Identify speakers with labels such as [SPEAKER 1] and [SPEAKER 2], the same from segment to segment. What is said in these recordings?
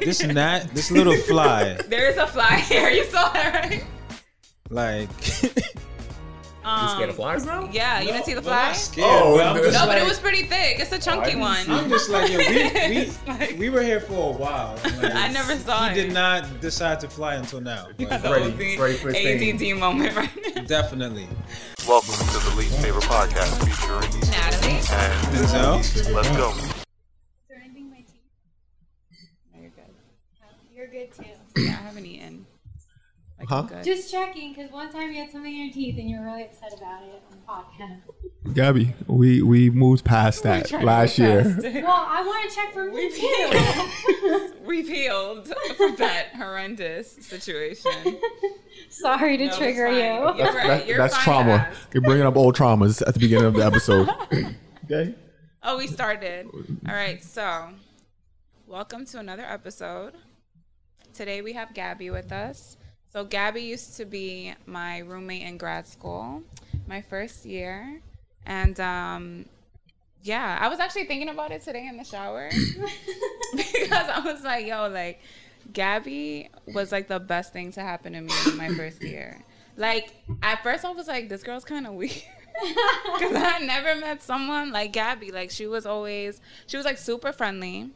[SPEAKER 1] this gnat, this little fly,
[SPEAKER 2] There is a fly here. You saw that, right?
[SPEAKER 1] like
[SPEAKER 2] Um,
[SPEAKER 3] scared of flies now?
[SPEAKER 2] Yeah, Oh, you didn't see the
[SPEAKER 1] Well, not
[SPEAKER 2] fly?
[SPEAKER 1] scared, Oh,
[SPEAKER 3] Oh,
[SPEAKER 1] but I'm
[SPEAKER 3] no.
[SPEAKER 1] just
[SPEAKER 2] No, but it
[SPEAKER 1] like-
[SPEAKER 2] was pretty thick. It's a chunky
[SPEAKER 3] didn't
[SPEAKER 2] one.
[SPEAKER 3] see
[SPEAKER 1] I'm just like, yo, we,
[SPEAKER 2] It's like-
[SPEAKER 1] we, we were here for a while. Like,
[SPEAKER 2] I never saw
[SPEAKER 1] He
[SPEAKER 2] it.
[SPEAKER 1] did not decide to fly until now. Like,
[SPEAKER 3] Freddy- Freddy Fredstein.
[SPEAKER 2] ADD moment right now.
[SPEAKER 1] definitely.
[SPEAKER 4] Welcome to the Least Favorite Podcast featuring
[SPEAKER 2] Natalie.
[SPEAKER 4] and
[SPEAKER 1] Denzel.
[SPEAKER 4] let's go.
[SPEAKER 5] Is there anything my teeth?
[SPEAKER 2] You're good.
[SPEAKER 5] You're good too.
[SPEAKER 2] Yeah, Oh I haven't eaten. Like,
[SPEAKER 6] Huh?
[SPEAKER 2] I'm good.
[SPEAKER 5] Just checking, because one time you had something in your teeth and you were really upset about it on the podcast.
[SPEAKER 6] Gabby, we we moved past that
[SPEAKER 2] Trying to
[SPEAKER 6] last
[SPEAKER 2] get
[SPEAKER 6] year.
[SPEAKER 2] past it.
[SPEAKER 5] Well, I want to check for me too.
[SPEAKER 2] We've healed from that horrendous situation.
[SPEAKER 5] Sorry to
[SPEAKER 2] No, it's
[SPEAKER 5] trigger
[SPEAKER 2] fine.
[SPEAKER 5] you.
[SPEAKER 2] You're right.
[SPEAKER 6] That-
[SPEAKER 2] You're
[SPEAKER 6] that's
[SPEAKER 2] fine
[SPEAKER 6] trauma.
[SPEAKER 2] to ask.
[SPEAKER 6] You're bringing up old traumas at the beginning of the episode. okay.
[SPEAKER 2] Oh, we started. All right, so welcome to another episode. Today we have Gabby with us. So Gabby used to be my roommate in grad school, my first year, and um, yeah, I was actually thinking about it today in the shower because I was like, yo, like Gabby was like the best thing to happen to me in my first year. Like at first I was like, this girl's kind of weird. Cause I never met someone like Gabby. Like she was always, she was like super friendly.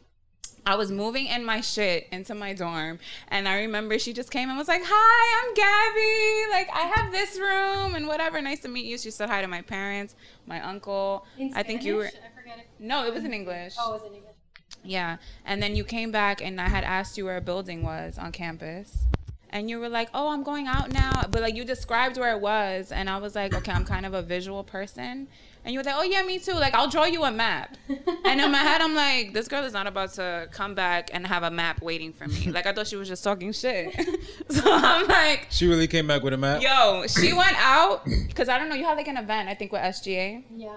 [SPEAKER 2] I was moving in my shit into my dorm, and I remember she just came and was like, "Hi, I'm Gabby. Like I have this room and whatever. Nice to meet you." She said hi to my parents, my uncle.
[SPEAKER 5] In
[SPEAKER 2] I think you were.
[SPEAKER 5] Spanish? I forgot it.
[SPEAKER 2] No, it was in English.
[SPEAKER 5] Oh, it was in English.
[SPEAKER 2] Yeah. And then you came back and I had asked you where a building was on campus. And you were like, oh, I'm going out now. But like you described where it was. And I was like, okay, I'm kind of a visual person. And you were like, oh, yeah, me too. Like, I'll draw you a map. And in my head, I'm like, this girl is not about to come back and have a map waiting for me. Like, I thought she was just talking shit. so I'm like,
[SPEAKER 1] She really came back with a map.
[SPEAKER 2] yo, she went out. Cause I don't know, you had like an event, I think, with SGA.
[SPEAKER 5] Yeah.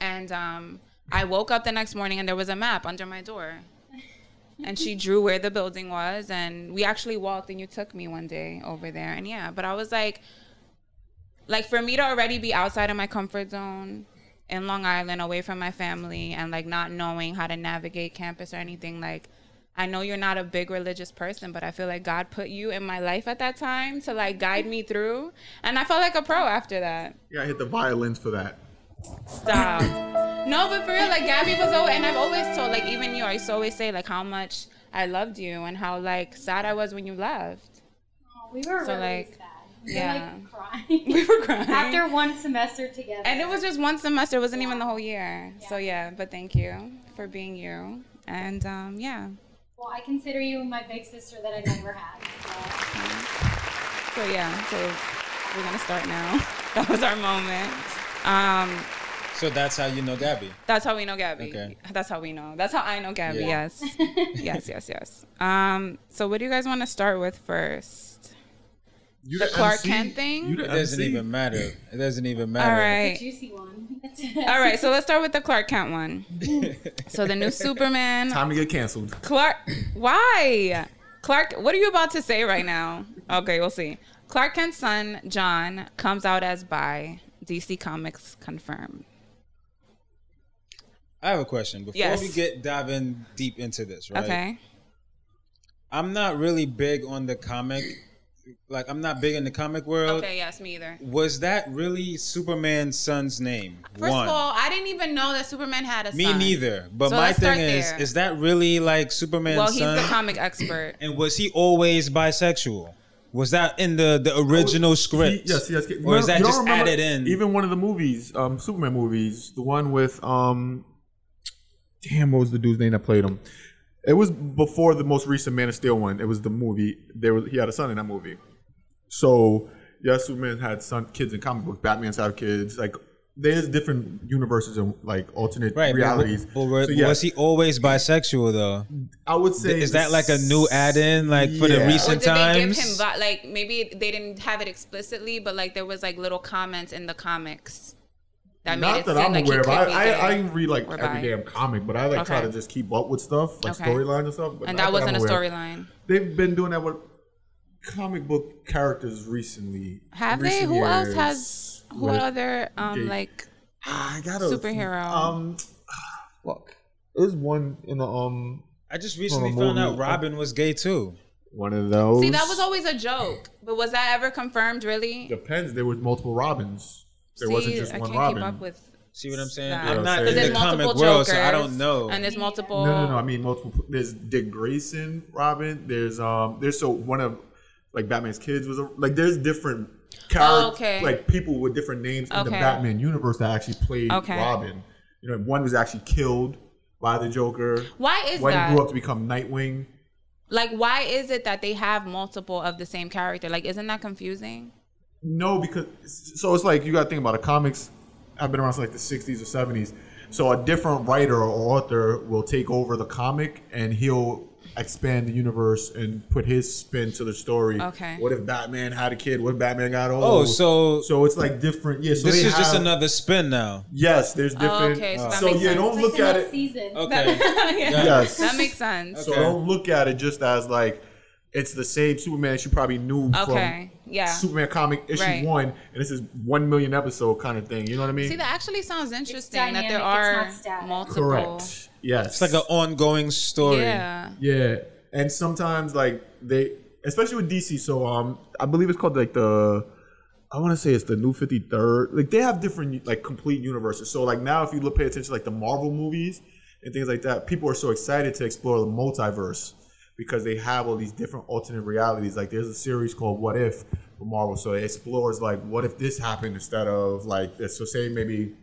[SPEAKER 2] And um, I woke up the next morning and there was a map under my door. And she drew where the building was. And we actually walked and you took me one day over there. And yeah, but I was like, like for me to already be outside of my comfort zone in Long Island, away from my family, and like not knowing how to navigate campus or anything, like I know you're not a big religious person, but I feel like God put you in my life at that time to like guide me through. And I felt like a pro after that.
[SPEAKER 6] Yeah, I hit the violins for that.
[SPEAKER 2] Stop. No, but for real, like Gabby was always, and I've always told, like even you, I used to always say like how much I loved you and how like sad I was when you left.
[SPEAKER 5] Oh, we were
[SPEAKER 2] So,
[SPEAKER 5] really
[SPEAKER 2] like,
[SPEAKER 5] sad. We
[SPEAKER 2] yeah.
[SPEAKER 5] were like crying.
[SPEAKER 2] We were crying.
[SPEAKER 5] After one semester together.
[SPEAKER 2] and it was just one semester, it wasn't even the whole year. So yeah, but thank you for being you. And um, yeah,
[SPEAKER 5] Well, I consider you my big sister that I never had. So.
[SPEAKER 2] so yeah, so we're gonna start now. That was our moment. Um,
[SPEAKER 1] So that's how you know Gabby.
[SPEAKER 2] That's how we know Gabby.
[SPEAKER 1] Okay.
[SPEAKER 2] That's how we know. That's how I know Gabby.
[SPEAKER 1] Yeah.
[SPEAKER 2] Yes. yes, yes, yes. Um, so what do you guys want to start with first?
[SPEAKER 6] You
[SPEAKER 2] The Clark Kent thing?
[SPEAKER 1] It doesn't even matter. It doesn't even matter.
[SPEAKER 2] All
[SPEAKER 5] It's a
[SPEAKER 2] right.
[SPEAKER 5] juicy one.
[SPEAKER 2] All right, so let's start with the Clark Kent one. So the new Superman.
[SPEAKER 6] Time to get canceled.
[SPEAKER 2] Clark why? Clark, what are you about to say right now? Okay, we'll see. Clark Kent's son, John, comes out as bi. DC Comics confirm.
[SPEAKER 1] I have a question before
[SPEAKER 2] Yes.
[SPEAKER 1] we get diving deep into this. Right.
[SPEAKER 2] Okay.
[SPEAKER 1] I'm not really big on the comic. Like I'm not big in the comic world.
[SPEAKER 2] Okay, yes, me either.
[SPEAKER 1] Was that really Superman's son's name?
[SPEAKER 2] First
[SPEAKER 1] One.
[SPEAKER 2] of all, I didn't even know that Superman had a
[SPEAKER 1] me
[SPEAKER 2] son.
[SPEAKER 1] neither. But
[SPEAKER 2] So
[SPEAKER 1] my
[SPEAKER 2] let's start
[SPEAKER 1] thing is,
[SPEAKER 2] there.
[SPEAKER 1] is that really like Superman's
[SPEAKER 2] Well, he's
[SPEAKER 1] son?
[SPEAKER 2] the comic expert.
[SPEAKER 1] and was he always bisexual? Was that in the the original script?
[SPEAKER 6] Oh, Yes, yes. You
[SPEAKER 1] Or is
[SPEAKER 6] don't- you
[SPEAKER 1] that
[SPEAKER 6] don't
[SPEAKER 1] just
[SPEAKER 6] remember
[SPEAKER 1] added in?
[SPEAKER 6] Even one of the movies, um, Superman movies, the one with um, damn, what was the dude's name that played him? It was before the most recent Man of Steel one. It was the movie. There was he had a son in that movie. So yes, Superman had son kids in comic books. Batman's have kids. Like there's different universes and like alternate
[SPEAKER 1] right but-
[SPEAKER 6] realities.
[SPEAKER 1] But, were-
[SPEAKER 6] so, yeah,
[SPEAKER 1] was he always bisexual though?
[SPEAKER 6] I would say
[SPEAKER 1] Is that like a new add-in, like for the
[SPEAKER 6] Yeah.
[SPEAKER 2] Or
[SPEAKER 1] recent
[SPEAKER 2] did
[SPEAKER 1] times?
[SPEAKER 2] they give him vi- like maybe they didn't have it explicitly, but like there was like little comments in the comics that made
[SPEAKER 6] Not
[SPEAKER 2] it
[SPEAKER 6] that
[SPEAKER 2] seem
[SPEAKER 6] I'm
[SPEAKER 2] like
[SPEAKER 6] aware
[SPEAKER 2] he
[SPEAKER 6] of.
[SPEAKER 2] could
[SPEAKER 6] I,
[SPEAKER 2] be
[SPEAKER 6] I,
[SPEAKER 2] gay.
[SPEAKER 6] I read like
[SPEAKER 2] Or
[SPEAKER 6] every
[SPEAKER 2] bi.
[SPEAKER 6] damn comic, but I like try
[SPEAKER 2] Okay.
[SPEAKER 6] to just keep up with stuff, like
[SPEAKER 2] Okay.
[SPEAKER 6] storylines and stuff. But
[SPEAKER 2] and
[SPEAKER 6] not
[SPEAKER 2] that wasn't a
[SPEAKER 6] I'm aware of.
[SPEAKER 2] storyline.
[SPEAKER 6] They've been doing that with comic book characters recently.
[SPEAKER 2] Have they?
[SPEAKER 6] Recent
[SPEAKER 2] Who else
[SPEAKER 6] years.
[SPEAKER 2] has? Who
[SPEAKER 6] Like,
[SPEAKER 2] other um
[SPEAKER 6] gay.
[SPEAKER 2] like?
[SPEAKER 6] I gotta
[SPEAKER 2] superhero?
[SPEAKER 6] Um, look, there's one in the um.
[SPEAKER 1] I just recently
[SPEAKER 6] From a
[SPEAKER 1] found out
[SPEAKER 6] movie.
[SPEAKER 1] Robin was gay too.
[SPEAKER 6] One of those.
[SPEAKER 2] See, that was always a joke, but was that ever confirmed? Really?
[SPEAKER 6] depends. There was multiple Robins. There
[SPEAKER 2] See,
[SPEAKER 6] wasn't just
[SPEAKER 2] I
[SPEAKER 6] one
[SPEAKER 2] can't
[SPEAKER 6] Robin.
[SPEAKER 2] keep up with.
[SPEAKER 1] See what I'm saying?
[SPEAKER 2] Nah.
[SPEAKER 6] Yeah,
[SPEAKER 1] I'm not
[SPEAKER 6] same.
[SPEAKER 1] in
[SPEAKER 2] Because
[SPEAKER 1] the
[SPEAKER 2] there's
[SPEAKER 1] comic
[SPEAKER 2] multiple
[SPEAKER 1] world,
[SPEAKER 2] jokers,
[SPEAKER 1] so I don't know.
[SPEAKER 2] And there's multiple.
[SPEAKER 6] no, no, no. I mean multiple. There's Dick Grayson Robin. There's um. There's so one of like Batman's kids was a, like there's different characters
[SPEAKER 2] Oh, okay.
[SPEAKER 6] like people with different names in the
[SPEAKER 2] Okay.
[SPEAKER 6] Batman universe that actually played
[SPEAKER 2] Okay.
[SPEAKER 6] Robin. You know, one was actually killed by the Joker.
[SPEAKER 2] Why is
[SPEAKER 6] one
[SPEAKER 2] that?
[SPEAKER 6] grew up to become Nightwing.
[SPEAKER 2] Like, why is it that they have multiple of the same character? Like, isn't that confusing?
[SPEAKER 6] No, because so it's like you got to think about it. Comics have been around since like the '60s or '70s. So a different writer or author will take over the comic and he'll expand the universe and put his spin to the story.
[SPEAKER 2] Okay.
[SPEAKER 6] What if Batman had a kid? What if Batman got old?
[SPEAKER 1] Oh, so-
[SPEAKER 6] so it's like different. Yeah. So
[SPEAKER 1] This
[SPEAKER 6] they
[SPEAKER 1] is just
[SPEAKER 6] have-
[SPEAKER 1] another spin now.
[SPEAKER 6] Yes, there's different.
[SPEAKER 2] Oh,
[SPEAKER 6] uh,
[SPEAKER 2] okay, so
[SPEAKER 6] so
[SPEAKER 2] that makes
[SPEAKER 6] yeah,
[SPEAKER 2] sense.
[SPEAKER 6] don't
[SPEAKER 5] It's
[SPEAKER 6] look
[SPEAKER 5] like the
[SPEAKER 6] at
[SPEAKER 5] next
[SPEAKER 6] it.
[SPEAKER 5] Season.
[SPEAKER 1] Okay.
[SPEAKER 2] yeah.
[SPEAKER 6] Yes.
[SPEAKER 2] That makes sense.
[SPEAKER 6] So
[SPEAKER 1] Okay.
[SPEAKER 6] don't look at it just as like it's the same Superman that you probably knew
[SPEAKER 2] Okay,
[SPEAKER 6] from
[SPEAKER 2] yeah.
[SPEAKER 6] Superman comic issue
[SPEAKER 2] Right.
[SPEAKER 6] one, and this is one million episode kind of thing. You know what I mean?
[SPEAKER 2] See, that actually sounds interesting that
[SPEAKER 5] dynamic,
[SPEAKER 2] there
[SPEAKER 5] it's
[SPEAKER 2] are
[SPEAKER 5] not static.
[SPEAKER 2] multiple.
[SPEAKER 6] Correct. Yes.
[SPEAKER 1] It's like an ongoing story.
[SPEAKER 2] Yeah.
[SPEAKER 6] yeah, and sometimes like they, especially with DC. So um, I believe it's called like the. I want to say it's the new 53rd. Like they have different like complete universes. So like now if you look pay attention to like the Marvel movies and things like that, people are so excited to explore the multiverse because they have all these different alternate realities. Like there's a series called What If for Marvel. So it explores like what if this happened instead of like this. So say maybe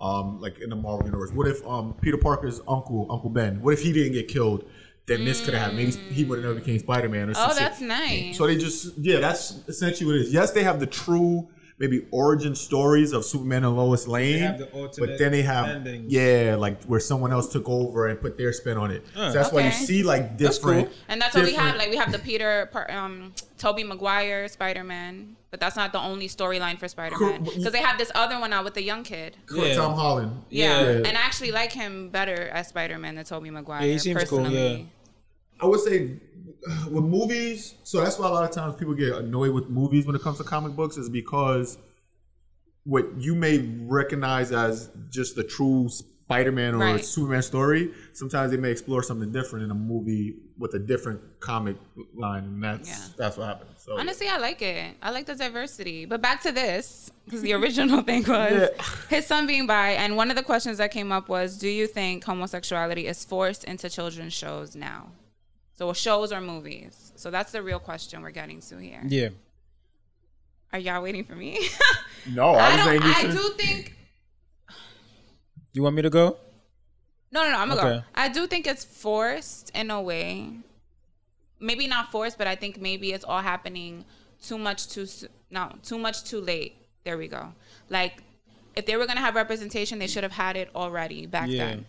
[SPEAKER 6] um, like in the Marvel universe. What if um, Peter Parker's uncle, Uncle Ben, what if he didn't get killed? Then this could have happened. Maybe he would have never became Spider Man. or
[SPEAKER 2] Oh,
[SPEAKER 6] some shit.
[SPEAKER 2] that's nice.
[SPEAKER 6] So they just yeah, that's essentially what it is. Yes, they have the true maybe origin stories of Superman and Lois Lane,
[SPEAKER 1] have the alternate
[SPEAKER 6] but then they have
[SPEAKER 1] endings.
[SPEAKER 6] yeah, like where someone else took over and put their spin on it. so that's why you
[SPEAKER 2] Okay.
[SPEAKER 6] see like
[SPEAKER 1] cool.
[SPEAKER 6] different.
[SPEAKER 2] And that's what we have.
[SPEAKER 6] different-
[SPEAKER 2] Like we have the Peter, Par- um, Toby Maguire, Spider Man, but that's not the only storyline for Spider Man
[SPEAKER 6] Cor-
[SPEAKER 2] because they have this other one out with the young kid.
[SPEAKER 6] Cool,
[SPEAKER 1] Yeah.
[SPEAKER 6] Tom Holland.
[SPEAKER 2] Yeah.
[SPEAKER 1] Yeah.
[SPEAKER 2] and I actually like him better as Spider Man than Toby Maguire.
[SPEAKER 1] Yeah, he seems cool,
[SPEAKER 2] personally.
[SPEAKER 6] I would say uh, with movies, so that's why a lot of times people get annoyed with movies when it comes to comic books is because what you may recognize as just the true Spider-Man or
[SPEAKER 2] Right.
[SPEAKER 6] Superman story, sometimes they may explore something different in a movie with a different comic line, and that's
[SPEAKER 2] Yeah.
[SPEAKER 6] that's what happened. So
[SPEAKER 2] Honestly, I like it. I like the diversity. But back to this, because the original thing was
[SPEAKER 6] Yeah.
[SPEAKER 2] his son being bi. And one of the questions that came up was Do you think homosexuality is forced into children's shows now? So, shows or movies? So, that's the real question we're getting to here.
[SPEAKER 1] Yeah.
[SPEAKER 2] Are y'all waiting for me? I,
[SPEAKER 6] no, Oh, I, was saying
[SPEAKER 2] don't,
[SPEAKER 6] you
[SPEAKER 2] I
[SPEAKER 6] should-
[SPEAKER 2] do think.
[SPEAKER 1] You want me to go?
[SPEAKER 2] No, no, no. I'm gonna
[SPEAKER 1] Okay.
[SPEAKER 2] go. I do think it's forced in a way. Maybe not forced, but I think maybe it's all happening too much too s- no too much too late. There we go. Like if they were gonna have representation, they should have had it already back
[SPEAKER 1] Yeah.
[SPEAKER 2] then.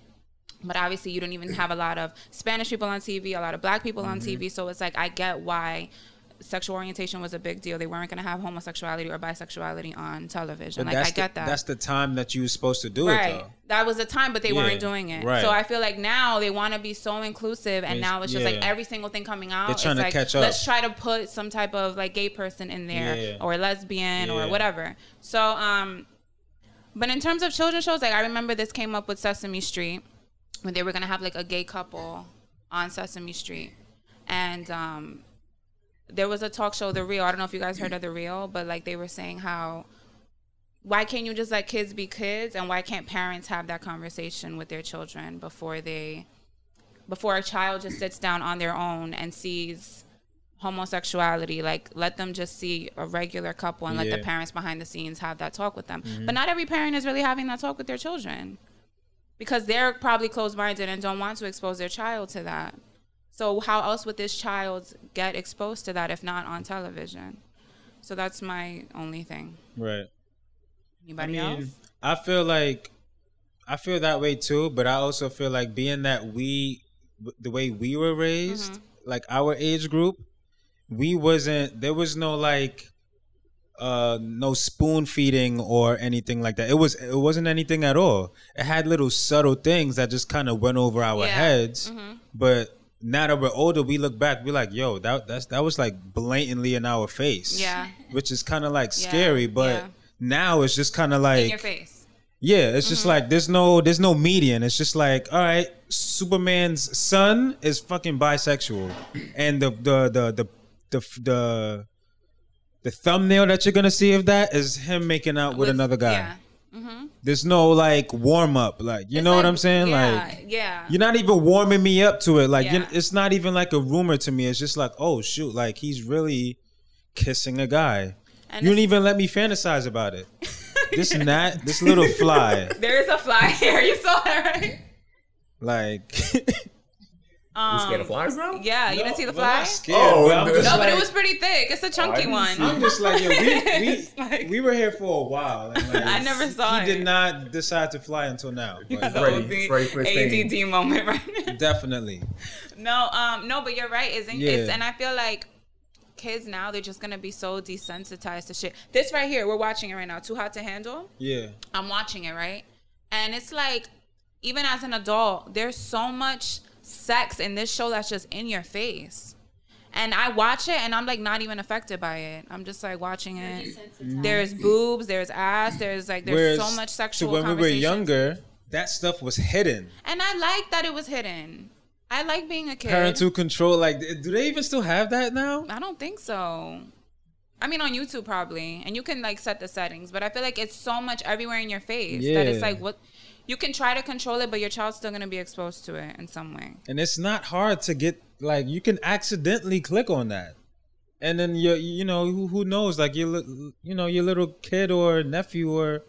[SPEAKER 2] But obviously, you don't even have a lot of Spanish people on TV, a lot of Black people on
[SPEAKER 1] Mm-hmm.
[SPEAKER 2] TV. So it's like I get why sexual orientation was a big deal. They weren't gonna have homosexuality or bisexuality on television. like
[SPEAKER 1] that's
[SPEAKER 2] I get
[SPEAKER 1] the,
[SPEAKER 2] that.
[SPEAKER 1] That's the time that you were supposed to do it,
[SPEAKER 2] Right.
[SPEAKER 1] though.
[SPEAKER 2] That was the time, but they
[SPEAKER 1] Yeah,
[SPEAKER 2] weren't doing it.
[SPEAKER 1] right.
[SPEAKER 2] So I feel like now they want to be so inclusive, and
[SPEAKER 1] It's-
[SPEAKER 2] now it's just like
[SPEAKER 1] yeah.
[SPEAKER 2] every single thing coming out.
[SPEAKER 1] They're trying
[SPEAKER 2] it's
[SPEAKER 1] to
[SPEAKER 2] like,
[SPEAKER 1] catch up.
[SPEAKER 2] Let's try to put some type of like gay person in there
[SPEAKER 1] Yeah.
[SPEAKER 2] or lesbian
[SPEAKER 1] Yeah.
[SPEAKER 2] or whatever. So, um, but in terms of children's shows, like I remember this came up with Sesame Street when they were gonna have like a gay couple on Sesame Street, and um, there was a talk show, The Real. I don't know if you guys heard of The Real, but like they were saying how why can't you just let kids be kids and why can't parents have that conversation with their children before they before a child just sits down on their own and sees homosexuality like let them just see a regular couple and let the
[SPEAKER 1] Yeah. Mm-hmm.
[SPEAKER 2] parents behind the scenes have that talk with them but not every parent is really having that talk with their children because they're probably closed-minded and don't want to expose their child to that so how else would this child get exposed to that if not on television so that's my only thing
[SPEAKER 1] Right.
[SPEAKER 2] anybody
[SPEAKER 1] I
[SPEAKER 2] else
[SPEAKER 1] mean, I feel like I feel that way too, but I also feel like being that we the way we were raised,
[SPEAKER 2] Mm-hmm.
[SPEAKER 1] like our age group, we wasn't there was no like uh no spoon feeding or anything like that. It was it wasn't anything at all. It had little subtle things that just kind of went over our
[SPEAKER 2] Yeah. Mm-hmm.
[SPEAKER 1] heads. But now that we're older, we look back, we're like, yo, that that's that was like blatantly in our face.
[SPEAKER 2] Yeah.
[SPEAKER 1] Which is kind of like scary, but
[SPEAKER 2] yeah.
[SPEAKER 1] now it's just kind of like
[SPEAKER 2] in your face
[SPEAKER 1] Yeah, it's
[SPEAKER 2] Mm-hmm.
[SPEAKER 1] just like there's no there's no median. It's just like all right, Superman's son is fucking bisexual, and the the the the the the, the thumbnail that you're gonna see of that is him making out with, another guy.
[SPEAKER 2] Yeah.
[SPEAKER 1] There's no like warm up, like you
[SPEAKER 2] It's
[SPEAKER 1] know what
[SPEAKER 2] like-
[SPEAKER 1] I'm saying,
[SPEAKER 2] Yeah,
[SPEAKER 1] like.
[SPEAKER 2] yeah.
[SPEAKER 1] You're not even warming me up to it. Like
[SPEAKER 2] Yeah.
[SPEAKER 1] you it's not even like a rumor to me. It's just like, oh shoot, like he's really kissing a guy.
[SPEAKER 2] And
[SPEAKER 1] you don't
[SPEAKER 2] it's-
[SPEAKER 1] even let me fantasize about it. this gnat, this little fly,
[SPEAKER 2] There is a fly here. You saw that, right?
[SPEAKER 1] like
[SPEAKER 2] Um,
[SPEAKER 3] You scared of flies now?
[SPEAKER 2] Yeah, you didn't see the
[SPEAKER 1] Well,
[SPEAKER 2] fly?
[SPEAKER 1] not scared,
[SPEAKER 6] Oh,
[SPEAKER 1] but I'm
[SPEAKER 6] no.
[SPEAKER 1] just
[SPEAKER 2] No, but it
[SPEAKER 1] like-
[SPEAKER 2] was pretty thick. It's a chunky
[SPEAKER 3] oh, didn't
[SPEAKER 2] one.
[SPEAKER 3] see it.
[SPEAKER 1] I'm just like, yo, we,
[SPEAKER 2] It's
[SPEAKER 1] we,
[SPEAKER 2] like-
[SPEAKER 1] we were here for a while. and, like,
[SPEAKER 2] I never saw
[SPEAKER 1] He did
[SPEAKER 2] it.
[SPEAKER 1] not decide to fly until now. Like,
[SPEAKER 2] The
[SPEAKER 3] Ready,
[SPEAKER 2] OD
[SPEAKER 3] ready for stain.
[SPEAKER 2] ADD moment right now.
[SPEAKER 1] definitely.
[SPEAKER 2] No, um, no, but you're right. Isn't it's
[SPEAKER 1] Yeah.
[SPEAKER 2] and I feel like kids now they're just gonna be so desensitized to shit. This right here, we're watching it right now. Too hot to handle.
[SPEAKER 1] Yeah.
[SPEAKER 2] I'm watching it right, and it's like even as an adult, there's so much sex in this show that's just in your face. And I watch it and I'm like not even affected by it. I'm just like watching it.
[SPEAKER 5] Desensitized.
[SPEAKER 2] There's boobs, there's ass, there's like there's so much sexual.
[SPEAKER 1] So when we were
[SPEAKER 2] conversation.
[SPEAKER 1] younger, that stuff was hidden.
[SPEAKER 2] And I like that it was hidden. I like being a kid.
[SPEAKER 1] Parental control, like, do they even still have that now?
[SPEAKER 2] I don't think so. I mean, on YouTube probably, and you can like set the settings, but I feel like it's so much everywhere in your face that it's
[SPEAKER 1] Yeah.
[SPEAKER 2] like what you can try to control it, but your child's still gonna be exposed to it in some way.
[SPEAKER 1] and it's not hard to get like you can accidentally click on that and then you you know who, who knows like your li- you know your little kid or nephew or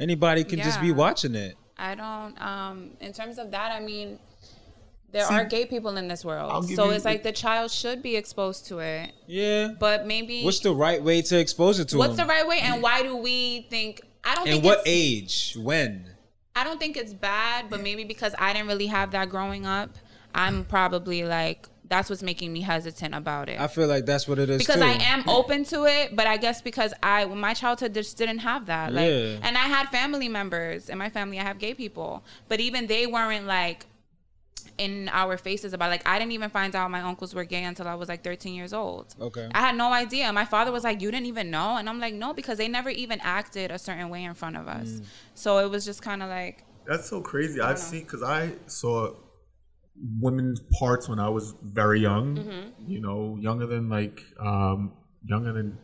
[SPEAKER 1] anybody can just be
[SPEAKER 2] Mm-hmm. Yeah.
[SPEAKER 1] watching it
[SPEAKER 2] I don't. Um, in terms of that, I mean, there are gay people in this world,
[SPEAKER 6] give
[SPEAKER 2] so
[SPEAKER 6] you-
[SPEAKER 2] it's like the child should be exposed to it,
[SPEAKER 1] yeah
[SPEAKER 2] but maybe
[SPEAKER 1] what's the right way to expose it to
[SPEAKER 2] what's the
[SPEAKER 1] them?
[SPEAKER 2] right way, and why do we think? I don't
[SPEAKER 1] and
[SPEAKER 2] think
[SPEAKER 1] what
[SPEAKER 2] it's-
[SPEAKER 1] age when
[SPEAKER 2] I don't think it's bad, but maybe because I didn't really have that growing up, I'm probably like that's what's making me hesitant about it.
[SPEAKER 1] Mm. i feel like that's what it is
[SPEAKER 2] because
[SPEAKER 1] too.
[SPEAKER 2] I am open to it, but I guess because I my childhood just didn't have that. Like
[SPEAKER 1] Yeah.
[SPEAKER 2] and I had family members in my family, I have gay people, but even they weren't like in our faces about like I didn't even find out my uncles were gay until I was like 13 years old.
[SPEAKER 1] okay
[SPEAKER 2] I had no idea. My father was like, "You didn't even know," and I'm like, "No," because they never even acted a certain way in front of us.
[SPEAKER 1] Mm.
[SPEAKER 2] So it was just kind of like,
[SPEAKER 6] That's so crazy. I've seen because I saw women's parts when I was very young.
[SPEAKER 2] Mm-hmm.
[SPEAKER 6] You know, younger than like um younger than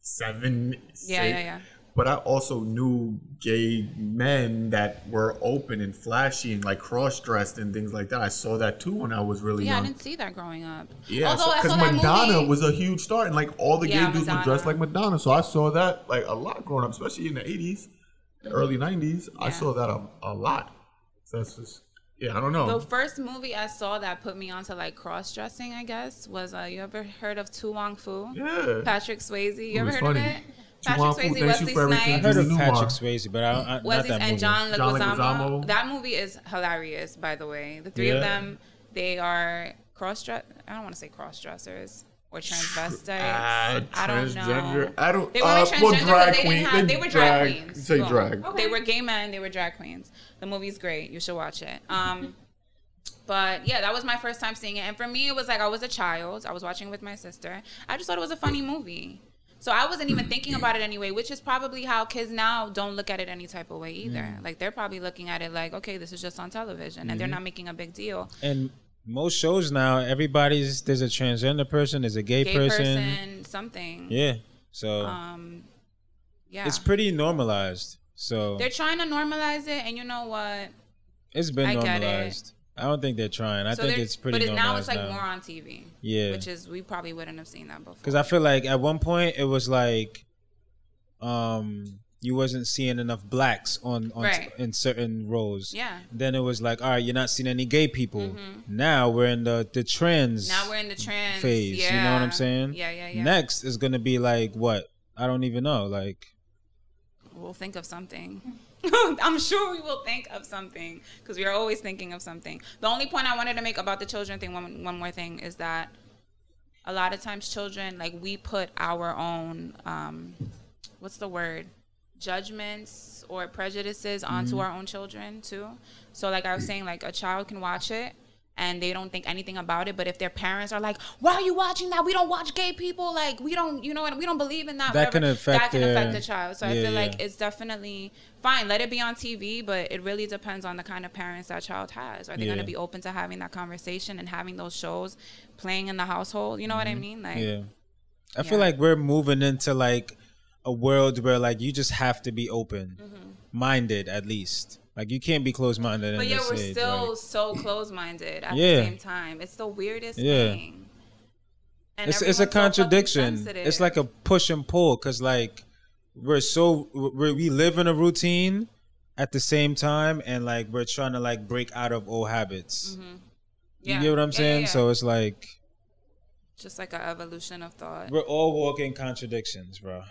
[SPEAKER 6] seven.
[SPEAKER 2] yeah,
[SPEAKER 6] six.
[SPEAKER 2] yeah, yeah.
[SPEAKER 6] But I also knew gay men that were open and flashy and like cross dressed and things like that. I saw that too when I was really
[SPEAKER 2] Yeah, I
[SPEAKER 6] young.
[SPEAKER 2] didn't see that growing up.
[SPEAKER 6] yeah,
[SPEAKER 2] Although I
[SPEAKER 6] because
[SPEAKER 2] saw that
[SPEAKER 6] Madonna
[SPEAKER 2] movie.
[SPEAKER 6] was a huge star, and like all the
[SPEAKER 2] Yeah,
[SPEAKER 6] gay dudes
[SPEAKER 2] Madonna.
[SPEAKER 6] were dressed like Madonna. So I saw that like a lot growing up, especially in the '80s, early '90s. I
[SPEAKER 2] Mm-hmm. Yeah.
[SPEAKER 6] saw that a, a lot. So that's just yeah, I don't
[SPEAKER 2] the
[SPEAKER 6] know.
[SPEAKER 2] first movie I saw that put me onto like cross dressing, I guess, was uh, you ever heard of Tu Wong Fu?
[SPEAKER 6] yeah,
[SPEAKER 2] Patrick Swayze. You ever
[SPEAKER 6] Movie's
[SPEAKER 2] heard of
[SPEAKER 6] funny.
[SPEAKER 2] it?
[SPEAKER 6] Tu Wong
[SPEAKER 2] Patrick Swayze,
[SPEAKER 6] Fu, thank you
[SPEAKER 2] Wesley
[SPEAKER 6] for everything.
[SPEAKER 1] i
[SPEAKER 2] Snipes.
[SPEAKER 1] heard of
[SPEAKER 6] Newmar.
[SPEAKER 1] patrick swayze but i, I not
[SPEAKER 2] Wesley
[SPEAKER 1] that movie.
[SPEAKER 2] and John
[SPEAKER 6] John
[SPEAKER 2] Leguizamo.
[SPEAKER 6] Leguizamo.
[SPEAKER 2] That movie is hilarious, by the way. The three of
[SPEAKER 1] Yeah.
[SPEAKER 2] them, they are cross dress. I don't want to say cross dressers or transvestites.
[SPEAKER 6] Ah,
[SPEAKER 2] I don't know.
[SPEAKER 6] transgender. I don't.
[SPEAKER 2] They weren't
[SPEAKER 6] uh, well,
[SPEAKER 2] transgender, but
[SPEAKER 6] drag
[SPEAKER 2] they didn't
[SPEAKER 6] queen.
[SPEAKER 2] have-
[SPEAKER 6] They
[SPEAKER 2] they were drag queens.
[SPEAKER 6] Say
[SPEAKER 2] Well,
[SPEAKER 6] drag.
[SPEAKER 2] They were gay men. They were drag queens. The movie's great. You should watch it.
[SPEAKER 1] Mm-hmm.
[SPEAKER 2] Um, but yeah, that was my first time seeing it, and for me, it was like I was a child. I was watching it with my sister. I just thought it was a funny movie. So I wasn't even thinking about it anyway, which is probably how kids now don't look at it any type of way either.
[SPEAKER 1] Mm.
[SPEAKER 2] Like they're probably looking at it like, okay, this is just on television, and they're
[SPEAKER 1] Mm-hmm.
[SPEAKER 2] not making a big deal.
[SPEAKER 1] and most shows now everybody's there's a transgender person there's a gay,
[SPEAKER 2] Gay
[SPEAKER 1] person.
[SPEAKER 2] person, something.
[SPEAKER 1] yeah so
[SPEAKER 2] Um, yeah.
[SPEAKER 1] it's pretty normalized so
[SPEAKER 2] they're trying to normalize it, and you know what?
[SPEAKER 1] It's been
[SPEAKER 2] I get it.
[SPEAKER 1] normalized. I don't think they're trying. I
[SPEAKER 2] So
[SPEAKER 1] think
[SPEAKER 2] they're-
[SPEAKER 1] it's pretty
[SPEAKER 2] But it- now it's
[SPEAKER 1] normalized
[SPEAKER 2] like
[SPEAKER 1] now.
[SPEAKER 2] more on TV.
[SPEAKER 1] yeah,
[SPEAKER 2] which is we probably wouldn't have seen that before.
[SPEAKER 1] because I feel like at one point it was like, um, you wasn't seeing enough blacks on on
[SPEAKER 2] Right.
[SPEAKER 1] in certain roles.
[SPEAKER 2] Yeah. Mm-hmm.
[SPEAKER 1] Then it was like, all right, you're not seeing any gay people. Now we're in the the trans
[SPEAKER 2] now we're in the trans
[SPEAKER 1] phase.
[SPEAKER 2] Yeah.
[SPEAKER 1] You know what I'm saying?
[SPEAKER 2] Yeah, yeah, yeah.
[SPEAKER 1] Next is gonna be like what? I don't even know. Like
[SPEAKER 2] We'll think of something. I'm sure we will think of something because we are always thinking of something. The only point I wanted to make about the children thing, one, one more thing, is that a lot of times children, like we put our own, um, what's the word? Judgments or
[SPEAKER 1] Mm-hmm.
[SPEAKER 2] prejudices onto our own children too. So, like I was saying, like a child can watch it and they don't think anything about it. But if their parents are like, "Why are you watching that? We don't watch gay people. Like we don't, you know, and we don't believe in that."
[SPEAKER 1] That can affect
[SPEAKER 2] that can
[SPEAKER 1] their-
[SPEAKER 2] affect the child. So I
[SPEAKER 1] Yeah,
[SPEAKER 2] feel like
[SPEAKER 1] yeah.
[SPEAKER 2] it's definitely fine. Let it be on TV, but it really depends on the kind of parents that child has. Are they going
[SPEAKER 1] Yeah.
[SPEAKER 2] to be open to having that conversation and having those shows playing in the household? You know what I mean? Like,
[SPEAKER 1] Mm-hmm. Yeah. I
[SPEAKER 2] Yeah.
[SPEAKER 1] feel like we're moving into like a world where like you just have to be open minded at least. Like you can't be closed minded in
[SPEAKER 2] Mm-hmm. But yeah,
[SPEAKER 1] this
[SPEAKER 2] we're
[SPEAKER 1] age,
[SPEAKER 2] still
[SPEAKER 1] like-
[SPEAKER 2] so close minded at
[SPEAKER 1] Yeah.
[SPEAKER 2] the same time. It's the weirdest
[SPEAKER 1] Yeah.
[SPEAKER 2] thing. And
[SPEAKER 1] it's it's a
[SPEAKER 2] everyone's so fucking
[SPEAKER 1] contradiction. it's
[SPEAKER 2] sensitive.
[SPEAKER 1] like a push and pull cuz like we're so we're, we live in a routine at the same time and like we're trying to like break out of old habits. You get what I'm
[SPEAKER 2] Mm-hmm. Yeah,
[SPEAKER 1] saying?
[SPEAKER 2] yeah, yeah.
[SPEAKER 1] So it's like
[SPEAKER 2] just like an evolution of thought.
[SPEAKER 1] we're all walking contradictions, bro.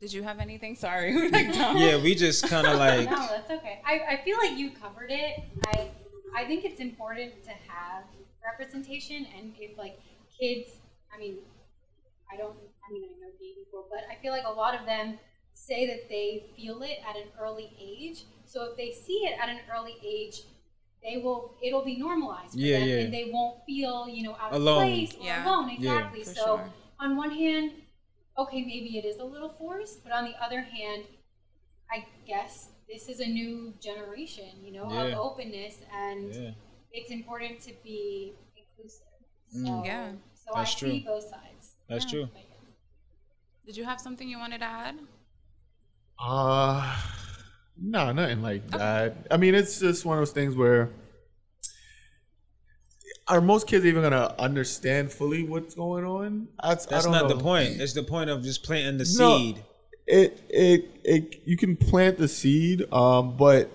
[SPEAKER 2] Did you have anything? Sorry, We're like dumb.
[SPEAKER 1] Yeah, we just kind of like
[SPEAKER 5] No, that's okay. I, I feel like you covered it. I I think it's important to have representation and if like kids I mean I don't I mean I know gay people, but I feel like a lot of them say that they feel it at an early age. So if they see it at an early age, they will it'll be normalized for
[SPEAKER 1] Yeah,
[SPEAKER 5] them
[SPEAKER 1] yeah.
[SPEAKER 5] and they won't feel, you know, out of
[SPEAKER 1] Alone.
[SPEAKER 5] place or
[SPEAKER 2] Yeah.
[SPEAKER 5] alone.
[SPEAKER 1] Yeah,
[SPEAKER 5] Exactly.
[SPEAKER 2] for
[SPEAKER 5] so
[SPEAKER 2] sure.
[SPEAKER 5] on one hand, okay, maybe it is a little forced, but on the other hand, I guess this is a new generation, you know,
[SPEAKER 1] Yeah.
[SPEAKER 5] of openness, and
[SPEAKER 1] yeah.
[SPEAKER 5] it's important to be inclusive. So,
[SPEAKER 1] Mm.
[SPEAKER 2] Yeah.
[SPEAKER 5] so I
[SPEAKER 1] That's
[SPEAKER 5] see
[SPEAKER 1] true.
[SPEAKER 5] both sides.
[SPEAKER 1] That's true.
[SPEAKER 5] But yeah.
[SPEAKER 2] Did you have something you wanted to add?
[SPEAKER 6] Uh no, nothing like that. I mean, it's just one of those things where are most kids even gonna understand fully what's going on? That's,
[SPEAKER 1] That's
[SPEAKER 6] I don't
[SPEAKER 1] not
[SPEAKER 6] know.
[SPEAKER 1] the point. It's the point of just planting the
[SPEAKER 6] No.
[SPEAKER 1] seed.
[SPEAKER 6] It, it, it. You can plant the seed, um, but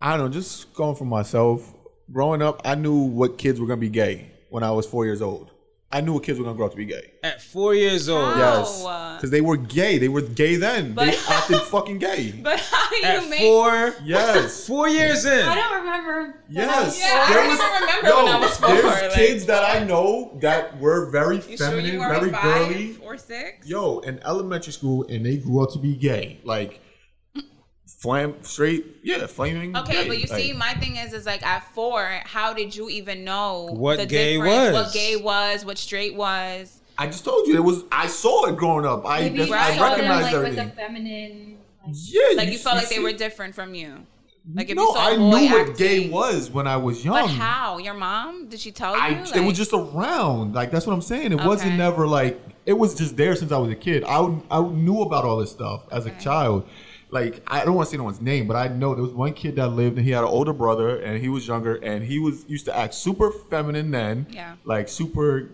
[SPEAKER 6] I don't know. Just going for myself, growing up, I knew what kids were gonna be gay when I was four years old. I knew what kids were gonna grow up to be gay.
[SPEAKER 1] At four years old,
[SPEAKER 2] Yeah.
[SPEAKER 6] Yes,
[SPEAKER 2] Oh.
[SPEAKER 6] because they were gay. They were gay then. they
[SPEAKER 2] But-
[SPEAKER 6] acted fucking gay.
[SPEAKER 2] But how do you
[SPEAKER 1] at
[SPEAKER 2] make?
[SPEAKER 1] four,
[SPEAKER 6] yes.
[SPEAKER 1] four years in,
[SPEAKER 5] I don't remember. when I was
[SPEAKER 6] Yes.
[SPEAKER 2] Yeah, I
[SPEAKER 5] four.
[SPEAKER 2] don't even remember when I was four,
[SPEAKER 6] There's
[SPEAKER 2] like,
[SPEAKER 6] kids that I
[SPEAKER 2] what?
[SPEAKER 6] know that were very
[SPEAKER 2] You sure
[SPEAKER 6] feminine,
[SPEAKER 2] you were
[SPEAKER 6] very
[SPEAKER 2] five
[SPEAKER 6] girly.
[SPEAKER 2] or six?
[SPEAKER 6] Yo, in elementary school, and they grew up to be gay, like flam straight, yeah, flaming.
[SPEAKER 2] Okay,
[SPEAKER 6] gay,
[SPEAKER 2] but you
[SPEAKER 6] like-
[SPEAKER 2] see, my thing is, is like at four, how did you even know
[SPEAKER 1] What
[SPEAKER 2] the
[SPEAKER 1] gay
[SPEAKER 2] difference,
[SPEAKER 1] was?
[SPEAKER 2] What gay was, what straight was?
[SPEAKER 6] I just told you it was. I saw it growing up. I
[SPEAKER 5] Maybe
[SPEAKER 6] that's,
[SPEAKER 5] you
[SPEAKER 2] Right.
[SPEAKER 6] I
[SPEAKER 5] saw them,
[SPEAKER 6] recognized
[SPEAKER 5] like, with
[SPEAKER 6] everything.
[SPEAKER 5] the feminine. Like,
[SPEAKER 6] yeah,
[SPEAKER 2] Like you felt like they
[SPEAKER 6] see-
[SPEAKER 2] were different from you. Like if
[SPEAKER 6] no,
[SPEAKER 2] you saw
[SPEAKER 6] I
[SPEAKER 2] a boy
[SPEAKER 6] knew what gay
[SPEAKER 2] acting-
[SPEAKER 6] was when I was young.
[SPEAKER 2] But how? Your mom? Did she tell you?
[SPEAKER 6] I it
[SPEAKER 2] Like-
[SPEAKER 6] was just around. Like that's what I'm saying. It wasn't
[SPEAKER 2] Okay.
[SPEAKER 6] never like it was just there since I was a kid. I would- I knew about all this stuff as a child. Like I don't want to say no one's name, but I know there was one kid that lived and he had an older brother and he was younger and he was used to act super feminine then.
[SPEAKER 2] Yeah.
[SPEAKER 6] Like super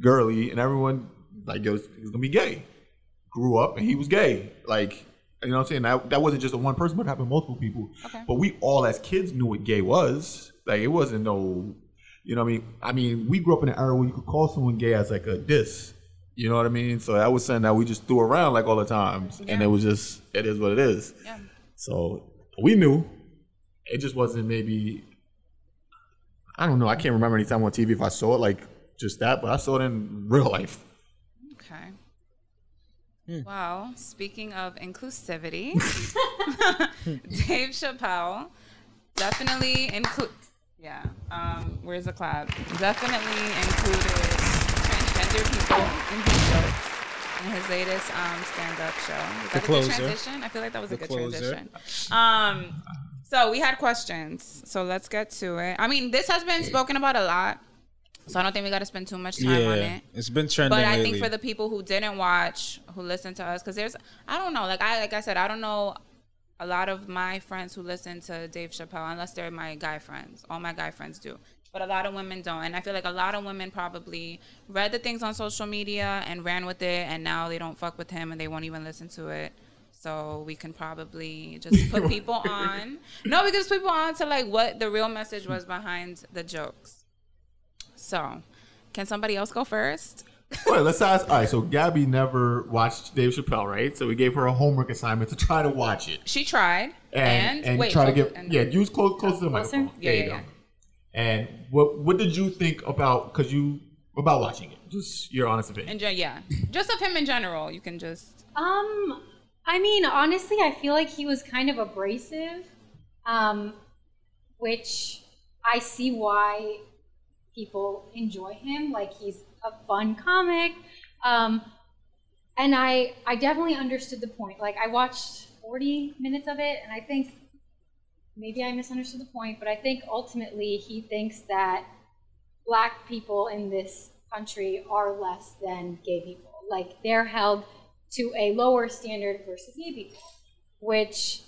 [SPEAKER 6] girly and everyone like it was, he was gonna be gay. Grew up and he was gay. Like you know what I'm saying? That, that wasn't just a one person, but it happened to multiple people.
[SPEAKER 2] Okay.
[SPEAKER 6] But we all as kids knew what gay was. Like it wasn't no you know what I mean? I mean, we grew up in an era where you could call someone gay as like a diss. You know what I mean? So that was something that we just threw around like all the times. And it was just, it is what it is.
[SPEAKER 2] Yeah.
[SPEAKER 6] So we knew. It just wasn't maybe, I don't know. I can't remember any time on TV if I saw it like just that, but I saw it in real life.
[SPEAKER 2] Okay.
[SPEAKER 1] Hmm.
[SPEAKER 2] Well, speaking of inclusivity, Dave Chappelle definitely include. Yeah. Um, where's the clap? Definitely included transgender people in his jokes in his latest um, stand-up show. Was that a
[SPEAKER 1] closer.
[SPEAKER 2] good transition? I feel like that was a
[SPEAKER 1] The
[SPEAKER 2] good
[SPEAKER 1] closer.
[SPEAKER 2] transition. Um, so we had questions. So let's get to it. I mean, this has been spoken about a lot, so I don't think we got to spend too much time on
[SPEAKER 1] yeah,
[SPEAKER 2] it.
[SPEAKER 1] it's been trending.
[SPEAKER 2] But I think
[SPEAKER 1] lately.
[SPEAKER 2] for the people who didn't watch, who listened to us, because there's, I don't know, like I, like I said, I don't know a lot of my friends who listen to Dave Chappelle, unless they're my guy friends. All my guy friends do, but a lot of women don't, and I feel like a lot of women probably read the things on social media and ran with it, and now they don't fuck with him and they won't even listen to it. So we can probably just put people on. No, we can just put people on to like what the real message was behind the jokes. So, can somebody else go first?
[SPEAKER 6] Wait, let's ask. All right, so Gabby never watched Dave Chappelle, right? So we gave her a homework assignment to try to watch it.
[SPEAKER 2] She tried oh,
[SPEAKER 6] and and, try to
[SPEAKER 2] hold-
[SPEAKER 6] get yeah use close close to the
[SPEAKER 5] Closer?
[SPEAKER 6] microphone.
[SPEAKER 2] Yeah,
[SPEAKER 6] there you
[SPEAKER 2] yeah,
[SPEAKER 6] go.
[SPEAKER 2] yeah.
[SPEAKER 6] And what what did you think about because you about watching it? Just your honest opinion.
[SPEAKER 2] in gen- yeah, just of him in general. You can just
[SPEAKER 5] Um, I mean, honestly, I feel like he was kind of abrasive, um, which I see why people enjoy him. Like he's a fun comic. Um, and I, I definitely understood the point. Like I watched 40 minutes of it, and I think maybe I misunderstood the point, but I think ultimately he thinks that black people in this country are less than gay people. Like they're held to a lower standard versus gay people, which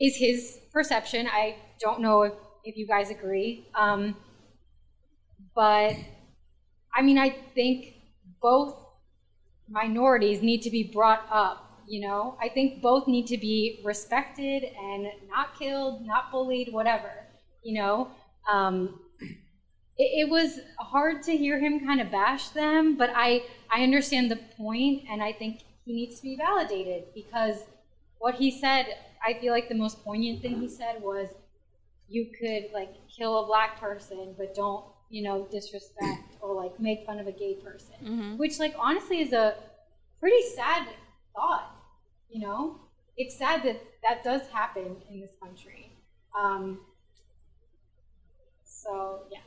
[SPEAKER 5] is his perception. I don't know if, if you guys agree. Um, but I mean, I think both minorities need to be brought up. You know, I think both need to be respected and not killed, not bullied, whatever. You know, um, it, it was hard to hear him kind of bash them, but I I understand the point, and I think he needs to be validated because what he said, I feel like the most poignant thing he said was, you could like kill a black person, but don't you know disrespect or like make fun of a gay person, which like honestly is a pretty sad thought. You know, it's sad that that does happen in this country. Um, so yeah.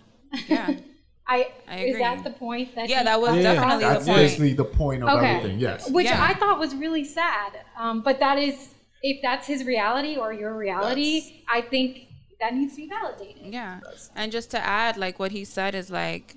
[SPEAKER 2] Yeah.
[SPEAKER 5] I,
[SPEAKER 2] I
[SPEAKER 5] is that
[SPEAKER 2] agree.
[SPEAKER 5] the point that
[SPEAKER 2] Yeah,
[SPEAKER 5] he-
[SPEAKER 2] that was
[SPEAKER 6] Yeah,
[SPEAKER 2] definitely
[SPEAKER 6] that's
[SPEAKER 2] the point.
[SPEAKER 6] basically the point of
[SPEAKER 5] Okay.
[SPEAKER 6] everything. Yes.
[SPEAKER 5] which
[SPEAKER 2] Yeah.
[SPEAKER 5] I thought was really sad. Um, but that is, if that's his reality or your reality, I think that needs to be validated.
[SPEAKER 2] Yeah. And just to add, like what he said is like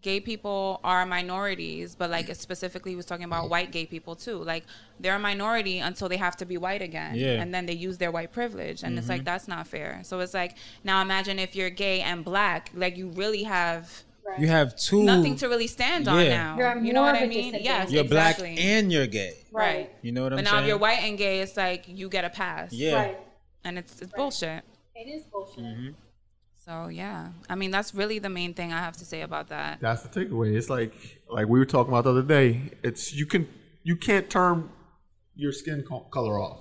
[SPEAKER 2] gay people are minorities, but like specifically he was talking about white gay people too. Like they're a minority until they have to be white again.
[SPEAKER 1] Yeah. Mm-hmm.
[SPEAKER 2] And then they use their white privilege. And it's like that's not fair. So it's like now imagine if you're gay and black, like you really have
[SPEAKER 5] Right.
[SPEAKER 1] You have two.
[SPEAKER 2] nothing to really stand on
[SPEAKER 1] Yeah.
[SPEAKER 2] now.
[SPEAKER 5] You're at
[SPEAKER 2] you know
[SPEAKER 5] more
[SPEAKER 2] what
[SPEAKER 5] of
[SPEAKER 2] I
[SPEAKER 5] a
[SPEAKER 2] mean? Yes,
[SPEAKER 5] disadvantage.
[SPEAKER 1] You're
[SPEAKER 2] exactly.
[SPEAKER 1] black and you're gay.
[SPEAKER 5] right.
[SPEAKER 1] You know what
[SPEAKER 2] But
[SPEAKER 1] I'm
[SPEAKER 2] now
[SPEAKER 1] saying?
[SPEAKER 2] if you're white and gay, it's like you get a pass.
[SPEAKER 1] Yeah.
[SPEAKER 5] Right.
[SPEAKER 2] And it's it's bullshit.
[SPEAKER 5] It is bullshit.
[SPEAKER 6] Mm-hmm.
[SPEAKER 2] So yeah. I mean that's really the main thing I have to say about that.
[SPEAKER 6] That's the takeaway. It's like like we were talking about the other day. It's you can you can't turn your skin co- color off.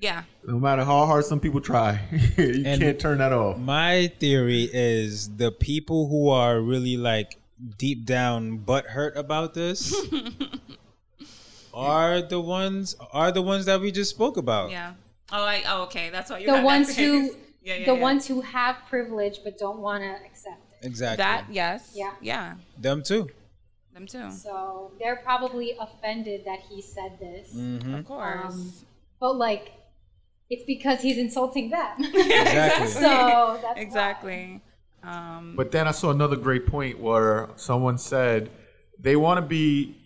[SPEAKER 2] Yeah.
[SPEAKER 6] No matter how hard some people try, you
[SPEAKER 1] And-
[SPEAKER 6] can't turn that off.
[SPEAKER 1] My theory is the people who are really like deep down butt hurt about this are the ones are the ones that we just spoke about.
[SPEAKER 2] Yeah. Oh, I, oh, okay. That's what you.
[SPEAKER 5] The
[SPEAKER 2] have that
[SPEAKER 5] ones who,
[SPEAKER 2] phrase. Yeah, yeah,
[SPEAKER 5] the
[SPEAKER 2] yeah.
[SPEAKER 5] ones who have privilege but don't want to accept it.
[SPEAKER 1] Exactly.
[SPEAKER 2] That yes.
[SPEAKER 5] Yeah.
[SPEAKER 2] Yeah.
[SPEAKER 1] Them too.
[SPEAKER 2] Them too.
[SPEAKER 5] So they're probably offended that he said this,
[SPEAKER 6] Mm-hmm.
[SPEAKER 2] Of course.
[SPEAKER 5] Um, but like, it's because he's insulting them.
[SPEAKER 1] Exactly.
[SPEAKER 5] so that's
[SPEAKER 2] exactly. Um,
[SPEAKER 6] But then I saw another great point where someone said they want to be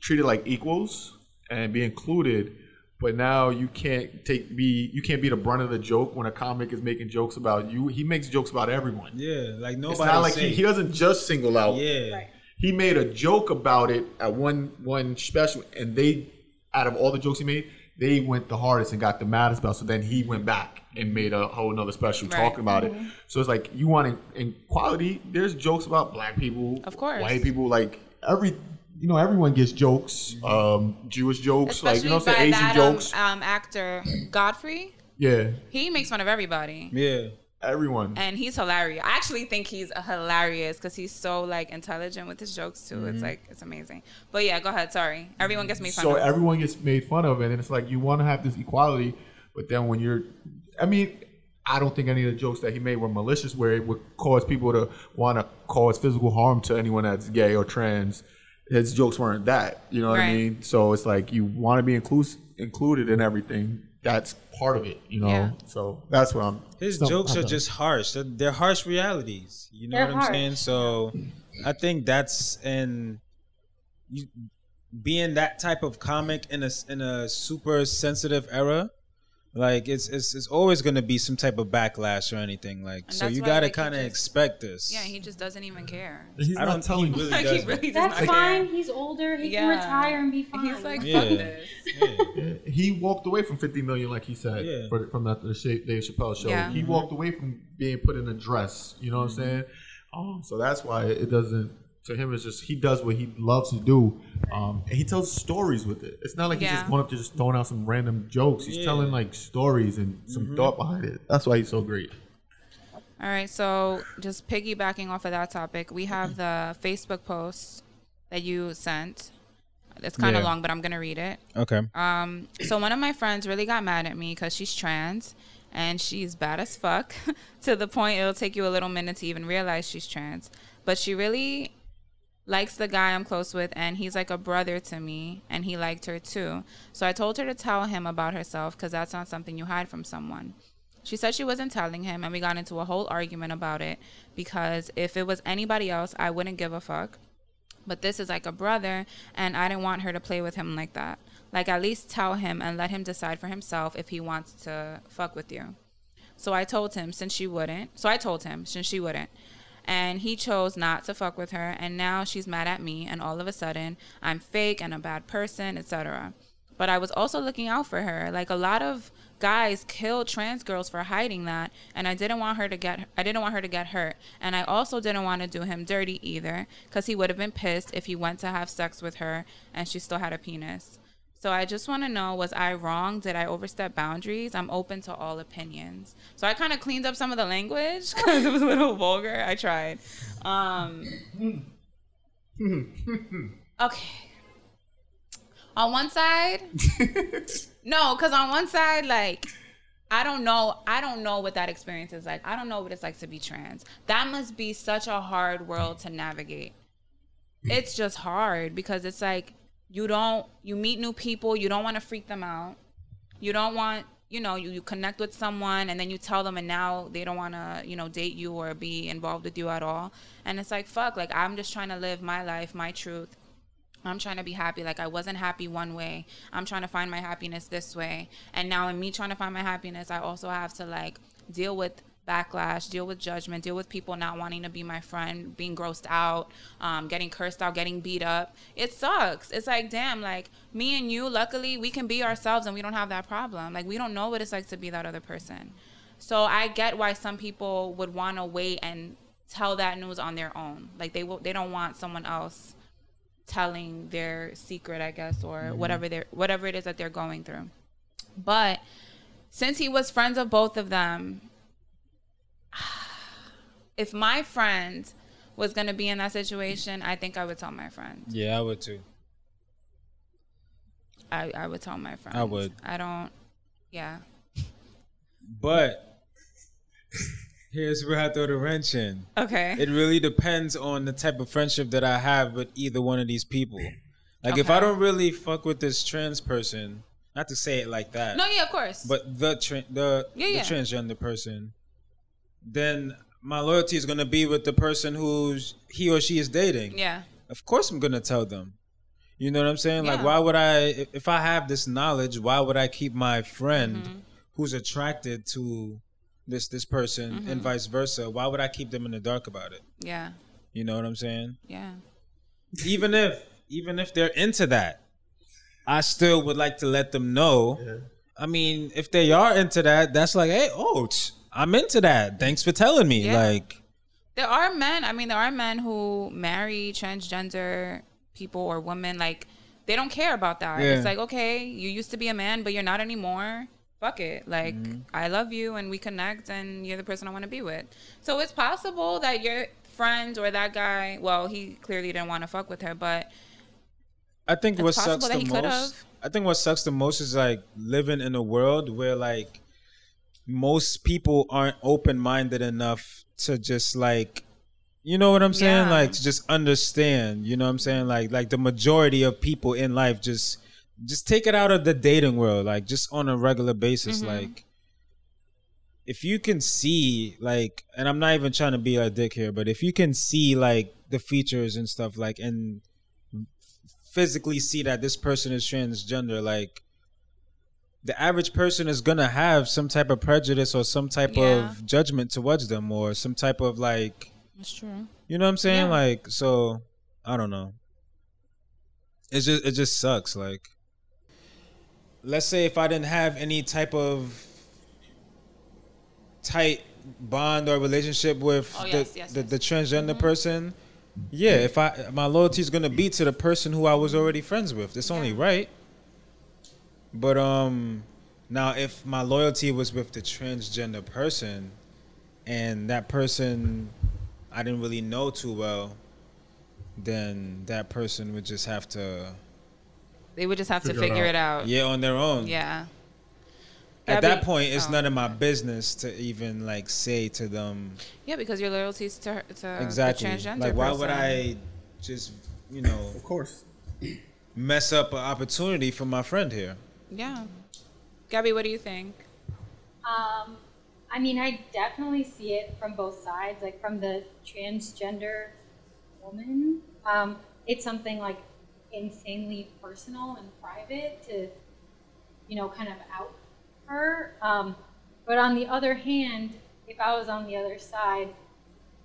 [SPEAKER 6] treated like equals and be included, but now you can't take be you can't be the brunt of the joke when a comic is making jokes about you. He makes jokes about everyone.
[SPEAKER 1] Yeah. Like nobody.
[SPEAKER 6] It's not like he,
[SPEAKER 1] safe.
[SPEAKER 6] he doesn't just single out.
[SPEAKER 1] Yeah.
[SPEAKER 5] Right.
[SPEAKER 6] He made a joke about it at one one special, and they out of all the jokes he made, they went the hardest and got the maddest about. it. So then he went back and made a whole another special
[SPEAKER 2] Right. Mm-hmm.
[SPEAKER 6] talking about it. So it's like you want in, in quality. There's jokes about black people,
[SPEAKER 2] Of course.
[SPEAKER 6] white people, like every. You know, everyone gets jokes, um, Jewish jokes,
[SPEAKER 2] Mm-hmm. especially
[SPEAKER 6] like you know, what I'm
[SPEAKER 2] by
[SPEAKER 6] saying Asian
[SPEAKER 2] that
[SPEAKER 6] jokes.
[SPEAKER 2] Um, um, actor Godfrey.
[SPEAKER 6] yeah,
[SPEAKER 2] He makes fun of everybody,
[SPEAKER 1] Yeah.
[SPEAKER 6] everyone.
[SPEAKER 2] and he's hilarious. I actually think he's hilarious because he's so like intelligent with his jokes too. It's like it's amazing. But yeah, go ahead. Sorry, everyone gets made fun
[SPEAKER 6] so
[SPEAKER 2] of.
[SPEAKER 6] everyone gets made fun of and it's like you want to have this equality but then when you're i mean i don't think any of the jokes that he made were malicious where it would cause people to want to cause physical harm to anyone that's gay or trans his jokes weren't that you know what i
[SPEAKER 2] Right.
[SPEAKER 6] mean so it's like you want to be inclus- included in everything that's part of it you know
[SPEAKER 2] Yeah.
[SPEAKER 6] so that's what i'm
[SPEAKER 1] His
[SPEAKER 6] so-
[SPEAKER 1] jokes are
[SPEAKER 6] okay.
[SPEAKER 1] just harsh. They're, they're harsh realities. You know
[SPEAKER 5] They're
[SPEAKER 1] what I'm
[SPEAKER 5] harsh.
[SPEAKER 1] saying? So I think that's in you, being that type of comic in a s- in a super sensitive era. Like it's it's it's always going to be some type of backlash or anything like.
[SPEAKER 2] And
[SPEAKER 1] so
[SPEAKER 2] that's
[SPEAKER 1] you
[SPEAKER 2] why,
[SPEAKER 1] got to
[SPEAKER 2] like, he
[SPEAKER 1] kind of
[SPEAKER 2] just-
[SPEAKER 1] expect this.
[SPEAKER 2] yeah, he just doesn't even care.
[SPEAKER 6] he's
[SPEAKER 1] I
[SPEAKER 6] not
[SPEAKER 1] don't
[SPEAKER 6] telling
[SPEAKER 1] he really
[SPEAKER 2] Like he
[SPEAKER 1] doesn't.
[SPEAKER 2] really does
[SPEAKER 5] That's
[SPEAKER 2] not
[SPEAKER 5] fine.
[SPEAKER 2] care.
[SPEAKER 5] He's older. He
[SPEAKER 2] Yeah.
[SPEAKER 5] can retire and be fine.
[SPEAKER 2] He's like,
[SPEAKER 1] Yeah.
[SPEAKER 2] fuck this.
[SPEAKER 6] he walked away from 50 million, like he said,
[SPEAKER 1] Yeah. Mm-hmm.
[SPEAKER 6] for, from that the Sha- Dave Chappelle show.
[SPEAKER 2] Yeah.
[SPEAKER 6] He walked away from being put in a dress. You know what I'm saying? Um, so that's why it doesn't. To him, it's just he does what he loves to do. Um, and he tells stories with it. It's not like he's
[SPEAKER 2] Yeah.
[SPEAKER 6] just going up to just throwing out some random jokes. He's
[SPEAKER 1] Yeah. Mm-hmm.
[SPEAKER 6] telling like stories and some thought behind it. That's why he's so great.
[SPEAKER 2] All right, so just piggybacking off of that topic, we have the Facebook post that you sent. It's kind of
[SPEAKER 1] Yeah.
[SPEAKER 2] long, but I'm going to read it.
[SPEAKER 1] Okay.
[SPEAKER 2] Um, so one of my friends really got mad at me because she's trans and she's bad as fuck to the point it'll take you a little minute to even realize she's trans. but she really likes the guy I'm close with and he's like a brother to me and he liked her too. So I told her to tell him about herself cuz that's not something you hide from someone. She said she wasn't telling him and we got into a whole argument about it because if it was anybody else, I wouldn't give a fuck. But this is like a brother and I didn't want her to play with him like that. Like at least tell him and let him decide for himself if he wants to fuck with you. So I told him since she wouldn't. So I told him since she wouldn't. And he chose not to fuck with her and now she's mad at me and all of a sudden I'm fake and a bad person, etc. But I was also looking out for her. Like a lot of guys kill trans girls for hiding that and I didn't want her to get I didn't want her to get hurt and I also didn't want to do him dirty either cuz he would have been pissed if he went to have sex with her and she still had a penis. So I just want to know was I wrong? Did I overstep boundaries? I'm open to all opinions. So I kind of cleaned up some of the language because it was a little vulgar. I tried. Um, okay. On one side, no, because on one side, like, I don't know. I don't know what that experience is like. I don't know what it's like to be trans. That must be such a hard world to navigate it's just hard because it's like you don't you meet new people you don't want to freak them out you don't want you know you, you connect with someone and then you tell them and now they don't want to you know date you or be involved with you at all and it's like fuck like i'm just trying to live my life my truth i'm trying to be happy like i wasn't happy one way i'm trying to find my happiness this way and now in me trying to find my happiness i also have to like deal with backlash, deal with judgment, deal with people not wanting to be my friend, being grossed out, um, getting cursed out, getting beat up. It sucks. It's like, damn, like me and you, luckily, we can be ourselves and we don't have that problem. Like, we don't know what it's like to be that other person. So I get why some people would want to wait and tell that news on their own. Like, they, will, they don't want someone else telling their secret, I guess, or
[SPEAKER 1] Mm-hmm.
[SPEAKER 2] whatever they are whatever it is that they're going through. But since he was friends of both of them, if my friend was gonna be in that situation, I think I would tell my friend.
[SPEAKER 1] Yeah, I would too.
[SPEAKER 2] I, I would tell my friend.
[SPEAKER 1] I would.
[SPEAKER 2] I don't. Yeah.
[SPEAKER 1] But here's where I throw the wrench in.
[SPEAKER 2] Okay.
[SPEAKER 1] It really depends on the type of friendship that I have with either one of these people. Like if
[SPEAKER 2] Okay.
[SPEAKER 1] I don't really fuck with this trans person, not to say it like that,
[SPEAKER 2] no, yeah, of course.
[SPEAKER 1] but the tra- the,
[SPEAKER 2] Yeah,
[SPEAKER 1] the
[SPEAKER 2] yeah.
[SPEAKER 1] transgender person, then my loyalty is gonna be with the person who's he or she is dating.
[SPEAKER 2] yeah,
[SPEAKER 1] Of course, I'm gonna tell them. You know what I'm saying? Like,
[SPEAKER 2] Yeah.
[SPEAKER 1] why would I? if- If I have this knowledge, why would I keep my friend
[SPEAKER 2] Mm-hmm.
[SPEAKER 1] who's attracted to this this person
[SPEAKER 2] Mm-hmm.
[SPEAKER 1] and vice versa? Why would I keep them in the dark about it?
[SPEAKER 2] yeah,
[SPEAKER 1] You know what I'm saying?
[SPEAKER 2] yeah.
[SPEAKER 1] Even if even if they're into that, I still would like to let them know. I mean, if they are into that, that's like, hey, oh, tch, I'm into that. Thanks for telling me.
[SPEAKER 2] Yeah.
[SPEAKER 1] Like,
[SPEAKER 2] There are men. I mean, there are men who marry transgender people or women. Like they don't care about that.
[SPEAKER 1] Yeah.
[SPEAKER 2] It's like okay, you used to be a man, but you're not anymore. Fuck it. Like
[SPEAKER 1] Mm-hmm.
[SPEAKER 2] I love you, and we connect, and you're the person I want to be with. So it's possible that your friend or that guy. Well, he clearly didn't want to fuck with her, but
[SPEAKER 1] I think
[SPEAKER 2] It's
[SPEAKER 1] what
[SPEAKER 2] possible
[SPEAKER 1] sucks
[SPEAKER 2] that
[SPEAKER 1] the
[SPEAKER 2] he
[SPEAKER 1] most.
[SPEAKER 2] could've.
[SPEAKER 1] I think what sucks the most is like living in a world where like most people aren't open minded enough to just like you know what I'm saying?
[SPEAKER 2] Yeah.
[SPEAKER 1] Like to just understand. You know what I'm saying? Like like the majority of people in life just just take it out of the dating world, like just on a regular basis.
[SPEAKER 2] Mm-hmm.
[SPEAKER 1] Like if you can see like and I'm not even trying to be a dick here, but if you can see like the features and stuff like and physically see that this person is transgender, like the average person is gonna have some type of prejudice or some type
[SPEAKER 2] Yeah.
[SPEAKER 1] of judgment towards them or some type of like
[SPEAKER 2] it's true.
[SPEAKER 1] you know what I'm saying?
[SPEAKER 2] Yeah.
[SPEAKER 1] Like so I don't know. It just it just sucks. Like let's say if I didn't have any type of tight bond or relationship with
[SPEAKER 2] Oh,
[SPEAKER 1] the,
[SPEAKER 2] yes, yes,
[SPEAKER 1] the,
[SPEAKER 2] yes. Mm-hmm.
[SPEAKER 1] the transgender person, yeah, if I my loyalty is gonna be to the person who I was already friends with. It's only right. But um now if my loyalty was with the transgender person and that person I didn't really know too well, then that person would just have to
[SPEAKER 2] They would just have to
[SPEAKER 6] Figure it
[SPEAKER 2] figure
[SPEAKER 6] out.
[SPEAKER 2] it out.
[SPEAKER 1] yeah on their own.
[SPEAKER 2] Yeah.
[SPEAKER 1] At
[SPEAKER 2] Gabby-
[SPEAKER 1] that point, it's
[SPEAKER 2] oh.
[SPEAKER 1] none of my business to even like say to them
[SPEAKER 2] Yeah, because your loyalty's to her, to
[SPEAKER 1] exactly.
[SPEAKER 2] Uh, the transgender
[SPEAKER 1] Like, why would
[SPEAKER 2] person.
[SPEAKER 1] I just, you know,
[SPEAKER 6] Of course.
[SPEAKER 1] mess up an opportunity for my friend here?
[SPEAKER 2] Yeah. Gabby, what do you think?
[SPEAKER 5] Um, I mean, I definitely see it from both sides, like from the transgender woman. Um, it's something like insanely personal and private to, you know, kind of out her. Um, but on the other hand, if I was on the other side,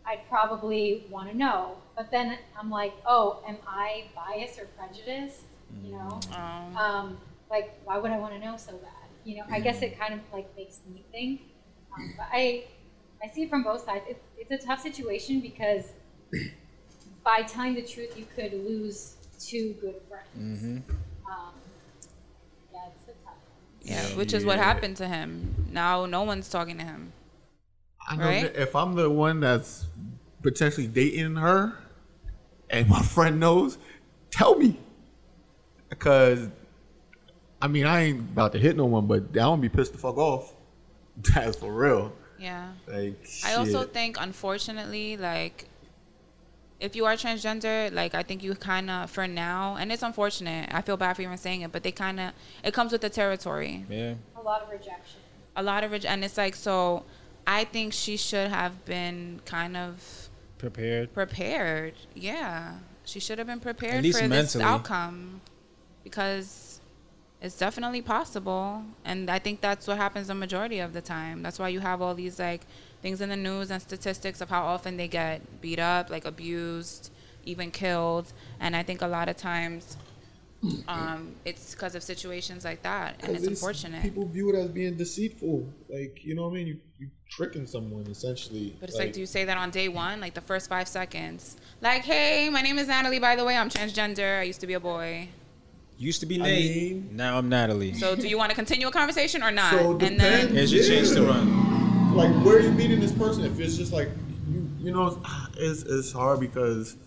[SPEAKER 5] I'd probably want to know. But then I'm like, oh, am I biased or prejudiced? You know?
[SPEAKER 2] Um,
[SPEAKER 5] um, like why would I want to know so bad? You know, I guess it kind of like makes me think. Um, but I, I see it from both sides. It, it's a tough situation because by telling the truth, you could lose two good friends.
[SPEAKER 2] Mm-hmm.
[SPEAKER 5] Um, yeah, it's a tough.
[SPEAKER 2] yeah, which is what happened to him. Now no one's talking to him.
[SPEAKER 6] I know
[SPEAKER 2] Right?
[SPEAKER 6] that if I'm the one that's potentially dating her, and my friend knows, tell me. Cause, I mean, I ain't about to hit no one, but I don't be pissed the fuck off. That's for real.
[SPEAKER 2] Yeah.
[SPEAKER 6] Like,
[SPEAKER 2] I also
[SPEAKER 6] shit.
[SPEAKER 2] think, unfortunately, like if you are transgender, like I think you kind of for now, and it's unfortunate. I feel bad for even saying it, but they kind of it comes with the territory.
[SPEAKER 1] Yeah.
[SPEAKER 5] A lot of rejection.
[SPEAKER 2] A lot of it, and it's like so. I think she should have been kind of
[SPEAKER 1] Prepared.
[SPEAKER 2] prepared. Yeah, she should have been prepared
[SPEAKER 1] At least
[SPEAKER 2] for
[SPEAKER 1] mentally.
[SPEAKER 2] this outcome because it's definitely possible, and I think that's what happens the majority of the time. That's why you have all these like things in the news and statistics of how often they get beat up, like abused, even killed, and I think a lot of times. Um, it's because of situations like that, and it's unfortunate.
[SPEAKER 7] People view it as being deceitful. Like, you know what I mean? You, you tricking someone, essentially.
[SPEAKER 2] But it's like, do you say that on day one, like the first five seconds? Like, hey, my name is Natalie. By the way, I'm transgender. I used to be a boy.
[SPEAKER 1] Used to be Nate.
[SPEAKER 7] mean-
[SPEAKER 1] now I'm Natalie.
[SPEAKER 2] So, do you want to continue a conversation or not?
[SPEAKER 7] So
[SPEAKER 2] and then,
[SPEAKER 1] Here's your
[SPEAKER 7] Yeah.
[SPEAKER 1] chance to run.
[SPEAKER 7] Like, where are you meeting this person? If it's just like,
[SPEAKER 6] you, you know, it's, it's hard because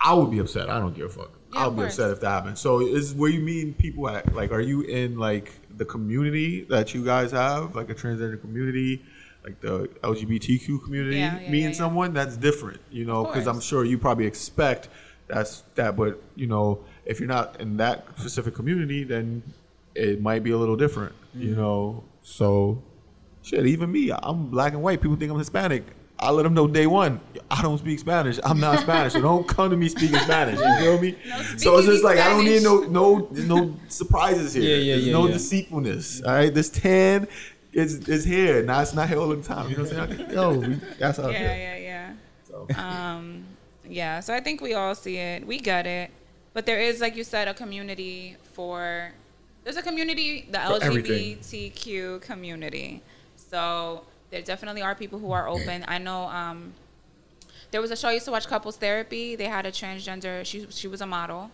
[SPEAKER 6] I would be upset. I don't give a fuck.
[SPEAKER 2] Yeah,
[SPEAKER 6] I'll
[SPEAKER 2] of
[SPEAKER 6] be
[SPEAKER 2] course.
[SPEAKER 6] upset if that happens. So is where you mean people at? Like, are you in like the community that you guys have, like a transgender community, like the LGBTQ community?
[SPEAKER 2] Yeah, yeah,
[SPEAKER 6] meeting
[SPEAKER 2] yeah, yeah.
[SPEAKER 6] someone that's different, you know, because I'm
[SPEAKER 2] course.
[SPEAKER 6] sure you probably expect that's that. But you know, if you're not in that specific community, then it might be a little different, you
[SPEAKER 2] Mm-hmm.
[SPEAKER 6] know. So Shit, even me, I'm black and white. People think I'm Hispanic. I let them know day one. I don't speak Spanish. I'm not Spanish. So don't come to me speaking Spanish. You feel me? so it's
[SPEAKER 2] speaking
[SPEAKER 6] just like I don't need no
[SPEAKER 2] Spanish.
[SPEAKER 6] no there's no surprises here.
[SPEAKER 1] Yeah, yeah,
[SPEAKER 6] There's
[SPEAKER 1] yeah,
[SPEAKER 6] no
[SPEAKER 1] yeah.
[SPEAKER 6] deceitfulness. All right, this tan is is here. Now it's not here all the time. You know what I'm saying? Yo, we, that's how.
[SPEAKER 2] yeah, yeah,
[SPEAKER 6] Yeah,
[SPEAKER 2] yeah,
[SPEAKER 6] So.
[SPEAKER 2] Um, yeah. So I think we all see it. We get it. But there is, like you said, a community for. There's a community, the
[SPEAKER 7] everything.
[SPEAKER 2] LGBTQ community. So there definitely are people who are open. I know. Um, there was a show I used to watch, Couples Therapy. They had a transgender. She she was a model,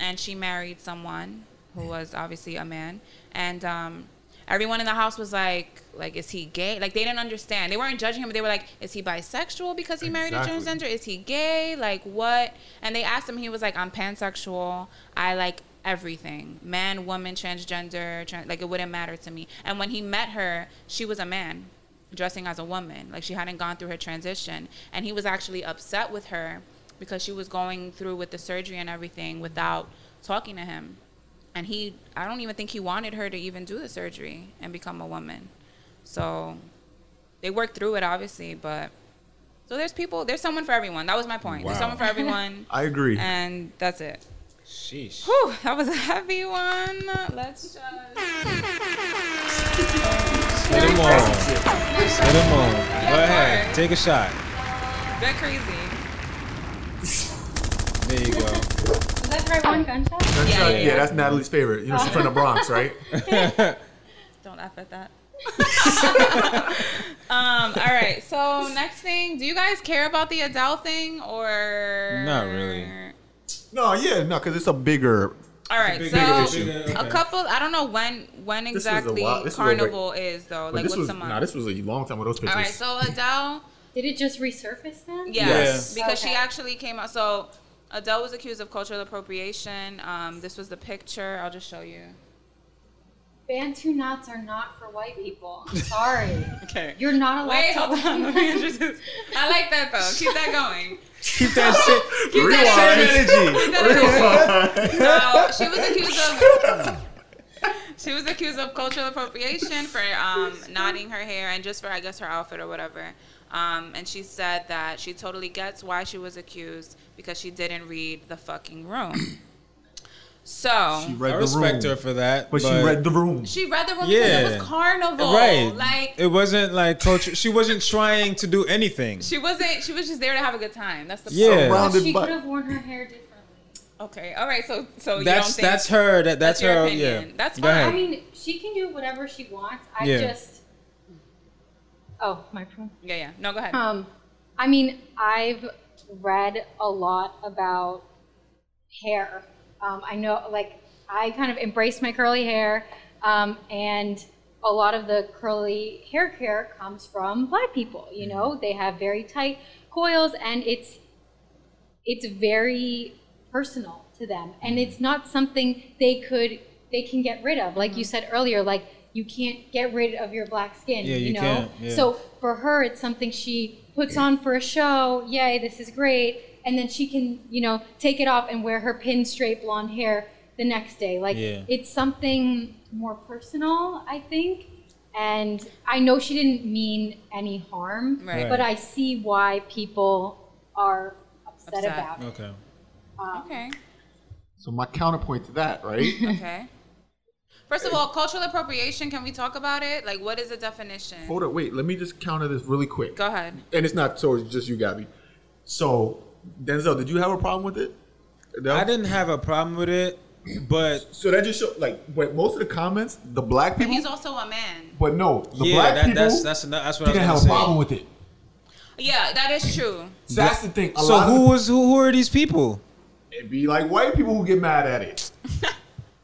[SPEAKER 2] and she married someone who was obviously a man. And um, everyone in the house was like, like, is he gay? Like they didn't understand. They weren't judging him, but they were like, is he bisexual because he married a
[SPEAKER 6] Exactly.
[SPEAKER 2] transgender? Is he gay? Like what? And they asked him. He was like, I'm pansexual. I like everything man woman transgender tran like it wouldn't matter to me and when he met her she was a man dressing as a woman. Like she hadn't gone through her transition. And he was actually upset with her because she was going through with the surgery and everything without talking to him. And he, I don't even think he wanted her to even do the surgery and become a woman. So they worked through it, obviously. But so there's people, there's someone for everyone. That was my point. There's
[SPEAKER 6] Wow.
[SPEAKER 2] someone for everyone.
[SPEAKER 6] I agree.
[SPEAKER 2] and that's it.
[SPEAKER 1] Sheesh.
[SPEAKER 2] Whew, that was a heavy one. Let's just.
[SPEAKER 1] Hit them all. Hit them all. Go ahead.
[SPEAKER 2] sure.
[SPEAKER 1] Take a shot.
[SPEAKER 2] Get crazy.
[SPEAKER 1] There you go.
[SPEAKER 5] Was that the right one gunshot?
[SPEAKER 6] That's
[SPEAKER 2] Yeah,
[SPEAKER 6] not-
[SPEAKER 2] yeah, yeah.
[SPEAKER 6] that's Natalie's favorite. You know, she's from the Bronx, right?
[SPEAKER 2] Don't laugh at that. um, all right. So next thing, do you guys care about the Adele thing or
[SPEAKER 1] Not really.
[SPEAKER 6] No, yeah, no, because it's a bigger.
[SPEAKER 2] All right.
[SPEAKER 1] Big
[SPEAKER 2] So
[SPEAKER 1] issue.
[SPEAKER 2] a couple. I don't know when when
[SPEAKER 6] was a
[SPEAKER 2] exactly
[SPEAKER 6] while- this was a
[SPEAKER 2] Carnival is though.
[SPEAKER 6] But
[SPEAKER 2] Like
[SPEAKER 6] this
[SPEAKER 2] what's
[SPEAKER 6] was
[SPEAKER 2] the month?
[SPEAKER 6] nah, this was a long time with those pictures.
[SPEAKER 2] all right. So Adele.
[SPEAKER 5] Did it just resurface then?
[SPEAKER 1] Yes.
[SPEAKER 2] Yes, because she
[SPEAKER 5] Okay.
[SPEAKER 2] actually came out. So Adele was accused of cultural appropriation. Um, this was the picture. I'll just show you.
[SPEAKER 5] Bantu knots are not for white people. I'm sorry.
[SPEAKER 2] Okay.
[SPEAKER 5] You're not allowed
[SPEAKER 2] Wait,
[SPEAKER 5] to.
[SPEAKER 2] hold on. Let me introduce. I like that though. Keep that going.
[SPEAKER 1] Keep that shit.
[SPEAKER 2] Keep that
[SPEAKER 1] energy.
[SPEAKER 2] that energy. Keep that energy. So she was accused of. She was accused of cultural appropriation for um, knotting her hair and just for I guess her outfit or whatever. Um, and she said that she totally gets why she was accused because she didn't read the fucking room. So
[SPEAKER 6] She
[SPEAKER 2] she,
[SPEAKER 1] I
[SPEAKER 6] read the room,
[SPEAKER 1] respect her for that.
[SPEAKER 6] but she read the room.
[SPEAKER 2] read the room because
[SPEAKER 1] Yeah.
[SPEAKER 2] it was carnival,
[SPEAKER 1] Right.
[SPEAKER 2] Oh, Like
[SPEAKER 1] it wasn't like culture. She wasn't trying to do anything.
[SPEAKER 2] She wasn't. She was just there to have a good time. That's the
[SPEAKER 1] Yeah.
[SPEAKER 2] point.
[SPEAKER 5] But
[SPEAKER 6] Surrounded
[SPEAKER 5] she
[SPEAKER 6] by-
[SPEAKER 5] could have worn her hair differently.
[SPEAKER 2] Okay. All right. So
[SPEAKER 1] that's
[SPEAKER 2] so you don't think
[SPEAKER 1] that's her. That that's,
[SPEAKER 2] That's your
[SPEAKER 1] her.
[SPEAKER 2] opinion.
[SPEAKER 1] Yeah.
[SPEAKER 2] That's
[SPEAKER 1] Go
[SPEAKER 2] fine.
[SPEAKER 1] ahead.
[SPEAKER 5] I mean, she can do whatever she wants. I
[SPEAKER 1] Yeah.
[SPEAKER 5] just. Oh, my phone.
[SPEAKER 2] yeah yeah no go ahead.
[SPEAKER 5] Um, I mean, I've read a lot about hair. Um, I know, like, I kind of embraced my curly hair, um, and a lot of the curly hair care comes from black people. You know,
[SPEAKER 1] Mm-hmm.
[SPEAKER 5] they have very tight coils, and it's it's very personal to them, and
[SPEAKER 1] Mm-hmm.
[SPEAKER 5] it's not something they could they can get rid of. Like you
[SPEAKER 1] Mm-hmm.
[SPEAKER 5] said earlier, like you can't get rid of your black skin.
[SPEAKER 1] Yeah, you
[SPEAKER 5] know,
[SPEAKER 1] can't, yeah.
[SPEAKER 5] so for her, it's something she puts on for a show. Yay, this is great. And then she can, you know, take it off and wear her pinstripe blonde hair the next day. Like
[SPEAKER 1] Yeah.
[SPEAKER 5] it's something more personal, I think. And I know she didn't mean any harm,
[SPEAKER 2] Right.
[SPEAKER 5] but I see why people are
[SPEAKER 2] Upset.
[SPEAKER 5] upset, about it.
[SPEAKER 1] okay.
[SPEAKER 5] Um,
[SPEAKER 2] okay.
[SPEAKER 6] So my counterpoint to that, right?
[SPEAKER 2] Okay. First of all, cultural appropriation. Can we talk about it? Like, what is the definition?
[SPEAKER 6] Hold up, wait. Let me just counter this really quick.
[SPEAKER 2] Go ahead.
[SPEAKER 6] And it's not so. It's just you, Gabby. So Denzel, did you have a problem with it? No?
[SPEAKER 1] I didn't have a problem with it, but
[SPEAKER 6] So that just showed, like, but most of the comments, the black people,
[SPEAKER 2] He's also a man.
[SPEAKER 6] but no, the
[SPEAKER 1] yeah,
[SPEAKER 6] black
[SPEAKER 1] that,
[SPEAKER 6] people
[SPEAKER 1] that's that's ano- that's what I was
[SPEAKER 6] didn't
[SPEAKER 1] gonna
[SPEAKER 6] have a
[SPEAKER 1] say.
[SPEAKER 6] problem with it.
[SPEAKER 2] Yeah, that is true.
[SPEAKER 6] So that's the thing. A
[SPEAKER 1] So
[SPEAKER 6] lot
[SPEAKER 1] who
[SPEAKER 6] of,
[SPEAKER 1] was who? Who are these people?
[SPEAKER 6] it'd be like white people who get mad at it.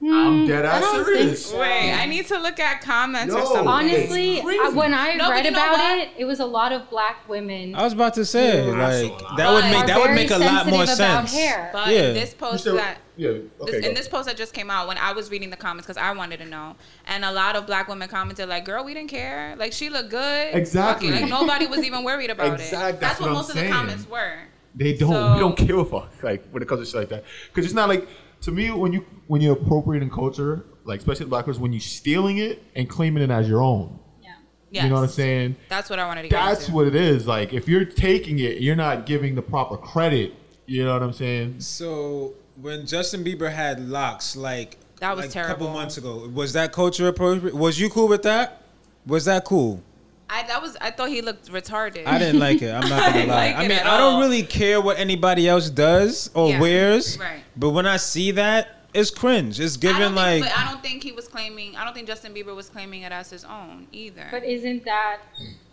[SPEAKER 6] I'm
[SPEAKER 2] Hmm,
[SPEAKER 6] dead ass
[SPEAKER 5] don't
[SPEAKER 6] serious.
[SPEAKER 2] Wait, I need to look at comments or
[SPEAKER 6] Yo.
[SPEAKER 2] something.
[SPEAKER 5] Honestly,
[SPEAKER 6] It's crazy.
[SPEAKER 5] I- when I
[SPEAKER 2] No, but
[SPEAKER 5] read
[SPEAKER 2] you know
[SPEAKER 5] about
[SPEAKER 2] what?
[SPEAKER 5] it, it was a lot of black women
[SPEAKER 1] I was about to say
[SPEAKER 6] Yeah, I saw
[SPEAKER 1] like
[SPEAKER 6] that.
[SPEAKER 1] that would
[SPEAKER 2] But-
[SPEAKER 1] make
[SPEAKER 5] are
[SPEAKER 1] that would
[SPEAKER 5] very
[SPEAKER 1] make a lot more
[SPEAKER 5] sensitive about
[SPEAKER 1] sense.
[SPEAKER 5] hair.
[SPEAKER 2] But
[SPEAKER 1] Yeah.
[SPEAKER 2] in this
[SPEAKER 6] You
[SPEAKER 2] post
[SPEAKER 6] said-
[SPEAKER 2] that
[SPEAKER 6] yeah.
[SPEAKER 2] This,
[SPEAKER 6] Okay.
[SPEAKER 2] in
[SPEAKER 6] go.
[SPEAKER 2] this post that just came out, when I was reading the comments, because I wanted to know, and a lot of black women commented like, "Girl, we didn't care. Like she looked good.
[SPEAKER 6] Exactly.
[SPEAKER 2] Fuck it. Like nobody was even worried about
[SPEAKER 6] Exact-
[SPEAKER 2] it.
[SPEAKER 6] that's what I'm
[SPEAKER 2] most of
[SPEAKER 6] saying.
[SPEAKER 2] the comments were.
[SPEAKER 6] They don't.
[SPEAKER 2] So-
[SPEAKER 6] we don't give a fuck. Like when it comes to shit like that, because it's not like to me when you when you're appropriating culture, like especially black culture, when you're stealing it and claiming it as your own.
[SPEAKER 5] Yeah.
[SPEAKER 2] Yes.
[SPEAKER 6] You know what I'm saying?
[SPEAKER 2] That's what I wanted to get
[SPEAKER 6] That's
[SPEAKER 2] into.
[SPEAKER 6] what it is. Like if you're taking it, you're not giving the proper credit. You know what I'm saying?
[SPEAKER 1] So when Justin Bieber had locks, like
[SPEAKER 2] That was
[SPEAKER 1] like A
[SPEAKER 2] terrible.
[SPEAKER 1] couple months ago, was that culture appropriate? Was you cool with that? Was that cool?
[SPEAKER 2] I that was I thought he looked retarded.
[SPEAKER 1] I didn't like it. I'm not
[SPEAKER 2] I
[SPEAKER 1] gonna
[SPEAKER 2] didn't
[SPEAKER 1] lie.
[SPEAKER 2] like
[SPEAKER 1] I
[SPEAKER 2] it
[SPEAKER 1] mean,
[SPEAKER 2] at
[SPEAKER 1] I don't
[SPEAKER 2] all.
[SPEAKER 1] really care what anybody else does or
[SPEAKER 2] Yeah,
[SPEAKER 1] wears,
[SPEAKER 2] right.
[SPEAKER 1] but when I see that, it's cringe. It's
[SPEAKER 2] I
[SPEAKER 1] given
[SPEAKER 2] don't think,
[SPEAKER 1] like
[SPEAKER 2] but I don't think he was claiming. I don't think Justin Bieber was claiming it as his own either.
[SPEAKER 5] But isn't that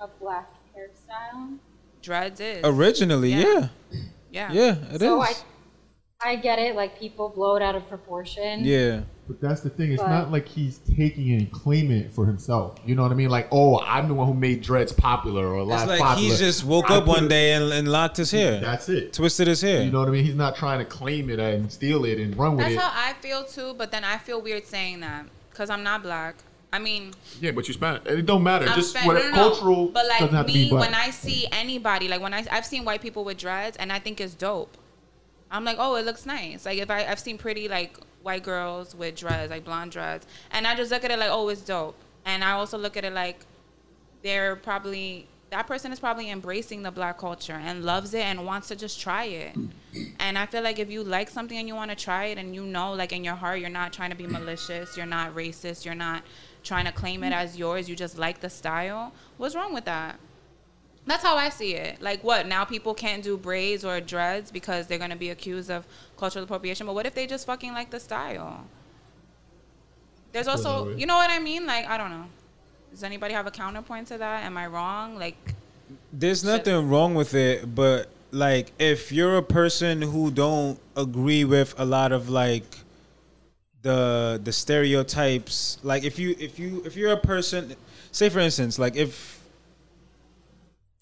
[SPEAKER 5] a black hairstyle?
[SPEAKER 2] Dreads is
[SPEAKER 1] originally, yeah,
[SPEAKER 2] Yeah. Oh. yeah.
[SPEAKER 1] yeah, it is.
[SPEAKER 5] so I, I get it. Like people blow it out of proportion.
[SPEAKER 1] yeah,
[SPEAKER 6] But that's the thing. It's
[SPEAKER 5] But-
[SPEAKER 6] not like he's taking it and claiming it for himself. You know what I mean? Like, oh, I'm the one who made dreads popular or a lot
[SPEAKER 1] it's like
[SPEAKER 6] popular.
[SPEAKER 1] he just woke
[SPEAKER 6] I
[SPEAKER 1] up
[SPEAKER 6] put
[SPEAKER 1] one
[SPEAKER 6] it-
[SPEAKER 1] day and, and locked his hair,
[SPEAKER 6] That's it.
[SPEAKER 1] twisted his hair.
[SPEAKER 6] You know what I mean? He's not trying to claim it and steal it and run with
[SPEAKER 2] That's
[SPEAKER 6] it.
[SPEAKER 2] how I feel too. But then I feel weird saying that because I'm not black. I mean,
[SPEAKER 6] Yeah, but you spend it. Don't matter.
[SPEAKER 2] I'm
[SPEAKER 6] Just
[SPEAKER 2] spent-
[SPEAKER 6] what
[SPEAKER 2] no, no, no.
[SPEAKER 6] cultural
[SPEAKER 2] But like
[SPEAKER 6] doesn't have
[SPEAKER 2] me,
[SPEAKER 6] to be black.
[SPEAKER 2] when I see anybody, like when I I've seen white people with dreads, and I think it's dope. I'm like, oh, it looks nice. Like if I I've seen pretty like white girls with dreads, like blonde dreads, and I just look at it like, oh, it's dope. And I also look at it like they're probably that person is probably embracing the black culture and loves it and wants to just try it. And I feel like if you like something and you want to try it and you know like in your heart you're not trying to be malicious, you're not racist, you're not trying to claim it as yours, you just like the style, what's wrong with that? That's how I see it. Like what? Now people can't do braids or dreads because they're going to be accused of cultural appropriation, but what if they just fucking like the style? There's also,
[SPEAKER 6] Totally.
[SPEAKER 2] you know what I mean? Like I don't know. Does anybody have a counterpoint to that? Am I wrong? Like,
[SPEAKER 1] There's nothing wrong with it, but like if you're a person who don't agree with a lot of like the the stereotypes, like if you if you if you're a person, say for instance, like if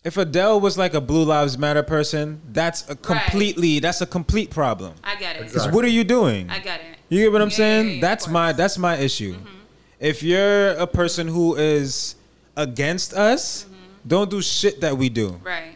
[SPEAKER 1] if Adele was like a Blue Lives Matter person, that's a completely that's a complete problem.
[SPEAKER 2] I get it.
[SPEAKER 1] Because what are you doing?
[SPEAKER 2] I get it.
[SPEAKER 1] You get what I'm
[SPEAKER 2] Yeah, yeah,
[SPEAKER 1] saying?
[SPEAKER 2] yeah, of
[SPEAKER 1] that's
[SPEAKER 2] course. Mm-hmm.
[SPEAKER 1] my that's my issue. if you're a person who is against us,
[SPEAKER 2] Mm-hmm.
[SPEAKER 1] don't do shit that we do.
[SPEAKER 2] Right.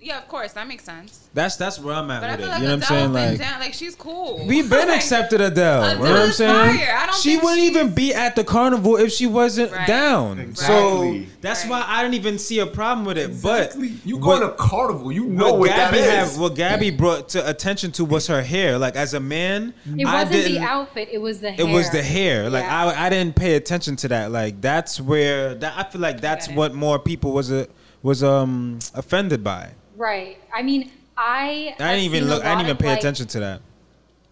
[SPEAKER 2] Yeah, of course, that makes sense.
[SPEAKER 1] That's that's where I'm at
[SPEAKER 2] But I
[SPEAKER 1] with it.
[SPEAKER 2] feel like
[SPEAKER 1] you know what
[SPEAKER 2] Adele
[SPEAKER 1] I'm saying?
[SPEAKER 2] been
[SPEAKER 1] Like
[SPEAKER 2] down. Like she's cool.
[SPEAKER 1] we've been
[SPEAKER 2] Like,
[SPEAKER 1] accepted Adele. you know what I'm
[SPEAKER 2] Adele's
[SPEAKER 1] saying?
[SPEAKER 2] fire. I don't
[SPEAKER 1] she
[SPEAKER 2] think
[SPEAKER 1] wouldn't
[SPEAKER 2] she's-
[SPEAKER 1] even be at the carnival if she wasn't
[SPEAKER 2] Right.
[SPEAKER 1] down.
[SPEAKER 6] Exactly.
[SPEAKER 1] So that's
[SPEAKER 2] Right.
[SPEAKER 1] why I don't even see a problem with it. But
[SPEAKER 6] you
[SPEAKER 1] what-
[SPEAKER 6] going to carnival? You know
[SPEAKER 1] what
[SPEAKER 6] what that
[SPEAKER 1] Gabby
[SPEAKER 6] is.
[SPEAKER 1] have, what Gabby brought to attention to was her hair. Like as a man,
[SPEAKER 5] It
[SPEAKER 1] I
[SPEAKER 5] wasn't
[SPEAKER 1] didn't.
[SPEAKER 5] the outfit. It was the
[SPEAKER 1] it
[SPEAKER 5] hair.
[SPEAKER 1] was the hair. Like
[SPEAKER 5] Yeah.
[SPEAKER 1] I, I didn't pay attention to that. Like that's where that I feel like that's
[SPEAKER 2] Got it.
[SPEAKER 1] what more people was a, was um offended by.
[SPEAKER 5] Right. I mean, I.
[SPEAKER 1] I
[SPEAKER 5] have
[SPEAKER 1] didn't even
[SPEAKER 5] seen a
[SPEAKER 1] look. I didn't
[SPEAKER 5] lot
[SPEAKER 1] even
[SPEAKER 5] of,
[SPEAKER 1] pay
[SPEAKER 5] like-
[SPEAKER 1] attention to that.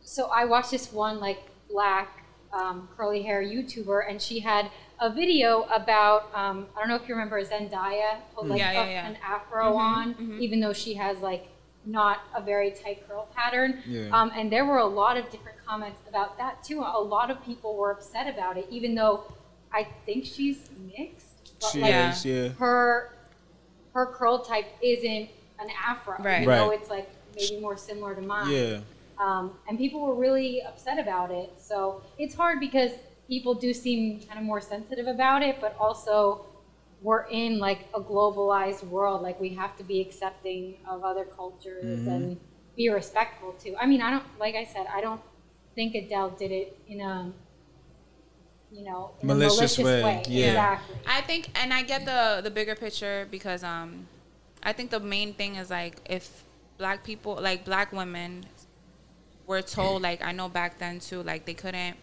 [SPEAKER 5] So I watched this one like black um, curly hair YouTuber, and she had a video about um, I don't know if you remember Zendaya put like
[SPEAKER 2] Yeah, yeah,
[SPEAKER 5] a-
[SPEAKER 2] yeah. Mm-hmm,
[SPEAKER 5] an afro on, even though she has like not a very tight curl pattern.
[SPEAKER 1] Yeah.
[SPEAKER 5] Um, and there were a lot of different comments about that too. A lot of people were upset about it, even though I think she's mixed. But
[SPEAKER 1] She
[SPEAKER 5] like
[SPEAKER 2] Yeah.
[SPEAKER 1] is, yeah.
[SPEAKER 5] her her curl type isn't an afro,
[SPEAKER 2] Right.
[SPEAKER 5] even though
[SPEAKER 1] Right.
[SPEAKER 5] it's like maybe more similar to mine
[SPEAKER 1] Yeah.
[SPEAKER 5] um, and people were really upset about it. So it's hard because people do seem kind of more sensitive about it, but also we're in like a globalized world. Like we have to be accepting of other cultures and be respectful to. I mean, I don't like I said, I don't think Adele did it in a you know in a
[SPEAKER 1] Malicious
[SPEAKER 5] malicious
[SPEAKER 1] way,
[SPEAKER 5] way.
[SPEAKER 1] yeah.
[SPEAKER 5] Exactly.
[SPEAKER 2] I think, and I get the the bigger picture because um, I think the main thing is like if black people, like black women, were told like I know back then too, like they couldn't,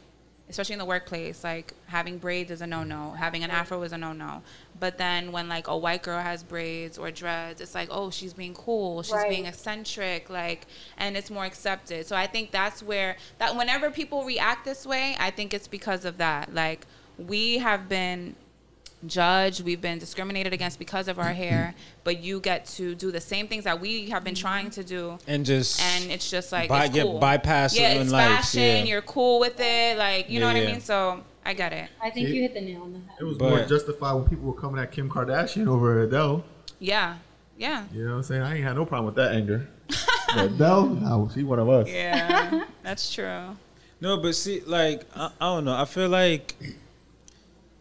[SPEAKER 2] especially in the workplace, like having braids is a no no, having an afro is a no no. But then when like a white girl has braids or dreads, it's like oh she's being cool, she's
[SPEAKER 5] Right.
[SPEAKER 2] being eccentric, like and it's more accepted. So I think that's where that whenever people react this way, I think it's because of that. Like we have been judged, we've been discriminated against because of our hair, but you get to do the same things that we have been trying to do
[SPEAKER 1] And just
[SPEAKER 2] and it's just like
[SPEAKER 1] By-
[SPEAKER 2] it's
[SPEAKER 1] get
[SPEAKER 2] cool.
[SPEAKER 1] bypassed
[SPEAKER 2] Yeah,
[SPEAKER 1] in
[SPEAKER 2] it's
[SPEAKER 1] life,
[SPEAKER 2] fashion.
[SPEAKER 1] yeah.
[SPEAKER 2] You're cool with it, like you know
[SPEAKER 1] Yeah,
[SPEAKER 2] what
[SPEAKER 1] yeah.
[SPEAKER 2] I mean. So I get it.
[SPEAKER 5] I think
[SPEAKER 6] See?
[SPEAKER 5] you hit the nail on the head.
[SPEAKER 6] It was
[SPEAKER 1] But-
[SPEAKER 6] more justified when people were coming at Kim Kardashian over Adele.
[SPEAKER 2] Yeah, yeah,
[SPEAKER 6] You know what I'm saying? I ain't had no problem with that anger. But Adele, no, she one of us.
[SPEAKER 2] yeah. That's true.
[SPEAKER 1] No, but see, like I, I don't know. I feel like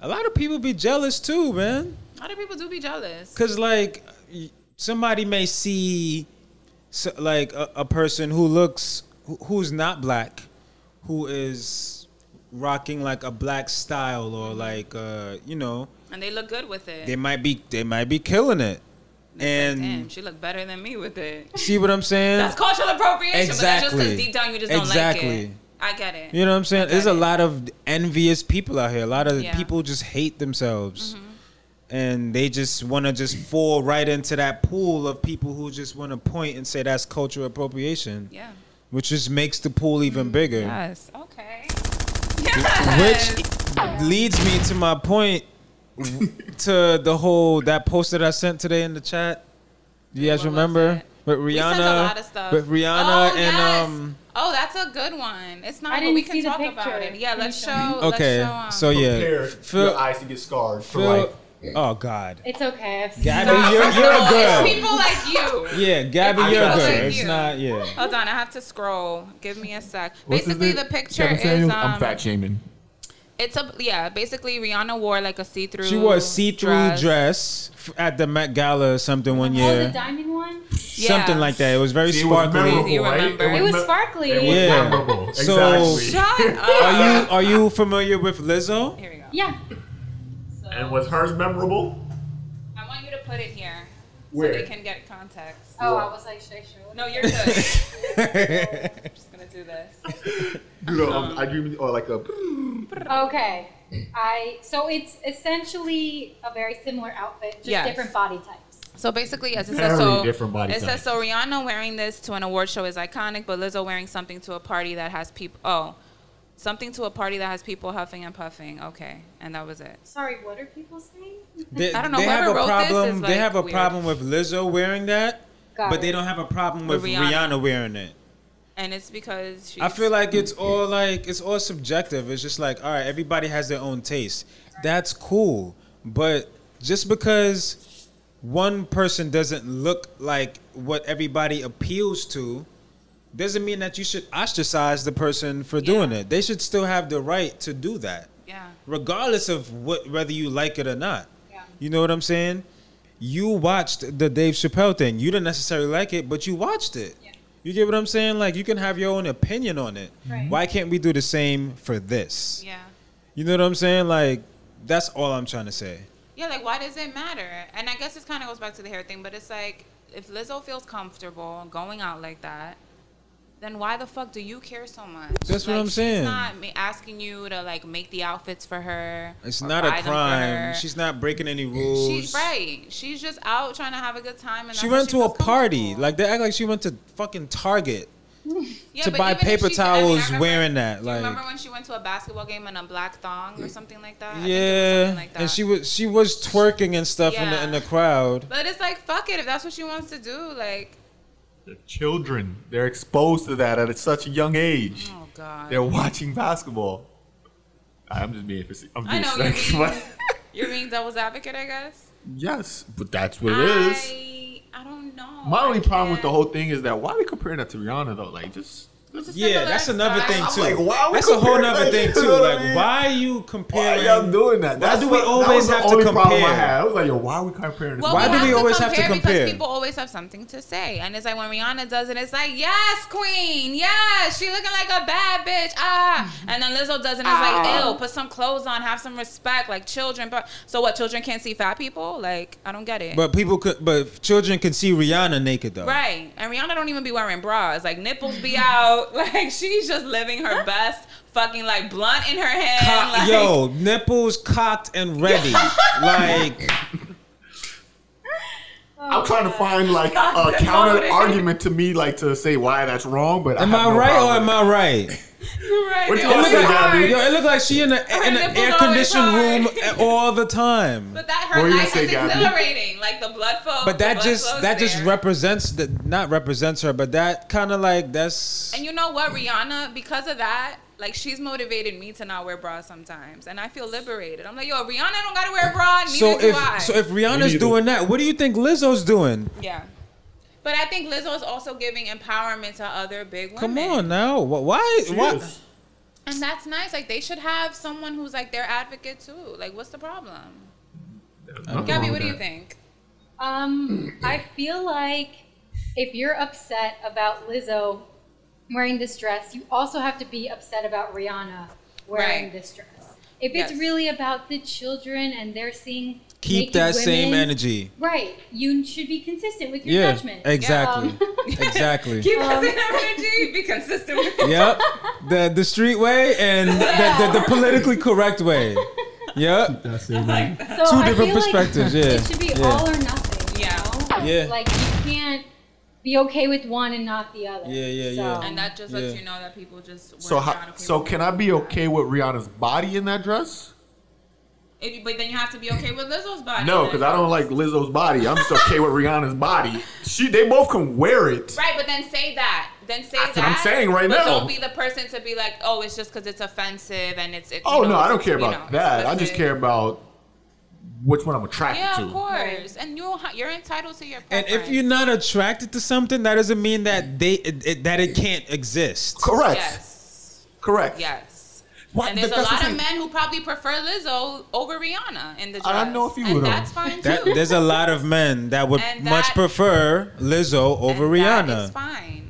[SPEAKER 1] a lot of people be jealous too, man.
[SPEAKER 2] A lot of people do be jealous.
[SPEAKER 1] Cause like y- somebody may see, so, like a, a person who looks who- who's not black, who is rocking like a black style or like uh, you know
[SPEAKER 2] and they look good with it.
[SPEAKER 1] they might be they might be killing it, and
[SPEAKER 2] Damn, she look better than me with it.
[SPEAKER 1] see what I'm saying?
[SPEAKER 2] That's cultural appropriation, but that just
[SPEAKER 1] Exactly.
[SPEAKER 2] says deep down you just
[SPEAKER 1] Exactly.
[SPEAKER 2] don't like it. I get it.
[SPEAKER 1] You know what I'm saying?
[SPEAKER 2] got
[SPEAKER 1] There's a
[SPEAKER 2] it.
[SPEAKER 1] lot of envious people out here. A lot of
[SPEAKER 2] Yeah. Mm-hmm.
[SPEAKER 1] people just hate themselves. And they just want to just fall right into that pool of people who just want to point and say that's cultural appropriation,
[SPEAKER 2] Yeah.
[SPEAKER 1] which just makes the pool
[SPEAKER 2] Mm-hmm.
[SPEAKER 1] even bigger.
[SPEAKER 2] Yes. Okay. Yes.
[SPEAKER 1] Which leads me to my point to the whole that post that I sent today in the chat. Do you guys
[SPEAKER 2] What was
[SPEAKER 1] remember?
[SPEAKER 2] it?
[SPEAKER 1] With
[SPEAKER 2] We
[SPEAKER 1] Rihanna,
[SPEAKER 2] sent a lot of stuff.
[SPEAKER 1] with Rihanna
[SPEAKER 2] Oh,
[SPEAKER 1] and
[SPEAKER 2] yes.
[SPEAKER 1] um.
[SPEAKER 2] Oh, that's a good one. It's not,
[SPEAKER 5] I
[SPEAKER 2] but we
[SPEAKER 5] didn't
[SPEAKER 2] can
[SPEAKER 5] see the
[SPEAKER 2] talk about
[SPEAKER 5] picture.
[SPEAKER 2] it. Yeah,
[SPEAKER 5] Can you
[SPEAKER 2] let's show.
[SPEAKER 5] show me?
[SPEAKER 1] Okay,
[SPEAKER 2] Let's show,
[SPEAKER 1] so
[SPEAKER 2] um,
[SPEAKER 1] yeah, Phil-
[SPEAKER 6] eyes to get scarred for
[SPEAKER 1] Phil, oh God,
[SPEAKER 5] It's okay. I've seen
[SPEAKER 1] Gabby,
[SPEAKER 5] it.
[SPEAKER 1] you're, you're a
[SPEAKER 2] It's
[SPEAKER 1] girl.
[SPEAKER 2] people like you.
[SPEAKER 1] Yeah, Gabby,
[SPEAKER 2] It's
[SPEAKER 1] you're a
[SPEAKER 2] people
[SPEAKER 1] girl.
[SPEAKER 2] like
[SPEAKER 1] It's
[SPEAKER 2] you.
[SPEAKER 1] not, yeah.
[SPEAKER 2] Hold on, I have to scroll. Give me a sec.
[SPEAKER 6] What's his
[SPEAKER 2] basically,
[SPEAKER 6] name?
[SPEAKER 2] the picture
[SPEAKER 6] Kevin
[SPEAKER 2] is
[SPEAKER 6] Samuels?
[SPEAKER 2] um,
[SPEAKER 6] I'm fat shaming.
[SPEAKER 2] it's a yeah. Basically, Rihanna wore like a see-through.
[SPEAKER 1] She wore a see-through dress, f- at the Met Gala or something one
[SPEAKER 5] Oh, the
[SPEAKER 1] year,
[SPEAKER 5] diamond one.
[SPEAKER 1] something
[SPEAKER 2] Yeah.
[SPEAKER 1] like that. It was very
[SPEAKER 6] See, it was
[SPEAKER 1] sparkly.
[SPEAKER 6] memorable,
[SPEAKER 2] You
[SPEAKER 6] right?
[SPEAKER 2] remember?
[SPEAKER 5] It was sparkly.
[SPEAKER 1] Yeah.
[SPEAKER 6] Memorable.
[SPEAKER 1] So-
[SPEAKER 6] exactly.
[SPEAKER 2] Shut
[SPEAKER 1] are
[SPEAKER 2] up.
[SPEAKER 1] you are you familiar with Lizzo?
[SPEAKER 2] Here we go.
[SPEAKER 5] Yeah.
[SPEAKER 6] And was hers memorable?
[SPEAKER 2] I want you to put it here
[SPEAKER 6] Where?
[SPEAKER 2] so they can get context.
[SPEAKER 5] Oh, I was like, should I show it?
[SPEAKER 2] No, you're good. I'm just gonna do this.
[SPEAKER 6] You know, um, I dream or like a.
[SPEAKER 5] Okay. I so it's essentially a very similar outfit, just
[SPEAKER 2] Yes.
[SPEAKER 5] different body types.
[SPEAKER 2] So basically, as it
[SPEAKER 6] Very
[SPEAKER 2] says, so
[SPEAKER 6] different body
[SPEAKER 2] it
[SPEAKER 6] type.
[SPEAKER 2] says so Rihanna wearing this to an award show is iconic, but Lizzo wearing something to a party that has people oh, something to a party that has people huffing and puffing. Okay, and that was it.
[SPEAKER 5] Sorry, what are people saying?
[SPEAKER 1] They,
[SPEAKER 2] I don't know,
[SPEAKER 1] They have
[SPEAKER 2] whoever
[SPEAKER 1] a
[SPEAKER 2] wrote this is,
[SPEAKER 1] problem. they
[SPEAKER 2] like,
[SPEAKER 1] have a
[SPEAKER 2] weird.
[SPEAKER 1] problem with Lizzo wearing that,
[SPEAKER 5] Got
[SPEAKER 1] but they
[SPEAKER 5] it.
[SPEAKER 1] don't have a problem with
[SPEAKER 2] With
[SPEAKER 1] Rihanna.
[SPEAKER 2] Rihanna.
[SPEAKER 1] wearing it.
[SPEAKER 2] And it's because she's,
[SPEAKER 1] I feel like it's all like it's all subjective. It's just like all right, everybody has their own taste. That's cool, but just because one person doesn't look like what everybody appeals to doesn't mean that you should ostracize the person for doing
[SPEAKER 2] Yeah.
[SPEAKER 1] it. They should still have the right to do that.
[SPEAKER 2] Yeah.
[SPEAKER 1] regardless of what whether you like it or not.
[SPEAKER 5] Yeah.
[SPEAKER 1] You know what I'm saying? You watched the Dave Chappelle thing. You didn't necessarily like it, but you watched it.
[SPEAKER 5] Yeah.
[SPEAKER 1] You get what I'm saying? Like you can have your own opinion on it.
[SPEAKER 5] Right.
[SPEAKER 1] Why can't we do the same for this?
[SPEAKER 2] Yeah.
[SPEAKER 1] You know what I'm saying? Like that's all I'm trying to say.
[SPEAKER 2] Yeah, like why does it matter? And I guess this kind of goes back to the hair thing, but it's like if Lizzo feels comfortable going out like that, then why the fuck do you care so much?
[SPEAKER 1] That's what
[SPEAKER 2] Like,
[SPEAKER 1] I'm
[SPEAKER 2] she's
[SPEAKER 1] saying.
[SPEAKER 2] not ma- asking you to like make the outfits for her.
[SPEAKER 1] It's
[SPEAKER 2] or
[SPEAKER 1] not
[SPEAKER 2] buy
[SPEAKER 1] a
[SPEAKER 2] them for her.
[SPEAKER 1] crime. She's not breaking any rules.
[SPEAKER 2] She's right. She's just out trying to have a good time. And
[SPEAKER 1] She
[SPEAKER 2] that's what
[SPEAKER 1] went to a
[SPEAKER 2] feels
[SPEAKER 1] party.
[SPEAKER 2] comfortable.
[SPEAKER 1] Like they act like she went to fucking Target.
[SPEAKER 2] Yeah,
[SPEAKER 1] to
[SPEAKER 2] but
[SPEAKER 1] buy
[SPEAKER 2] even if
[SPEAKER 1] paper
[SPEAKER 2] she- I mean, I
[SPEAKER 1] towels
[SPEAKER 2] remember-
[SPEAKER 1] wearing that,
[SPEAKER 2] do you remember
[SPEAKER 1] like-
[SPEAKER 2] when she went to a basketball game in a black thong or something like that? I think it was
[SPEAKER 1] Yeah,
[SPEAKER 2] something like that.
[SPEAKER 1] and she was she was twerking and stuff in the
[SPEAKER 2] Yeah.
[SPEAKER 1] in the crowd.
[SPEAKER 2] But it's like fuck it if that's what she wants to do. Like,
[SPEAKER 6] They're children. They're exposed to that at such a young age.
[SPEAKER 2] oh god,
[SPEAKER 6] They're watching basketball. I'm just being facetious. I'm
[SPEAKER 2] I
[SPEAKER 6] being
[SPEAKER 2] know
[SPEAKER 6] serious.
[SPEAKER 2] you're being-
[SPEAKER 6] But-
[SPEAKER 2] you're being devil's advocate, I guess.
[SPEAKER 6] yes, but that's what it
[SPEAKER 2] I,
[SPEAKER 6] is.
[SPEAKER 2] I don't know.
[SPEAKER 6] My only
[SPEAKER 2] I
[SPEAKER 6] problem with the
[SPEAKER 2] can't-
[SPEAKER 6] whole thing is that why are we comparing that to Rihanna though? Like just. just
[SPEAKER 1] Yeah,
[SPEAKER 2] similar
[SPEAKER 1] that's another
[SPEAKER 2] style.
[SPEAKER 1] thing
[SPEAKER 2] I'm
[SPEAKER 1] too.
[SPEAKER 6] like, why are we
[SPEAKER 1] that's a whole
[SPEAKER 6] comparing-
[SPEAKER 1] nother
[SPEAKER 6] like,
[SPEAKER 1] thing
[SPEAKER 6] you
[SPEAKER 1] too.
[SPEAKER 6] know what I
[SPEAKER 1] Like,
[SPEAKER 6] mean?
[SPEAKER 1] why are you
[SPEAKER 6] why
[SPEAKER 1] comparing?
[SPEAKER 6] are y'all doing that?
[SPEAKER 1] Why
[SPEAKER 6] That's
[SPEAKER 1] do we
[SPEAKER 6] what- that
[SPEAKER 1] always
[SPEAKER 6] was the
[SPEAKER 1] have to
[SPEAKER 6] only problem I
[SPEAKER 1] compare?
[SPEAKER 6] had. I was like, yo, why are we comparing this?
[SPEAKER 2] Well,
[SPEAKER 1] Why
[SPEAKER 2] we
[SPEAKER 1] do
[SPEAKER 2] have
[SPEAKER 1] we
[SPEAKER 2] to
[SPEAKER 1] always have to
[SPEAKER 2] compare
[SPEAKER 1] compare?
[SPEAKER 2] Because people always have something to say, and it's like when Rihanna does it, it's like, yes, queen, yes, she looking like a bad bitch, ah.
[SPEAKER 1] Mm-hmm.
[SPEAKER 2] And then Lizzo does it, and it's like,
[SPEAKER 1] Ah.
[SPEAKER 2] ew, put some clothes on, have some respect, like children. But so what? Children can't see fat people? Like I don't get it.
[SPEAKER 1] But people could, but children can see Rihanna naked though.
[SPEAKER 2] Right, and Rihanna don't even be wearing bras. Like nipples be out. Like she's just living her best, fucking like blunt in her hand.
[SPEAKER 1] Cock-
[SPEAKER 2] like,
[SPEAKER 1] yo, nipples cocked and ready. like
[SPEAKER 6] I'm trying to find like a counter argument to me, like to say why that's wrong. But
[SPEAKER 1] Am
[SPEAKER 6] I, have
[SPEAKER 1] I
[SPEAKER 6] no
[SPEAKER 1] right or
[SPEAKER 6] problem.
[SPEAKER 1] am I right?
[SPEAKER 2] Oh You're right. Oh
[SPEAKER 6] What
[SPEAKER 1] It
[SPEAKER 2] it was
[SPEAKER 6] you
[SPEAKER 1] look like,
[SPEAKER 6] Yes, you gotta
[SPEAKER 2] hard.
[SPEAKER 6] be.
[SPEAKER 1] yo, it look like she in, a, in an
[SPEAKER 2] nipples
[SPEAKER 1] air
[SPEAKER 2] always
[SPEAKER 1] conditioned room
[SPEAKER 2] hard.
[SPEAKER 1] all the time.
[SPEAKER 2] But that her
[SPEAKER 6] What were you
[SPEAKER 2] life
[SPEAKER 6] gonna
[SPEAKER 2] is
[SPEAKER 6] say, Gabby?
[SPEAKER 2] exhilarating, like the blood flow.
[SPEAKER 1] But
[SPEAKER 2] the
[SPEAKER 1] that
[SPEAKER 2] blood
[SPEAKER 1] just
[SPEAKER 2] flow's
[SPEAKER 1] that just
[SPEAKER 2] there.
[SPEAKER 1] represents the not represents her, but that kind of like that's
[SPEAKER 2] And you know what, Rihanna? Because of that, like she's motivated me to not wear bras sometimes, and I feel liberated. I'm like, yo, Rihanna don't gotta wear a bra. Neither
[SPEAKER 1] so
[SPEAKER 2] do
[SPEAKER 1] if
[SPEAKER 2] I.
[SPEAKER 1] so if Rihanna's
[SPEAKER 7] Neither.
[SPEAKER 1] doing that, what do you think Lizzo's doing?
[SPEAKER 2] yeah. But I think Lizzo is also giving empowerment to other big women.
[SPEAKER 1] Come on now, Wh- why why
[SPEAKER 7] Yes.
[SPEAKER 2] And that's nice. Like they should have someone who's like their advocate too. Like, what's the problem?
[SPEAKER 6] Nothing
[SPEAKER 2] Gabby,
[SPEAKER 6] wrong
[SPEAKER 2] what
[SPEAKER 6] with
[SPEAKER 2] do you
[SPEAKER 6] that.
[SPEAKER 2] think?
[SPEAKER 5] Um, I feel like if you're upset about Lizzo wearing this dress, you also have to be upset about Rihanna wearing
[SPEAKER 2] Right.
[SPEAKER 5] this dress. If
[SPEAKER 2] Yes.
[SPEAKER 5] it's really about the children and they're seeing
[SPEAKER 1] keep
[SPEAKER 5] naked
[SPEAKER 1] that same
[SPEAKER 5] women,
[SPEAKER 1] energy?
[SPEAKER 5] right? You should be consistent with your
[SPEAKER 1] Yeah,
[SPEAKER 5] judgment.
[SPEAKER 1] exactly,
[SPEAKER 5] Um,
[SPEAKER 1] exactly.
[SPEAKER 2] Keep us in energy. Be consistent. With
[SPEAKER 1] yep, the the street way and the, the, the politically correct way. Yep,
[SPEAKER 6] That's it. man.
[SPEAKER 5] so
[SPEAKER 1] Two
[SPEAKER 5] I
[SPEAKER 1] different
[SPEAKER 5] feel like
[SPEAKER 1] perspectives, yeah,
[SPEAKER 5] it should be
[SPEAKER 1] yeah.
[SPEAKER 5] all or nothing. you
[SPEAKER 2] Yeah.
[SPEAKER 5] know?
[SPEAKER 1] Yeah.
[SPEAKER 5] Like you can't be okay with one and not the other.
[SPEAKER 1] Yeah, yeah, yeah.
[SPEAKER 5] So-
[SPEAKER 2] And that just lets
[SPEAKER 1] Yeah.
[SPEAKER 2] you know that people just. were
[SPEAKER 6] So
[SPEAKER 2] not
[SPEAKER 6] how,
[SPEAKER 2] okay
[SPEAKER 6] so
[SPEAKER 2] with
[SPEAKER 6] can
[SPEAKER 2] it.
[SPEAKER 6] I be okay with Rihanna's body in that dress?
[SPEAKER 2] If you, but then you have to be okay with Lizzo's body.
[SPEAKER 6] No,
[SPEAKER 2] then.
[SPEAKER 6] because I don't like Lizzo's body. I'm just okay with Rihanna's body. She, they both can wear it.
[SPEAKER 2] Right, but then say that. Then say
[SPEAKER 6] That's
[SPEAKER 2] that.
[SPEAKER 6] what I'm saying right
[SPEAKER 2] but
[SPEAKER 6] now.
[SPEAKER 2] Don't be the person to be like, oh, it's just because it's offensive and it's. it's
[SPEAKER 6] Oh
[SPEAKER 2] you know,
[SPEAKER 6] no, I don't
[SPEAKER 2] it's-
[SPEAKER 6] care
[SPEAKER 2] you
[SPEAKER 6] about
[SPEAKER 2] know,
[SPEAKER 6] that. I just
[SPEAKER 2] explicit."
[SPEAKER 6] care about which one I'm attracted
[SPEAKER 2] Yeah,
[SPEAKER 6] to.
[SPEAKER 2] of course. And you, don't ha- you're entitled to your.
[SPEAKER 1] And
[SPEAKER 2] Preference.
[SPEAKER 1] if you're not attracted to something, that doesn't mean that they it, it- that it can't exist.
[SPEAKER 6] Correct.
[SPEAKER 2] Yes.
[SPEAKER 6] Correct.
[SPEAKER 2] Yes.
[SPEAKER 6] Why-
[SPEAKER 2] And there's
[SPEAKER 6] that-
[SPEAKER 2] a
[SPEAKER 6] that's the
[SPEAKER 2] lot of men
[SPEAKER 6] thing.
[SPEAKER 2] who probably prefer Lizzo over Rihanna in the dress.
[SPEAKER 6] I don't know if you
[SPEAKER 2] and
[SPEAKER 6] would, though.
[SPEAKER 2] That's fine too.
[SPEAKER 1] That, there's a lot of men that would
[SPEAKER 2] And
[SPEAKER 1] much
[SPEAKER 2] that-
[SPEAKER 1] prefer Lizzo
[SPEAKER 2] And
[SPEAKER 1] over
[SPEAKER 2] That
[SPEAKER 1] Rihanna.
[SPEAKER 2] is fine.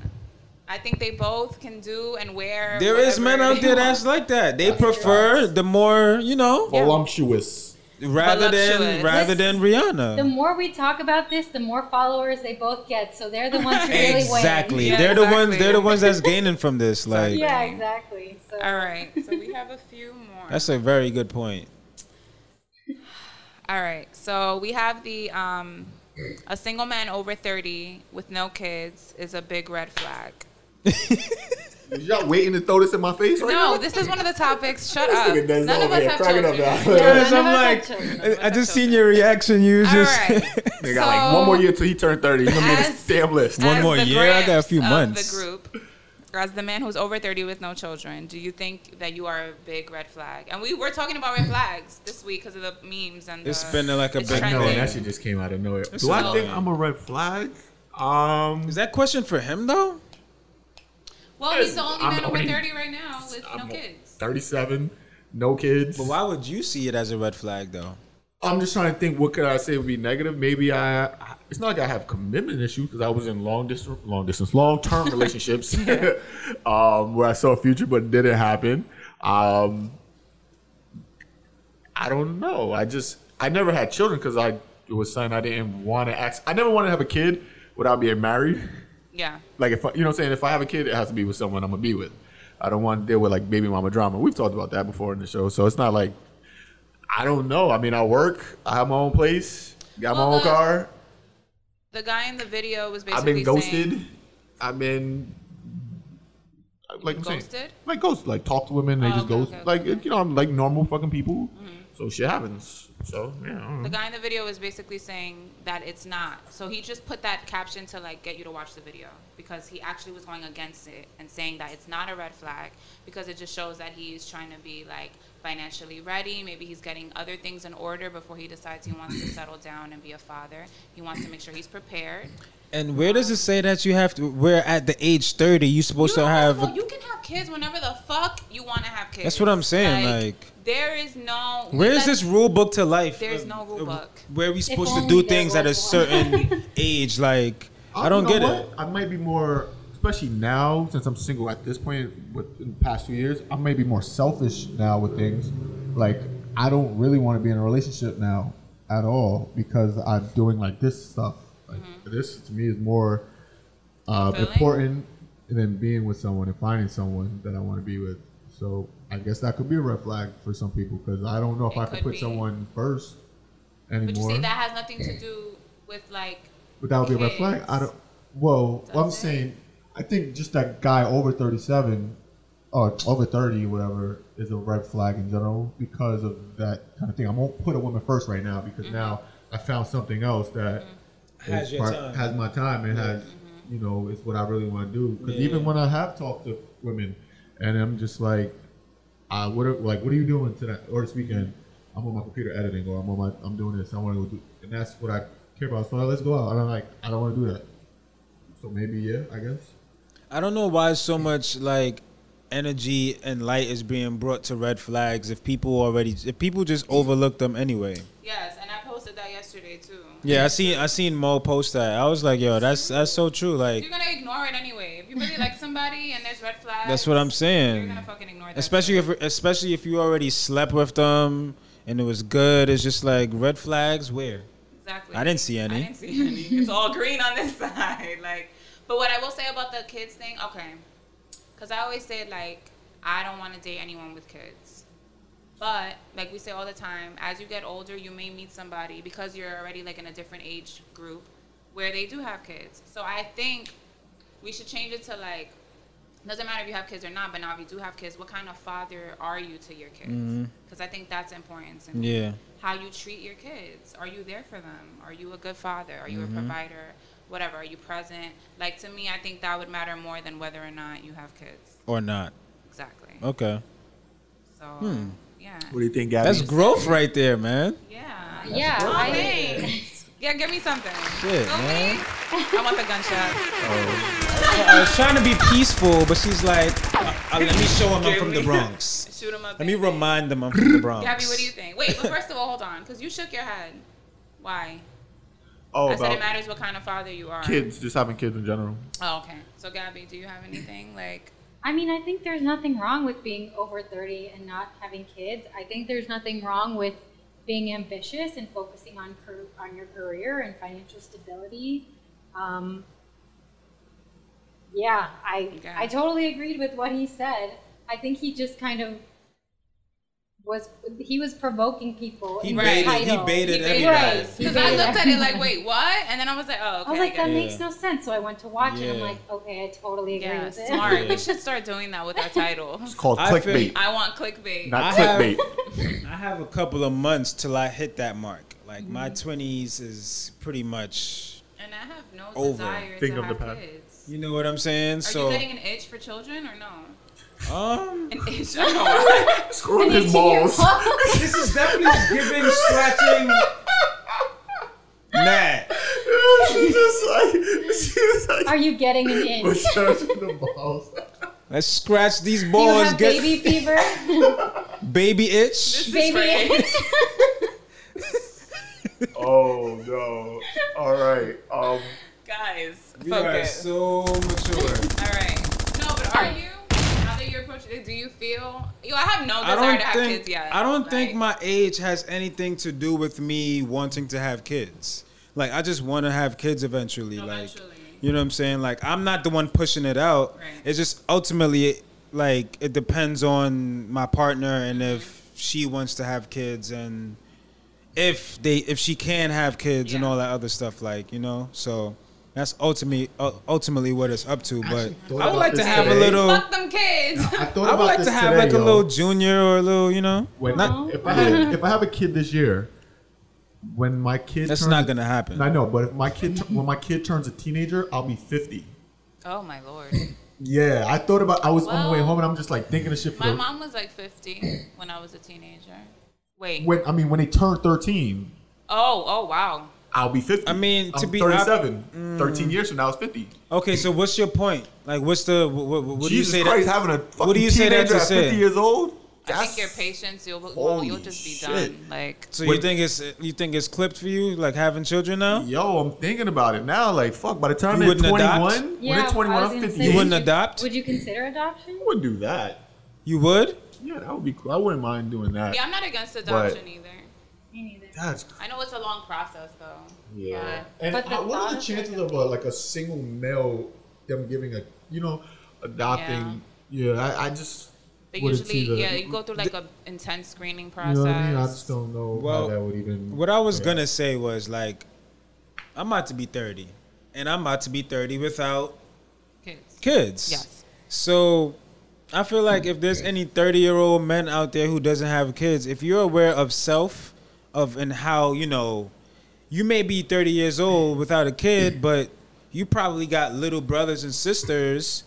[SPEAKER 2] I think they both can do and wear.
[SPEAKER 1] There is men
[SPEAKER 2] whatever
[SPEAKER 1] out
[SPEAKER 2] they
[SPEAKER 1] there
[SPEAKER 2] want.
[SPEAKER 1] that's like that. They prefer the more you know,
[SPEAKER 7] Voluptuous.
[SPEAKER 1] rather than
[SPEAKER 2] Voluptuous.
[SPEAKER 1] rather than
[SPEAKER 5] The
[SPEAKER 1] Rihanna.
[SPEAKER 5] more we talk about this, the more followers they both get. So they're the ones who really win.
[SPEAKER 1] Exactly.
[SPEAKER 2] Yeah,
[SPEAKER 1] they're the ones.
[SPEAKER 2] exactly.
[SPEAKER 1] They're the ones that's gaining from this. Like
[SPEAKER 5] Yeah, exactly. So
[SPEAKER 2] All right, so we have a few more.
[SPEAKER 1] that's a very good point.
[SPEAKER 2] All right, so we have the um, a single man over thirty with no kids is a big red flag.
[SPEAKER 6] Was y'all waiting to throw this in my face? Right
[SPEAKER 2] No,
[SPEAKER 6] now?
[SPEAKER 2] this is one of the topics. Shut up.
[SPEAKER 7] Look at this
[SPEAKER 2] None of
[SPEAKER 7] over
[SPEAKER 2] us
[SPEAKER 7] here,
[SPEAKER 2] have
[SPEAKER 7] cracking up,
[SPEAKER 2] children.
[SPEAKER 7] y'all.
[SPEAKER 1] Because I'm
[SPEAKER 5] none of us
[SPEAKER 1] like,
[SPEAKER 5] have children.
[SPEAKER 1] I- I just seen your reaction. You was
[SPEAKER 2] All
[SPEAKER 1] just
[SPEAKER 2] right.
[SPEAKER 6] They got like one more year till he turned thirty. He's gonna be in
[SPEAKER 2] As-
[SPEAKER 6] this damn list.
[SPEAKER 1] One
[SPEAKER 2] as
[SPEAKER 1] more
[SPEAKER 2] the
[SPEAKER 1] year? I got a few
[SPEAKER 2] Gramps
[SPEAKER 1] months.
[SPEAKER 2] Of the group, as the man who's over thirty with no children, do you think that you are a big red flag? And we were talking about red flags this week because of the memes and
[SPEAKER 1] It's
[SPEAKER 2] the,
[SPEAKER 1] been like a
[SPEAKER 2] it's
[SPEAKER 1] big
[SPEAKER 2] trending.
[SPEAKER 1] no, and that
[SPEAKER 6] shit just came out of nowhere.
[SPEAKER 1] It's
[SPEAKER 6] Do I
[SPEAKER 1] annoying.
[SPEAKER 6] think I'm a red flag? Um,
[SPEAKER 1] is that question for him though?
[SPEAKER 2] Well, he's the only
[SPEAKER 6] I'm
[SPEAKER 2] man over
[SPEAKER 6] only-
[SPEAKER 2] thirty right now with
[SPEAKER 6] I'm
[SPEAKER 2] no kids.
[SPEAKER 6] thirty-seven. no kids.
[SPEAKER 1] But why would you see it as a red flag though?
[SPEAKER 6] I'm just trying to think. What could I say would be negative? Maybe I. I- It's not like I have commitment issues because I was in long distance, long distance, long term relationships um, where I saw a future, but it didn't happen. Um, I don't know. I just I never had children because I it was something I didn't want to ask. I never wanted to have a kid without being married.
[SPEAKER 2] Yeah.
[SPEAKER 6] Like if I, you know what I'm saying, if I have a kid, it has to be with someone I'm gonna be with. I don't want to deal with like baby mama drama. We've talked about that before in the show, so it's not like I don't know. I mean, I work, I have my own place, got
[SPEAKER 2] Well,
[SPEAKER 6] my own
[SPEAKER 2] the-
[SPEAKER 6] car.
[SPEAKER 2] The guy in the video was
[SPEAKER 6] I've
[SPEAKER 2] basically
[SPEAKER 6] been
[SPEAKER 2] saying-
[SPEAKER 6] ghosted. I've been like I'm saying,
[SPEAKER 2] Ghosted?
[SPEAKER 6] like ghost, like talk to women, they
[SPEAKER 2] Oh,
[SPEAKER 6] just
[SPEAKER 2] okay,
[SPEAKER 6] ghost.
[SPEAKER 2] okay,
[SPEAKER 6] like
[SPEAKER 2] okay. Mm-hmm.
[SPEAKER 6] you know, I'm like normal fucking people, so shit happens. So yeah, I don't
[SPEAKER 2] The
[SPEAKER 6] know.
[SPEAKER 2] guy in the video is basically saying that it's not. So he just put that caption to like get you to watch the video because he actually was going against it and saying that it's not a red flag because it just shows that he's trying to be like financially ready. Maybe he's getting other things in order before he decides he wants to settle down and be a father. He wants to make sure he's prepared.
[SPEAKER 1] And where does it say that you have to? Where at the age thirty you supposed
[SPEAKER 2] you
[SPEAKER 1] to
[SPEAKER 2] know,
[SPEAKER 1] have?
[SPEAKER 2] first of all,
[SPEAKER 1] a-
[SPEAKER 2] you can have kids whenever the fuck you want to have kids.
[SPEAKER 1] That's what I'm saying, like-
[SPEAKER 2] there is no.
[SPEAKER 1] where is
[SPEAKER 2] let-
[SPEAKER 1] this rule book to life?
[SPEAKER 2] There's
[SPEAKER 1] Uh,
[SPEAKER 2] no rule
[SPEAKER 1] uh,
[SPEAKER 2] book.
[SPEAKER 1] Where we supposed to
[SPEAKER 5] only
[SPEAKER 1] do
[SPEAKER 5] there
[SPEAKER 1] things at a
[SPEAKER 5] was one.
[SPEAKER 1] certain age? Like I don't
[SPEAKER 6] know
[SPEAKER 1] get
[SPEAKER 6] what?
[SPEAKER 1] it.
[SPEAKER 6] I might be more, especially now since I'm single at this point. With in the past few years, I might be more selfish now with things. Like I don't really want to be in a relationship now at all because I'm doing like this stuff. Like this to me is more uh,
[SPEAKER 2] Mm-hmm. Fulfilling?
[SPEAKER 6] important than being with someone and finding someone that I want to be with. So I guess that could be a red flag for some people because I don't know if
[SPEAKER 2] It
[SPEAKER 6] I could
[SPEAKER 2] could
[SPEAKER 6] put
[SPEAKER 2] be.
[SPEAKER 6] someone first anymore.
[SPEAKER 2] But you see, that has nothing to do with like.
[SPEAKER 6] But that would be a red flag. I don't. Well, I'm
[SPEAKER 2] Does it?
[SPEAKER 6] saying, I think just that guy over 37 or over 30, whatever, is a red flag in general because of that kind of thing. I won't put a woman first right now because now I found something else that
[SPEAKER 1] Has
[SPEAKER 6] is
[SPEAKER 1] your time.
[SPEAKER 6] has my time and has you know is what I really want to do. Because
[SPEAKER 1] Yeah.
[SPEAKER 6] even when I have talked to women, and I'm just like, I what are, like what are you doing tonight or this weekend? I'm on my computer editing or I'm on my I'm doing this. I want to go do, and that's what I care about. So let's go out. And I'm like, I don't want to do that. So maybe yeah, I guess.
[SPEAKER 1] I don't know why so much like energy and light is being brought to red flags if people already if people just overlook them anyway.
[SPEAKER 2] Yes, and I posted that yesterday too.
[SPEAKER 1] Yeah, I seen I seen Mo post that. I was like, yo, that's that's so true. Like
[SPEAKER 2] You're gonna ignore it anyway. If you really like somebody and there's red flags,
[SPEAKER 1] that's what I'm
[SPEAKER 2] You're
[SPEAKER 1] saying.
[SPEAKER 2] gonna fucking ignore that.
[SPEAKER 1] Especially if especially if you already slept with them and it was good. It's just like red flags where?
[SPEAKER 2] exactly.
[SPEAKER 1] I didn't see any.
[SPEAKER 2] I didn't see any. It's all green on this side. Like, but what I will say about the kids thing, okay, because I always say like I don't want to date anyone with kids. But like we say all the time, as you get older, you may meet somebody because you're already like in a different age group where they do have kids. So I think we should change it to like doesn't matter if you have kids or not, but now if you do have kids, what kind of father are you to your kids? Because I think that's important. to me.
[SPEAKER 1] Mm-hmm. Yeah.
[SPEAKER 2] How you treat your kids. Are you there for them? Are you a good father? Are you
[SPEAKER 1] Mm-hmm.
[SPEAKER 2] a provider? Whatever. Are you present? Like to me, I think that would matter more than whether or not you have kids.
[SPEAKER 1] Or not.
[SPEAKER 2] Exactly.
[SPEAKER 1] Okay.
[SPEAKER 2] So
[SPEAKER 1] hmm.
[SPEAKER 2] yeah.
[SPEAKER 6] do you think, Gabby?
[SPEAKER 1] That's growth right there, man.
[SPEAKER 2] Yeah.
[SPEAKER 5] Yeah, I-
[SPEAKER 2] Thanks. Yeah, give me something.
[SPEAKER 1] Shit,
[SPEAKER 2] Feel me?
[SPEAKER 1] man.
[SPEAKER 2] I want the gunshot.
[SPEAKER 1] I was trying to be peaceful, but she's like, uh, uh, let me show him I'm from the Bronx.
[SPEAKER 2] Shoot him up.
[SPEAKER 1] Let me
[SPEAKER 2] baby.
[SPEAKER 1] remind them I'm from the Bronx.
[SPEAKER 2] Gabby, what do you think? Wait, but first of all, hold on, because you shook your head. Why?
[SPEAKER 6] oh,
[SPEAKER 2] I said it
[SPEAKER 6] about
[SPEAKER 2] matters what kind of father you are.
[SPEAKER 6] kids, just having kids in general.
[SPEAKER 2] Oh, okay. So, Gabby, do you have anything like?
[SPEAKER 5] I mean, I think there's nothing wrong with being over 30 and not having kids. I think there's nothing wrong with being ambitious and focusing on car- on your career and financial stability. Um, yeah, I
[SPEAKER 2] Okay.
[SPEAKER 5] I totally agreed with what he said. I think he just kind of was he was provoking people.
[SPEAKER 1] He
[SPEAKER 5] in
[SPEAKER 2] Right.
[SPEAKER 1] baited, he
[SPEAKER 5] title.
[SPEAKER 1] baited
[SPEAKER 2] Right.
[SPEAKER 1] everybody.
[SPEAKER 5] Right.
[SPEAKER 2] Because I looked at it like, wait, what? And then I was like, oh, okay.
[SPEAKER 5] I was like,
[SPEAKER 2] get
[SPEAKER 5] that
[SPEAKER 2] it.
[SPEAKER 1] Yeah.
[SPEAKER 5] makes no sense. So I went to watch it. I'm
[SPEAKER 1] Yeah.
[SPEAKER 5] like, okay, I totally agree
[SPEAKER 2] yeah,
[SPEAKER 5] with it.
[SPEAKER 2] smart.
[SPEAKER 1] Yeah.
[SPEAKER 2] We should start doing that with our title.
[SPEAKER 6] It's called
[SPEAKER 1] I feel-
[SPEAKER 6] clickbait,
[SPEAKER 2] I want clickbait.
[SPEAKER 1] I
[SPEAKER 6] not
[SPEAKER 1] have-
[SPEAKER 6] clickbait.
[SPEAKER 1] I have a couple of months till I hit that mark. Like my twenties is pretty much.
[SPEAKER 2] and I have no
[SPEAKER 1] Over.
[SPEAKER 2] desire
[SPEAKER 6] Think
[SPEAKER 2] to
[SPEAKER 6] of
[SPEAKER 2] have
[SPEAKER 6] the past.
[SPEAKER 2] kids.
[SPEAKER 1] You know what I'm saying?
[SPEAKER 2] Are
[SPEAKER 1] so
[SPEAKER 2] you getting an itch for children or no?
[SPEAKER 1] um,
[SPEAKER 2] An itch? I don't know.
[SPEAKER 6] Screw his balls.
[SPEAKER 1] this is definitely giving scratching. Matt,
[SPEAKER 6] she just like she was like
[SPEAKER 5] Are you getting an in?
[SPEAKER 6] Massaging the balls.
[SPEAKER 1] let's scratch these
[SPEAKER 5] Do you
[SPEAKER 1] balls.
[SPEAKER 5] have
[SPEAKER 1] Get
[SPEAKER 5] baby fever?
[SPEAKER 1] Baby itch.
[SPEAKER 5] Baby.
[SPEAKER 6] Oh no! All right. Um,
[SPEAKER 2] Guys,
[SPEAKER 1] You are
[SPEAKER 2] focus.
[SPEAKER 1] so mature.
[SPEAKER 2] All right. No, but are you? Now that you're approaching, it, do you feel? Yo, I have no
[SPEAKER 1] I
[SPEAKER 2] desire to
[SPEAKER 1] don't
[SPEAKER 2] have kids
[SPEAKER 1] think
[SPEAKER 2] yet.
[SPEAKER 1] I don't
[SPEAKER 2] Like,
[SPEAKER 1] think my age has anything to do with me wanting to have kids. Like I just want to have kids eventually. Like
[SPEAKER 2] Eventually.
[SPEAKER 1] you know what I'm saying? Like I'm not the one pushing it out.
[SPEAKER 2] Right.
[SPEAKER 1] It's just ultimately it, like it depends on my partner and if she wants to have kids and if they if she can have kids and
[SPEAKER 2] Yeah.
[SPEAKER 1] all that other stuff. Like you know, so that's ultimately uh, ultimately what it's up to. But
[SPEAKER 7] thought
[SPEAKER 1] I would
[SPEAKER 7] about
[SPEAKER 1] like to
[SPEAKER 7] this
[SPEAKER 1] have a
[SPEAKER 7] today.
[SPEAKER 1] little.
[SPEAKER 2] Fuck them kids.
[SPEAKER 7] I thought
[SPEAKER 1] I
[SPEAKER 7] about
[SPEAKER 1] would like
[SPEAKER 7] this
[SPEAKER 1] to have
[SPEAKER 7] today,
[SPEAKER 1] like a
[SPEAKER 7] yo.
[SPEAKER 1] little junior or a little, you know.
[SPEAKER 6] when
[SPEAKER 1] Not-
[SPEAKER 6] if I had, if I have a kid this year, when my kid
[SPEAKER 1] That's
[SPEAKER 6] turns-
[SPEAKER 1] not gonna happen.
[SPEAKER 6] I know, but if my kid when my kid turns a teenager, I'll be fifty.
[SPEAKER 2] oh my lord.
[SPEAKER 6] Yeah, I thought about. I was on the way
[SPEAKER 2] Well,
[SPEAKER 6] home, and I'm just like thinking of shit. For
[SPEAKER 2] My
[SPEAKER 6] the-
[SPEAKER 2] mom was like 50 when I was a teenager. Wait.
[SPEAKER 6] When I mean, when they turn thirteen,
[SPEAKER 2] Oh, oh wow.
[SPEAKER 6] I'll be fifty.
[SPEAKER 1] I mean, to
[SPEAKER 6] I'm
[SPEAKER 1] be-
[SPEAKER 6] 37, thirteen years from now, it's fifty.
[SPEAKER 1] Okay, so what's your point? Like, what's the what, what do you
[SPEAKER 6] Jesus
[SPEAKER 1] say?
[SPEAKER 6] Christ,
[SPEAKER 1] that,
[SPEAKER 6] having a fucking
[SPEAKER 1] what do you say that
[SPEAKER 6] teenager
[SPEAKER 1] to
[SPEAKER 6] at fifty
[SPEAKER 1] say?
[SPEAKER 6] years old.
[SPEAKER 2] I think
[SPEAKER 6] That's-
[SPEAKER 2] your patience, you'll well, you'll
[SPEAKER 6] Holy
[SPEAKER 2] just be
[SPEAKER 6] shit.
[SPEAKER 2] done. Like
[SPEAKER 1] So you think it's you think it's clipped for you, like having children now?
[SPEAKER 6] Yo, I'm thinking about it now. Like, fuck. By the time
[SPEAKER 1] You
[SPEAKER 6] they're
[SPEAKER 1] wouldn't
[SPEAKER 6] 21,
[SPEAKER 1] adopt?
[SPEAKER 6] when they're 21,
[SPEAKER 5] I was
[SPEAKER 6] I'm
[SPEAKER 5] gonna
[SPEAKER 6] 50.
[SPEAKER 5] say,
[SPEAKER 1] You wouldn't
[SPEAKER 5] would
[SPEAKER 1] adopt?
[SPEAKER 5] Would you consider adoption?
[SPEAKER 6] I wouldn't do that.
[SPEAKER 1] You would?
[SPEAKER 6] Yeah, that would be cool. I wouldn't mind doing that.
[SPEAKER 2] yeah, I'm not against adoption either.
[SPEAKER 5] Me neither.
[SPEAKER 6] That's
[SPEAKER 2] I know it's a long process though.
[SPEAKER 7] Yeah.
[SPEAKER 2] But-
[SPEAKER 7] And
[SPEAKER 5] But the
[SPEAKER 7] how- what are
[SPEAKER 5] thought
[SPEAKER 7] the
[SPEAKER 5] of
[SPEAKER 7] chances of a, like a single male them giving a
[SPEAKER 6] you know, adopting. Yeah, I, I just.
[SPEAKER 2] They
[SPEAKER 6] wouldn't
[SPEAKER 2] usually,
[SPEAKER 6] see the-
[SPEAKER 2] yeah, you go through like a intense screening
[SPEAKER 6] You
[SPEAKER 2] process.
[SPEAKER 6] know what I mean? I just don't know
[SPEAKER 1] Well,
[SPEAKER 6] how that would even.
[SPEAKER 1] What I was gonna say was like, I'm about to be 30, and I'm about to be 30 without
[SPEAKER 2] Kids.
[SPEAKER 1] kids.
[SPEAKER 2] Yes.
[SPEAKER 1] So I feel like if there's any 30 year old men out there who doesn't have kids, if you're aware of self, of and how you know, you may be 30 years old without a kid, but you probably got little brothers and sisters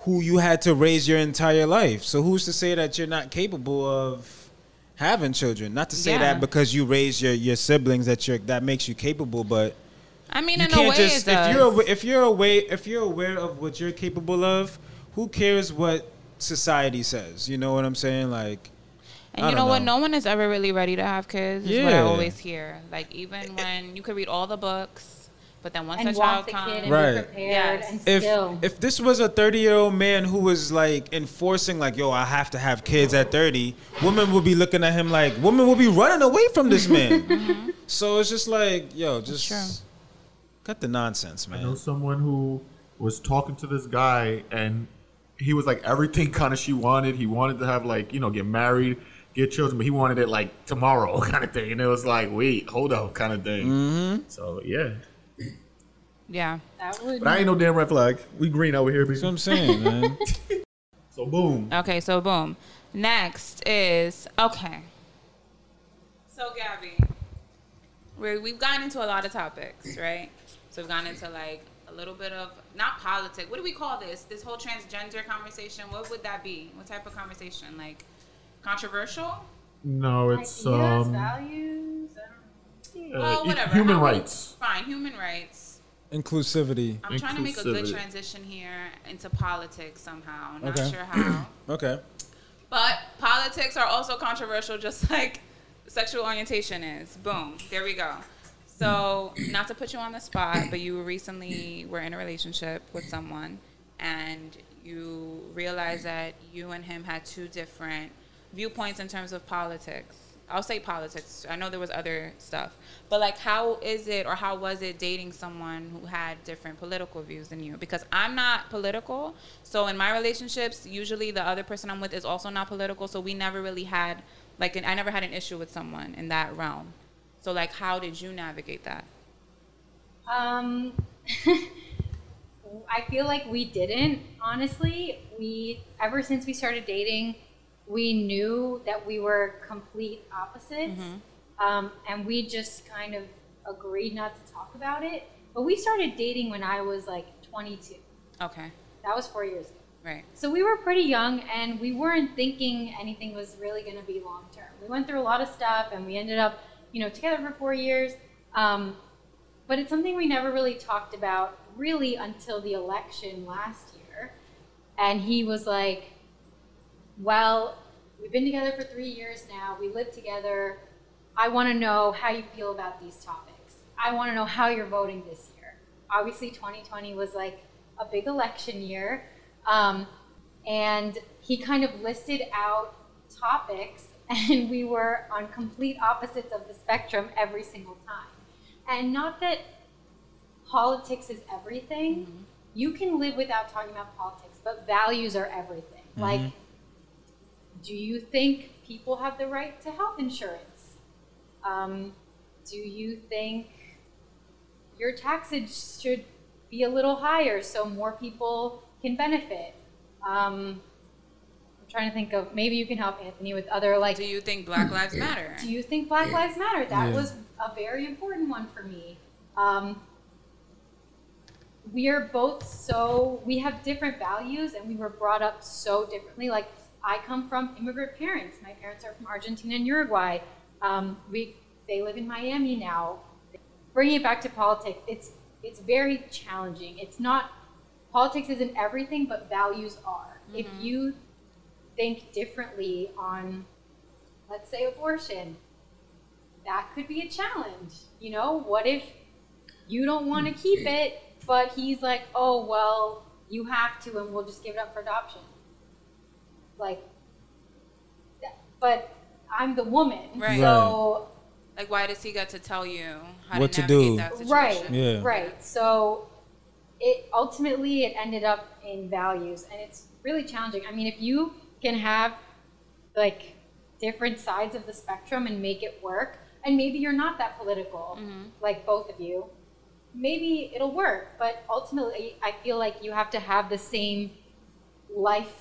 [SPEAKER 1] who you had to raise your entire life. So who's to say that you're not capable of having children? Not to say
[SPEAKER 2] Yeah.
[SPEAKER 1] that because you raised your, your siblings that you're that makes you capable, but
[SPEAKER 2] I mean,
[SPEAKER 1] you
[SPEAKER 2] in a way,
[SPEAKER 1] can't just uh,
[SPEAKER 2] it does.
[SPEAKER 1] if you're awa- if you're away if you're aware of what you're capable of, who cares what society says? You know what I'm saying? Like
[SPEAKER 2] And
[SPEAKER 1] I
[SPEAKER 2] you know,
[SPEAKER 1] don't
[SPEAKER 2] what?
[SPEAKER 1] know.
[SPEAKER 2] No one is ever really ready to have kids. Is what I
[SPEAKER 1] Yeah.
[SPEAKER 2] always hear. Like even when you could read all the books, but then once
[SPEAKER 5] And
[SPEAKER 2] a child
[SPEAKER 5] want the kid
[SPEAKER 2] comes,
[SPEAKER 5] and
[SPEAKER 1] Right.
[SPEAKER 5] be prepared
[SPEAKER 2] Yes.
[SPEAKER 5] and
[SPEAKER 1] if
[SPEAKER 5] still.
[SPEAKER 1] if this was a 30 year old man who was like enforcing like yo I have to have kids at 30, women would be looking at him like women would be running away from this man. so it's just like yo
[SPEAKER 2] true.
[SPEAKER 1] just cut the nonsense,
[SPEAKER 6] I know
[SPEAKER 1] man.
[SPEAKER 6] someone who was talking to this guy, and he was like everything kind of she wanted. He wanted to have like you know get married, get children, but he wanted it like tomorrow kind of thing. And it was like, wait, hold up, kind of thing. So yeah,
[SPEAKER 2] yeah,
[SPEAKER 5] that would
[SPEAKER 6] but I ain't no damn red flag. We green over here,
[SPEAKER 1] That's what I'm
[SPEAKER 6] baby.
[SPEAKER 1] saying, man.
[SPEAKER 6] So boom.
[SPEAKER 2] Okay, so boom. Next is okay. So Gabby, we we've gotten into a lot of topics, right? So we've gotten into like a little bit of not politics. What do we call this? This whole transgender conversation. What would that be? What type of conversation? Like controversial?
[SPEAKER 6] No, it's um
[SPEAKER 5] values. I don't know.
[SPEAKER 6] uh,
[SPEAKER 2] Oh,
[SPEAKER 6] e-
[SPEAKER 2] whatever.
[SPEAKER 6] human
[SPEAKER 2] How many-
[SPEAKER 6] rights.
[SPEAKER 2] Fine, human rights.
[SPEAKER 1] Inclusivity.
[SPEAKER 2] I'm trying to make a good
[SPEAKER 6] Inclusivity.
[SPEAKER 2] transition here into politics somehow. Not
[SPEAKER 1] Okay.
[SPEAKER 2] sure how.
[SPEAKER 1] Okay.
[SPEAKER 2] But politics are also controversial, just like sexual orientation is. Boom. There we go. So, not to put you on the spot, but you recently were in a relationship with someone and you realized that you and him had two different viewpoints in terms of politics. I'll say politics. I know there was other stuff. But, like, how is it or how was it dating someone who had different political views than you? Because I'm not political. So, in my relationships, usually the other person I'm with is also not political. So, we never really had, like, an, I never had an issue with someone in that realm. So, like, how did you navigate that?
[SPEAKER 5] Um, I feel like we didn't. Honestly, we ever since we started dating, we knew that we were complete opposites, um, and we just kind of agreed not to talk about it. But we started dating when I was like 22.
[SPEAKER 2] Okay,
[SPEAKER 5] That was four years ago.
[SPEAKER 2] right.
[SPEAKER 5] So we were pretty young and we weren't thinking anything was really going to be long term. We went through a lot of stuff and we ended up, you know, together for four years. Um, but it's something we never really talked about really until the election last year. And he was like, well, We've been together for three years now. We live together. I want to know how you feel about these topics. I want to know how you're voting this year. Obviously, 2020 was like a big election year. Um, and he kind of listed out topics, and we were on complete opposites of the spectrum every single time. And not that politics is everything. You can live without talking about politics, but values are everything. Like, do you think people have the right to health insurance? Um, do you think your taxes should be a little higher so more people can benefit? Um, I'm trying to think of maybe you can help Anthony with other like.
[SPEAKER 2] Do you think Black Lives Matter?
[SPEAKER 5] Do you think Black Lives Matter? That was a very important one for me. Um, we are both so we have different values and we were brought up so differently. Like I come from immigrant parents. My parents are from Argentina and Uruguay. Um, we they live in Miami now. Bringing it back to politics, it's it's very challenging. It's not politics isn't everything, but values are. If you think differently on, let's say, abortion, that could be a challenge. You know, what if you don't want to keep it, but he's like, oh, well, you have to, and we'll just give it up for adoption? Like, that- but I'm the woman.
[SPEAKER 2] Right.
[SPEAKER 5] So,
[SPEAKER 2] Like, why does he got to tell you how
[SPEAKER 1] What
[SPEAKER 2] to
[SPEAKER 1] to
[SPEAKER 2] navigate
[SPEAKER 1] do.
[SPEAKER 2] that situation?
[SPEAKER 5] right
[SPEAKER 1] Yeah.
[SPEAKER 5] right so it ultimately it ended up in values and it's really challenging i mean if you can have like different sides of the spectrum and make it work and maybe you're not that political
[SPEAKER 2] Mm-hmm.
[SPEAKER 5] like both of you maybe it'll work but ultimately i feel like you have to have the same life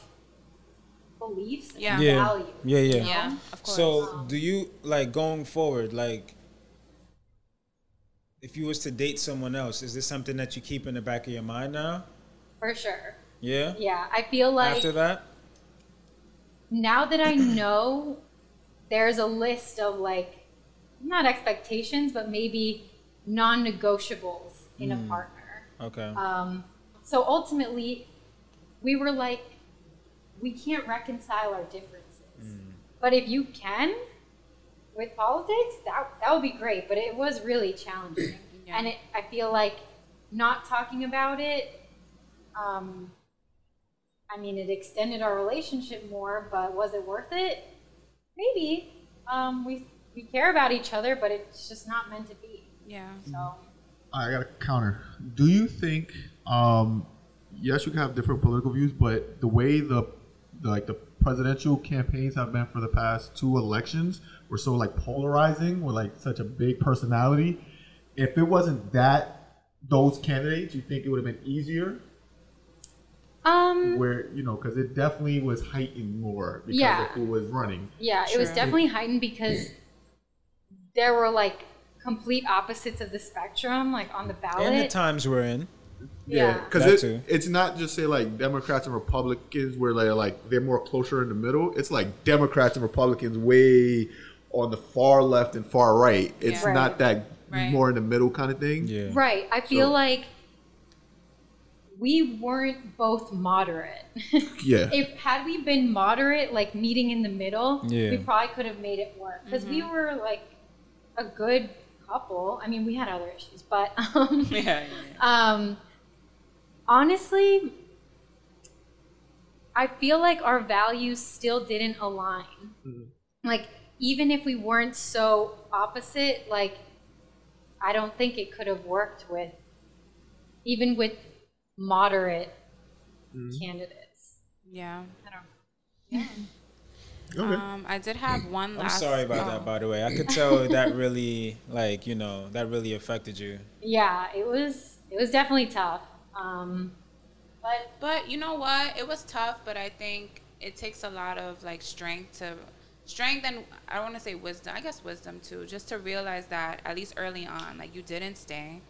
[SPEAKER 5] beliefs
[SPEAKER 2] Yeah.
[SPEAKER 5] and
[SPEAKER 1] Yeah.
[SPEAKER 5] values
[SPEAKER 1] Yeah, yeah.
[SPEAKER 2] Yeah, of course.
[SPEAKER 1] So, do you like going forward? Like, if you was to date someone else, is this something that you keep in the back of your mind now?
[SPEAKER 5] for sure
[SPEAKER 1] Yeah.
[SPEAKER 5] yeah i feel like
[SPEAKER 1] After that,
[SPEAKER 5] now that I know there's a list of like not expectations, but maybe non negotiables in a partner.
[SPEAKER 1] okay.
[SPEAKER 5] Um, so ultimately, we were like, we can't reconcile our differences. But if you can with politics, that, that would be great. But it was really challenging.
[SPEAKER 2] Yeah.
[SPEAKER 5] And it, I feel like not talking about it, um, I mean, it extended our relationship more, but was it worth it? Maybe. Um, we, we care about each other, but it's just not meant to be.
[SPEAKER 2] yeah.
[SPEAKER 5] So,
[SPEAKER 6] I got a counter. Do you think, um, yes, you can have different political views, but the way the, the like the presidential campaigns have been for the past two elections were so like polarizing, were like such a big personality. If it wasn't that those candidates, you think it would have been easier?
[SPEAKER 5] um,
[SPEAKER 6] Where you know, because it definitely was heightened more because
[SPEAKER 5] Yeah.
[SPEAKER 6] of who was running.
[SPEAKER 5] Yeah, it was
[SPEAKER 2] True.
[SPEAKER 5] definitely heightened because there were like complete opposites of the spectrum, like on the ballot.
[SPEAKER 1] and the times we're in.
[SPEAKER 6] Yeah,
[SPEAKER 5] Yeah.
[SPEAKER 1] That
[SPEAKER 6] because
[SPEAKER 1] too.
[SPEAKER 6] it, it's not just say like Democrats and Republicans where they're like they're more closer in the middle. It's like Democrats and Republicans way on the far left and far right. It's
[SPEAKER 2] Yeah. Right.
[SPEAKER 6] not that
[SPEAKER 2] Right.
[SPEAKER 6] more in the middle kind of thing.
[SPEAKER 1] Yeah.
[SPEAKER 5] Right. I feel
[SPEAKER 6] So-
[SPEAKER 5] like we weren't both moderate.
[SPEAKER 6] Yeah.
[SPEAKER 5] if had we been moderate, like meeting in the middle,
[SPEAKER 1] Yeah.
[SPEAKER 5] we probably could have made it work because we were like a good couple. I mean, we had other issues, but um,
[SPEAKER 2] Yeah. yeah.
[SPEAKER 5] Um, honestly, I feel like our values still didn't align. Like, even if we weren't so opposite, like, I don't think it could have worked with, even with moderate candidates.
[SPEAKER 2] Yeah.
[SPEAKER 5] I don't know.
[SPEAKER 6] Okay.
[SPEAKER 2] Um, I did have one
[SPEAKER 1] I'm
[SPEAKER 2] last.
[SPEAKER 1] sorry about that,
[SPEAKER 2] oh.
[SPEAKER 1] by the way. I could tell that really, like, you know, that really affected you.
[SPEAKER 5] Yeah, it was it was definitely tough. Um, but
[SPEAKER 2] But you know what? It was tough, but I think it takes a lot of like strength to strength and I don't want to say wisdom. I guess wisdom too, just to realize that at least early on, like you didn't stay.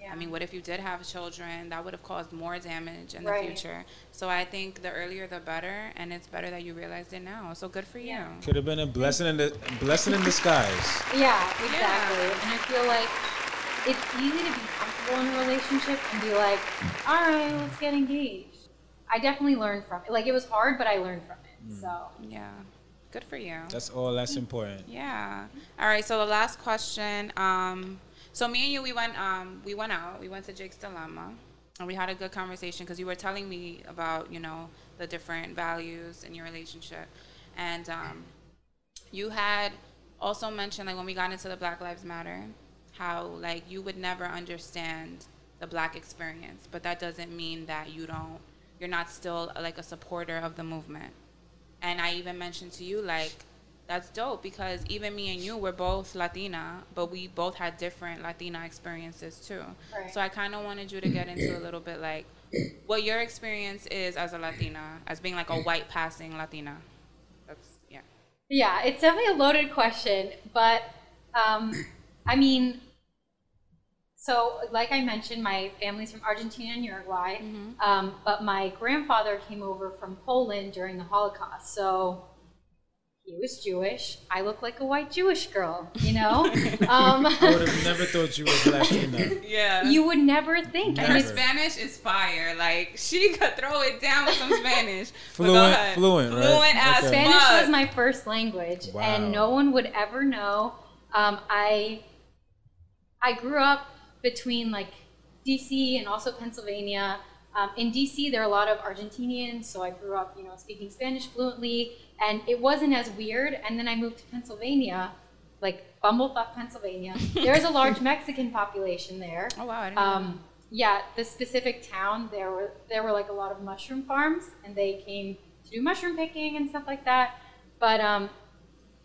[SPEAKER 5] yeah,
[SPEAKER 2] I mean, what if you did have children? That would have caused more damage in
[SPEAKER 5] Right.
[SPEAKER 2] the future. So I think the earlier the better, and it's better that you realized it now. So good for you.
[SPEAKER 5] Yeah.
[SPEAKER 1] Could have been a blessing in the blessing in disguise.
[SPEAKER 5] Yeah, exactly. And I feel like it's easy to be comfortable in a relationship and be like, all right, let's get Mm. engaged. I definitely learned from it. Like, it was hard, but I learned from it. So,
[SPEAKER 2] Yeah. Good for you.
[SPEAKER 1] That's all that's important.
[SPEAKER 2] Yeah. All right. So the last question. Um, so me and you, we went. Um, we went out. We went to Jake's Dilemma, and we had a good conversation because you were telling me about you know the different values in your relationship, and um, you had also mentioned like when we got into the Black Lives Matter, how like you would never understand the Black experience, but that doesn't mean that you don't. You're not still like a supporter of the movement. And I even mentioned to you, like, that's dope because even me and you were both Latina, but we both had different Latina experiences too.
[SPEAKER 5] Right.
[SPEAKER 2] So I kind of wanted you to get into a little bit like what your experience is as a Latina, as being like a white passing Latina. That's, yeah.
[SPEAKER 5] Yeah, it's definitely a loaded question, but um, I mean, so like I mentioned, my family's from Argentina and Uruguay, um, but my grandfather came over from Poland during the Holocaust, so he was Jewish. I look like a white Jewish girl, you know. um,
[SPEAKER 1] I would have never thought you were black enough.
[SPEAKER 2] Yeah.
[SPEAKER 5] you would never think. I
[SPEAKER 2] Her
[SPEAKER 5] mean,
[SPEAKER 1] Never.
[SPEAKER 2] Spanish is fire. Like she could throw it down with some Spanish. But go
[SPEAKER 1] Fluent-
[SPEAKER 2] ahead.
[SPEAKER 1] fluent, right?
[SPEAKER 2] fluent as
[SPEAKER 1] Okay.
[SPEAKER 5] Spanish
[SPEAKER 2] fuck.
[SPEAKER 5] was my first language,
[SPEAKER 1] Wow.
[SPEAKER 5] and no one would ever know. Um, I I grew up between like DC and also Pennsylvania. Um, in DC, there are a lot of Argentinians, so I grew up, you know, speaking Spanish fluently, and it wasn't as weird. And then I moved to Pennsylvania, like Bumblefuck, Pennsylvania. There's a large Mexican population there.
[SPEAKER 2] Oh wow! I didn't know.
[SPEAKER 5] Um, yeah, the specific town there were there were like a lot of mushroom farms, and they came to do mushroom picking and stuff like that. But um,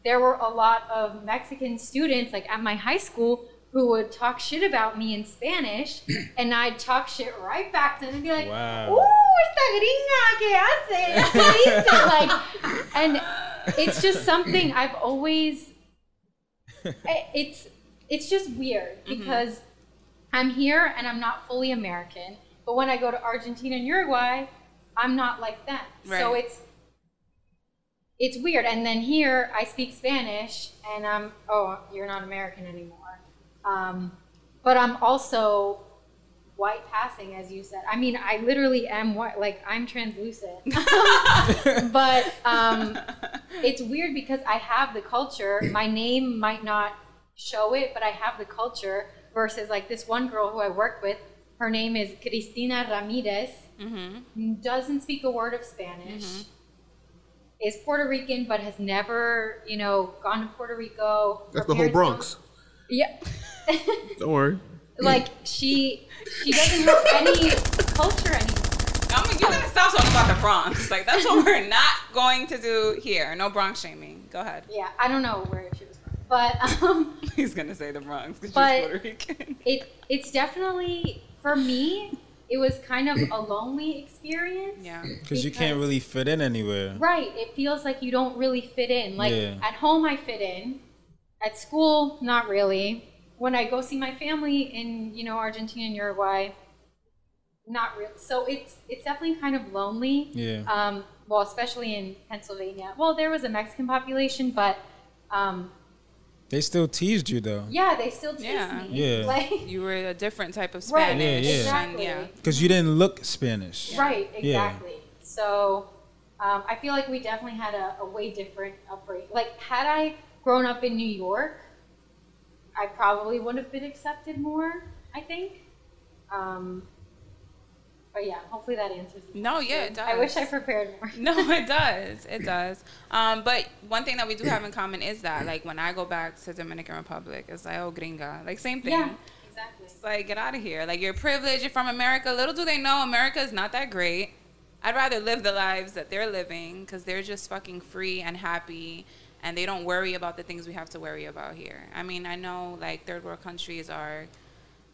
[SPEAKER 5] there were a lot of Mexican students, like at my high school, who would talk shit about me in Spanish, and I'd talk shit right back to them and be like,
[SPEAKER 1] Wow.
[SPEAKER 5] "Uh, esta gringa, ¿qué hace? ¿Qué dice?" Like, and it's just something I've always. I- It's it's just weird because I'm here and I'm not fully American, but when I go to Argentina and Uruguay, I'm not like them. So
[SPEAKER 2] Right.
[SPEAKER 5] it's it's weird. And then here I speak Spanish, and I'm oh you're not American anymore. Um, but I'm also white passing, as you said. I mean, I literally am white. Like I'm translucent, but um, it's weird because I have the culture. My name might not show it, but I have the culture. Versus like this one girl who I worked with. Her name is Cristina Ramirez. Doesn't speak a word of Spanish. Is Puerto Rican, but has never, you know, gone to Puerto Rico. Her
[SPEAKER 6] That's the whole
[SPEAKER 5] parents don't-
[SPEAKER 6] Bronx.
[SPEAKER 5] Yeah,
[SPEAKER 6] Don't worry.
[SPEAKER 5] like she she doesn't know any culture anymore.
[SPEAKER 2] I'm like, you gotta stop talking about the Bronx. Like that's what we're not going to do here. No Bronx shaming. Go ahead.
[SPEAKER 5] Yeah, I don't know where she was from, but um,
[SPEAKER 2] He's gonna say the Bronx because
[SPEAKER 5] But-
[SPEAKER 2] she's Puerto Rican.
[SPEAKER 5] it it's definitely for me. It was kind of a lonely experience.
[SPEAKER 2] Yeah.
[SPEAKER 1] Because you can't really fit in anywhere.
[SPEAKER 5] Right. It feels like you don't really fit in. Like
[SPEAKER 1] Yeah.
[SPEAKER 5] at home, I fit in. At school, not really. When I go see my family in you know Argentina and Uruguay, not real. So it's it's definitely kind of lonely.
[SPEAKER 1] Yeah.
[SPEAKER 5] Um, well, especially in Pennsylvania. Well, there was a Mexican population, but um,
[SPEAKER 1] They still teased you though.
[SPEAKER 5] yeah, they still tease
[SPEAKER 2] Yeah.
[SPEAKER 5] me.
[SPEAKER 1] Yeah.
[SPEAKER 5] Like,
[SPEAKER 2] You were a different type of
[SPEAKER 5] right.
[SPEAKER 2] Spanish.
[SPEAKER 1] Yeah, yeah.
[SPEAKER 5] Exactly.
[SPEAKER 2] And
[SPEAKER 1] Because you didn't look Spanish.
[SPEAKER 5] Right,
[SPEAKER 1] Yeah.
[SPEAKER 5] exactly. So um, I feel like we definitely had a, a way different upbringing. Like, had I grown up in New York, I probably would have been accepted more, I think. Um, but yeah, hopefully that answers
[SPEAKER 2] yeah.
[SPEAKER 5] it.
[SPEAKER 2] No, yeah, it does.
[SPEAKER 5] I wish I prepared more.
[SPEAKER 2] No, it does. It does. Um, but one thing that we do have in common is that, like, when I go back to Dominican Republic, it's like, oh, gringa. Like, same thing.
[SPEAKER 5] Yeah, exactly.
[SPEAKER 2] It's like, get out of here. Like, you're privileged. You're from America. Little do they know, America is not that great. I'd rather live the lives that they're living because they're just fucking free and happy and they don't worry about the things we have to worry about here. I mean, I know, like, third world countries are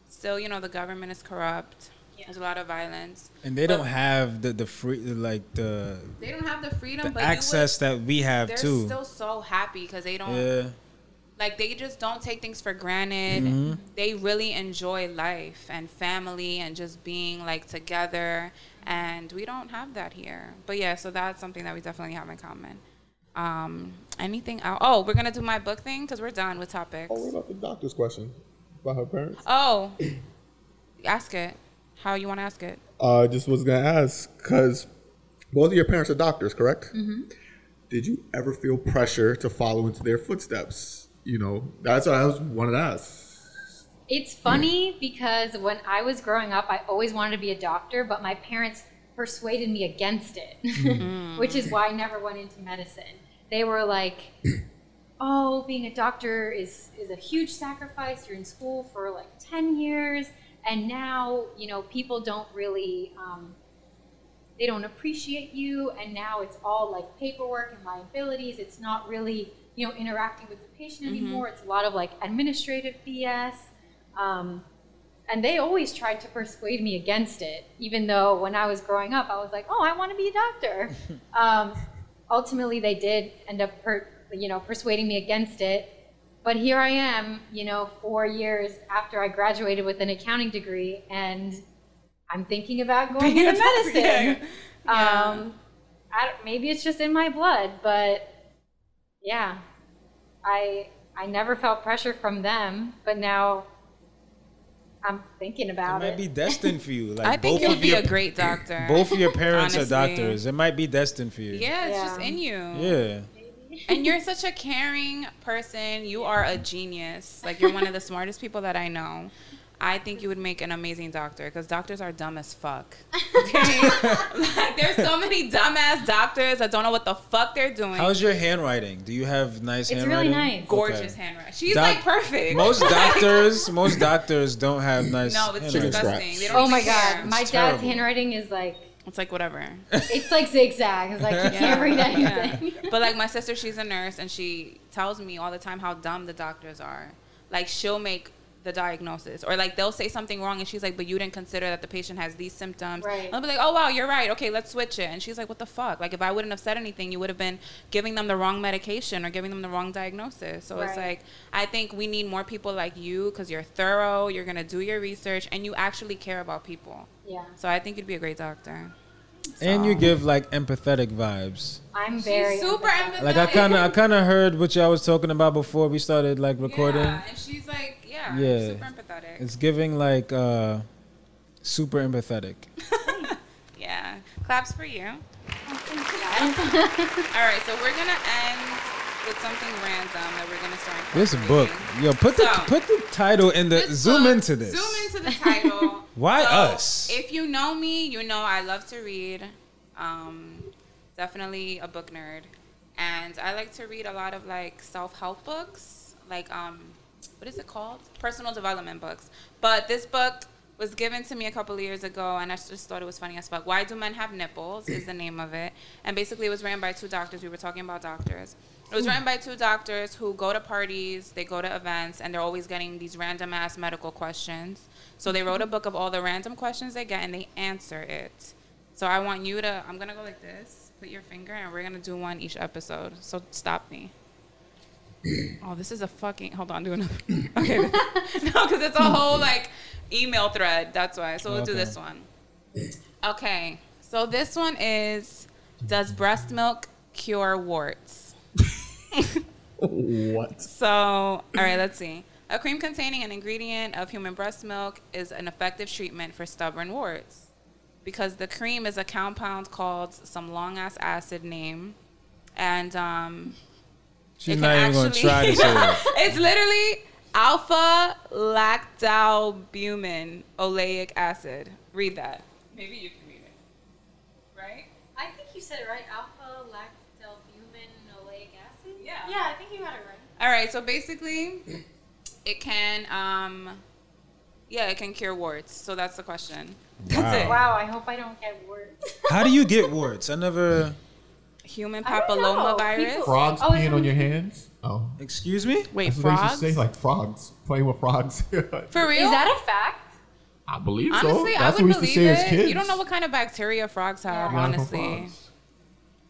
[SPEAKER 2] still, you know, the government is corrupt. There's a lot of violence.
[SPEAKER 1] And they don't have the the free like the
[SPEAKER 2] They don't have the freedom,
[SPEAKER 1] the
[SPEAKER 2] but you would-
[SPEAKER 1] access that we have
[SPEAKER 2] they're
[SPEAKER 1] too.
[SPEAKER 2] still so happy because they don't
[SPEAKER 1] yeah.
[SPEAKER 2] like they just don't take things for granted they really enjoy life and family and just being like together and we don't have that here but yeah so that's something that we definitely have in common um anything else? oh we're gonna do my book thing because we're done with topics
[SPEAKER 6] Oh, what about the doctor's question about her parents?
[SPEAKER 2] oh ask it how you want to ask it Mm-hmm.
[SPEAKER 6] Uh, just was gonna ask because both of your parents are doctors, correct? did you ever feel pressure to follow into their footsteps? You know, that's what I was wanted to ask.
[SPEAKER 5] It's funny because when I was growing up, I always wanted to be a doctor, but my parents persuaded me against it, which is why I never went into medicine. They were like, "Oh, being a doctor is is a huge sacrifice. You're in school for like ten years, and now you know people don't really." Um, they don't appreciate you and now it's all like paperwork and liabilities it's not really you know interacting with the patient anymore it's a lot of like administrative bs um, and they always tried to persuade me against it even though when i was growing up i was like oh i want to be a doctor um, ultimately they did end up per, you know persuading me against it but here i am you know four years after i graduated with an accounting degree and i'm thinking about going into medicine
[SPEAKER 2] Yeah. Yeah.
[SPEAKER 5] um, I don't, maybe it's just in my blood, but yeah, I I never felt pressure from them, but now I'm thinking
[SPEAKER 1] It
[SPEAKER 5] about
[SPEAKER 1] might
[SPEAKER 5] it.
[SPEAKER 1] be destined for you. Like
[SPEAKER 2] I think
[SPEAKER 1] both
[SPEAKER 2] you'll
[SPEAKER 1] of
[SPEAKER 2] be
[SPEAKER 1] your
[SPEAKER 2] a great doctor.
[SPEAKER 1] both of your parents
[SPEAKER 2] Honestly.
[SPEAKER 1] are doctors. It might be destined for you.
[SPEAKER 2] Yeah, it's just
[SPEAKER 5] Yeah.
[SPEAKER 2] in you.
[SPEAKER 1] Yeah.
[SPEAKER 2] And you're such a caring person. You are a genius. Like you're one of the smartest people that I know. I think you would make an amazing doctor because doctors are dumb as fuck. Okay, like there's so many dumbass doctors that don't know what the fuck they're doing.
[SPEAKER 1] How's your handwriting? Do you have nice
[SPEAKER 5] It's really
[SPEAKER 1] handwriting?
[SPEAKER 5] nice.
[SPEAKER 2] Gorgeous
[SPEAKER 1] Okay.
[SPEAKER 2] handwriting. She's
[SPEAKER 1] Doc-
[SPEAKER 2] like perfect.
[SPEAKER 1] Most
[SPEAKER 2] Like,
[SPEAKER 1] doctors, most doctors don't have nice.
[SPEAKER 2] no, it's
[SPEAKER 1] handwriting.
[SPEAKER 2] disgusting. They don't
[SPEAKER 5] oh
[SPEAKER 2] even
[SPEAKER 5] my
[SPEAKER 2] care.
[SPEAKER 5] god, my
[SPEAKER 1] It's
[SPEAKER 5] dad's
[SPEAKER 1] terrible.
[SPEAKER 5] handwriting is like
[SPEAKER 2] It's like whatever.
[SPEAKER 5] it's like zigzag. It's like you
[SPEAKER 2] Yeah,
[SPEAKER 5] can't read
[SPEAKER 2] yeah.
[SPEAKER 5] anything.
[SPEAKER 2] But like my sister, she's a nurse, and she tells me all the time how dumb the doctors are. Like she'll make the diagnosis, or like they'll say something wrong, and she's like, "But you didn't consider that the patient has these symptoms."
[SPEAKER 5] Right.
[SPEAKER 2] And I'll be like, "Oh wow, you're right. Okay, let's switch it." And she's like, "What the fuck? Like if I wouldn't have said anything, you would have been giving them the wrong medication or giving them the wrong diagnosis." So it's
[SPEAKER 5] Right.
[SPEAKER 2] like I think we need more people like you because you're thorough, you're gonna do your research, and you actually care about people.
[SPEAKER 5] yeah,
[SPEAKER 2] So I think you'd be a great doctor.
[SPEAKER 1] And you give like empathetic vibes.
[SPEAKER 5] I'm very
[SPEAKER 2] Super empathetic.
[SPEAKER 1] Like I kind of, I kind of heard what y'all was talking about before we started like recording.
[SPEAKER 2] Yeah, and she's like, yeah,
[SPEAKER 1] Yeah.
[SPEAKER 2] super empathetic.
[SPEAKER 1] It's giving like uh super empathetic.
[SPEAKER 2] yeah, claps for you.
[SPEAKER 5] empathetic.
[SPEAKER 2] All right, so we're gonna end with something random that we're gonna start.
[SPEAKER 1] This book,
[SPEAKER 2] incorporating.
[SPEAKER 1] yo, put the
[SPEAKER 2] So-
[SPEAKER 1] put the title in the
[SPEAKER 2] This
[SPEAKER 1] zoom
[SPEAKER 2] book-
[SPEAKER 1] into this.
[SPEAKER 2] Zoom into the title.
[SPEAKER 1] Why us?
[SPEAKER 2] If you know me, you know I love to read. Um, definitely a book nerd, and I like to read a lot of like self help books, like um, what is it called? Personal development books. But this book was given to me a couple of years ago, and I just thought it was funny as fuck. Why do men have nipples? Is the name of it, and basically it was ran by two doctors. We were talking about doctors. It was run by two doctors who go to parties, they go to events, and they're always getting these random ass medical questions. So they wrote a book of all the random questions they get and they answer it. So I want you to, I'm gonna go like this, put your finger, and we're gonna do one each episode. So stop me. Oh, this is a fucking, hold on, do another. Okay. no, because it's a whole like email thread. That's why. So we'll do
[SPEAKER 1] Okay.
[SPEAKER 2] this one. Okay. So this one is Does breast milk cure warts?
[SPEAKER 6] What?
[SPEAKER 2] So, all right, let's see. A cream containing an ingredient of human breast milk is an effective treatment for stubborn warts because the cream is a compound called some long ass acid name. And um,
[SPEAKER 1] She's
[SPEAKER 2] it
[SPEAKER 1] not
[SPEAKER 2] can
[SPEAKER 1] even gonna
[SPEAKER 2] actually-
[SPEAKER 1] try to say it.
[SPEAKER 2] it's literally alpha lactalbumin oleic acid. Read that. Maybe you can read it. Right?
[SPEAKER 5] I think you said it right. Alpha lactalbumin oleic acid.
[SPEAKER 2] Yeah.
[SPEAKER 5] Yeah, I think you got it right.
[SPEAKER 2] All right, so basically, it can, um, yeah, it can cure warts. So that's the question. That's
[SPEAKER 1] Wow.
[SPEAKER 5] Wow, I hope I don't get words.
[SPEAKER 1] How do you get warts? I never.
[SPEAKER 2] it. Human
[SPEAKER 5] I don't know.
[SPEAKER 2] papilloma virus.
[SPEAKER 5] People-
[SPEAKER 6] Frogs
[SPEAKER 5] Oh, it's
[SPEAKER 6] peeing
[SPEAKER 5] on-
[SPEAKER 6] on your hands? Oh.
[SPEAKER 1] Excuse me.
[SPEAKER 2] Wait,
[SPEAKER 6] That's what they used
[SPEAKER 2] frogs?
[SPEAKER 6] to say, like frogs. Playing with frogs.
[SPEAKER 2] For real?
[SPEAKER 5] Is that a fact?
[SPEAKER 6] I believe so.
[SPEAKER 2] honestly, I
[SPEAKER 6] That's
[SPEAKER 2] would
[SPEAKER 6] what we
[SPEAKER 2] believe
[SPEAKER 6] used to say as
[SPEAKER 2] it.
[SPEAKER 6] kids.
[SPEAKER 2] You don't know what kind of bacteria frogs have,
[SPEAKER 5] Yeah.
[SPEAKER 6] Medical
[SPEAKER 2] honestly.
[SPEAKER 6] frogs.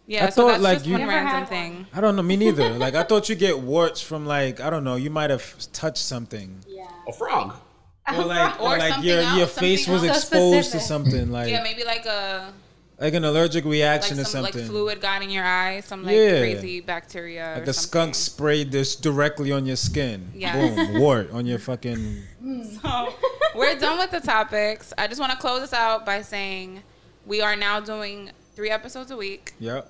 [SPEAKER 2] Yeah,
[SPEAKER 1] I
[SPEAKER 2] so
[SPEAKER 1] thought,
[SPEAKER 2] that's
[SPEAKER 1] like,
[SPEAKER 2] just
[SPEAKER 1] you-
[SPEAKER 2] one
[SPEAKER 5] Never
[SPEAKER 2] random
[SPEAKER 5] had
[SPEAKER 2] thing.
[SPEAKER 1] I don't know. Me neither. Like I thought you get warts from like I don't know. You might have touched something,
[SPEAKER 5] Yeah.
[SPEAKER 6] A frog.
[SPEAKER 1] or like
[SPEAKER 2] Or
[SPEAKER 1] or like
[SPEAKER 2] something
[SPEAKER 1] your
[SPEAKER 2] else,
[SPEAKER 1] your
[SPEAKER 2] something
[SPEAKER 1] face was
[SPEAKER 5] else. So
[SPEAKER 1] exposed to
[SPEAKER 5] specific.
[SPEAKER 1] something like
[SPEAKER 2] Yeah, maybe like a
[SPEAKER 1] like an allergic
[SPEAKER 2] like
[SPEAKER 1] reaction
[SPEAKER 2] some
[SPEAKER 1] or something.
[SPEAKER 2] like fluid got in your eye, some like
[SPEAKER 1] Yeah.
[SPEAKER 2] crazy bacteria.
[SPEAKER 1] Like
[SPEAKER 2] or
[SPEAKER 1] a skunk
[SPEAKER 2] something.
[SPEAKER 1] sprayed this directly on your skin.
[SPEAKER 2] Yes.
[SPEAKER 1] Boom, wart on your fucking.
[SPEAKER 2] So Oh, we're done with the topics. I just want to close this out by saying we are now doing three episodes a week.
[SPEAKER 1] Yep.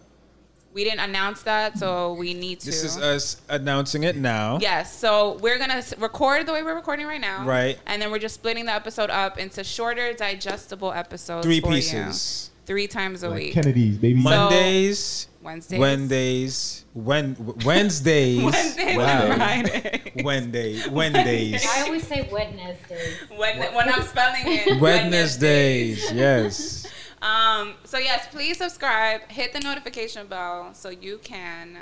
[SPEAKER 2] We didn't announce that, so we need to.
[SPEAKER 1] This is uh, us announcing it now.
[SPEAKER 2] Yes. So we're going to record the way we're recording right now.
[SPEAKER 1] Right.
[SPEAKER 2] And then we're just splitting the episode up into shorter, digestible episodes.
[SPEAKER 1] Three
[SPEAKER 2] for you.
[SPEAKER 1] pieces.
[SPEAKER 2] Three times a week.
[SPEAKER 6] Kennedy's baby.
[SPEAKER 2] So-
[SPEAKER 1] Mondays,
[SPEAKER 2] Wednesdays.
[SPEAKER 1] Wednesdays, Wen Wednesdays,
[SPEAKER 2] Wednesdays
[SPEAKER 1] Wow.
[SPEAKER 2] and Friday.
[SPEAKER 1] Wednesday, Wednesdays,
[SPEAKER 5] I always say Wednesday.
[SPEAKER 2] When, when I'm spelling it.
[SPEAKER 1] Wednesdays. Yes.
[SPEAKER 2] Um, so yes, please subscribe, hit the notification bell so you can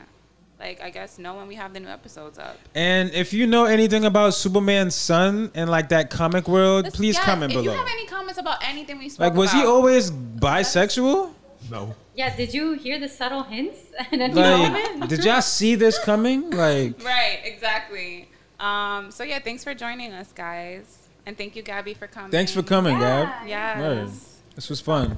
[SPEAKER 2] like I guess know when we have the new episodes up.
[SPEAKER 1] And if you know anything about Superman's son and like that comic world, please
[SPEAKER 2] Yes,
[SPEAKER 1] comment
[SPEAKER 2] if
[SPEAKER 1] below.
[SPEAKER 2] you have any comments about anything we spoke
[SPEAKER 1] like, was he
[SPEAKER 2] about,
[SPEAKER 1] always bisexual?
[SPEAKER 6] No.
[SPEAKER 5] Yeah, did you hear the subtle hints? And then
[SPEAKER 1] Like, did y'all see this coming? Like,
[SPEAKER 2] Right, exactly. Um, so yeah, thanks for joining us guys. And thank you Gabby for coming.
[SPEAKER 1] thanks for coming, Gab.
[SPEAKER 2] Yes.
[SPEAKER 1] Right. This was fun.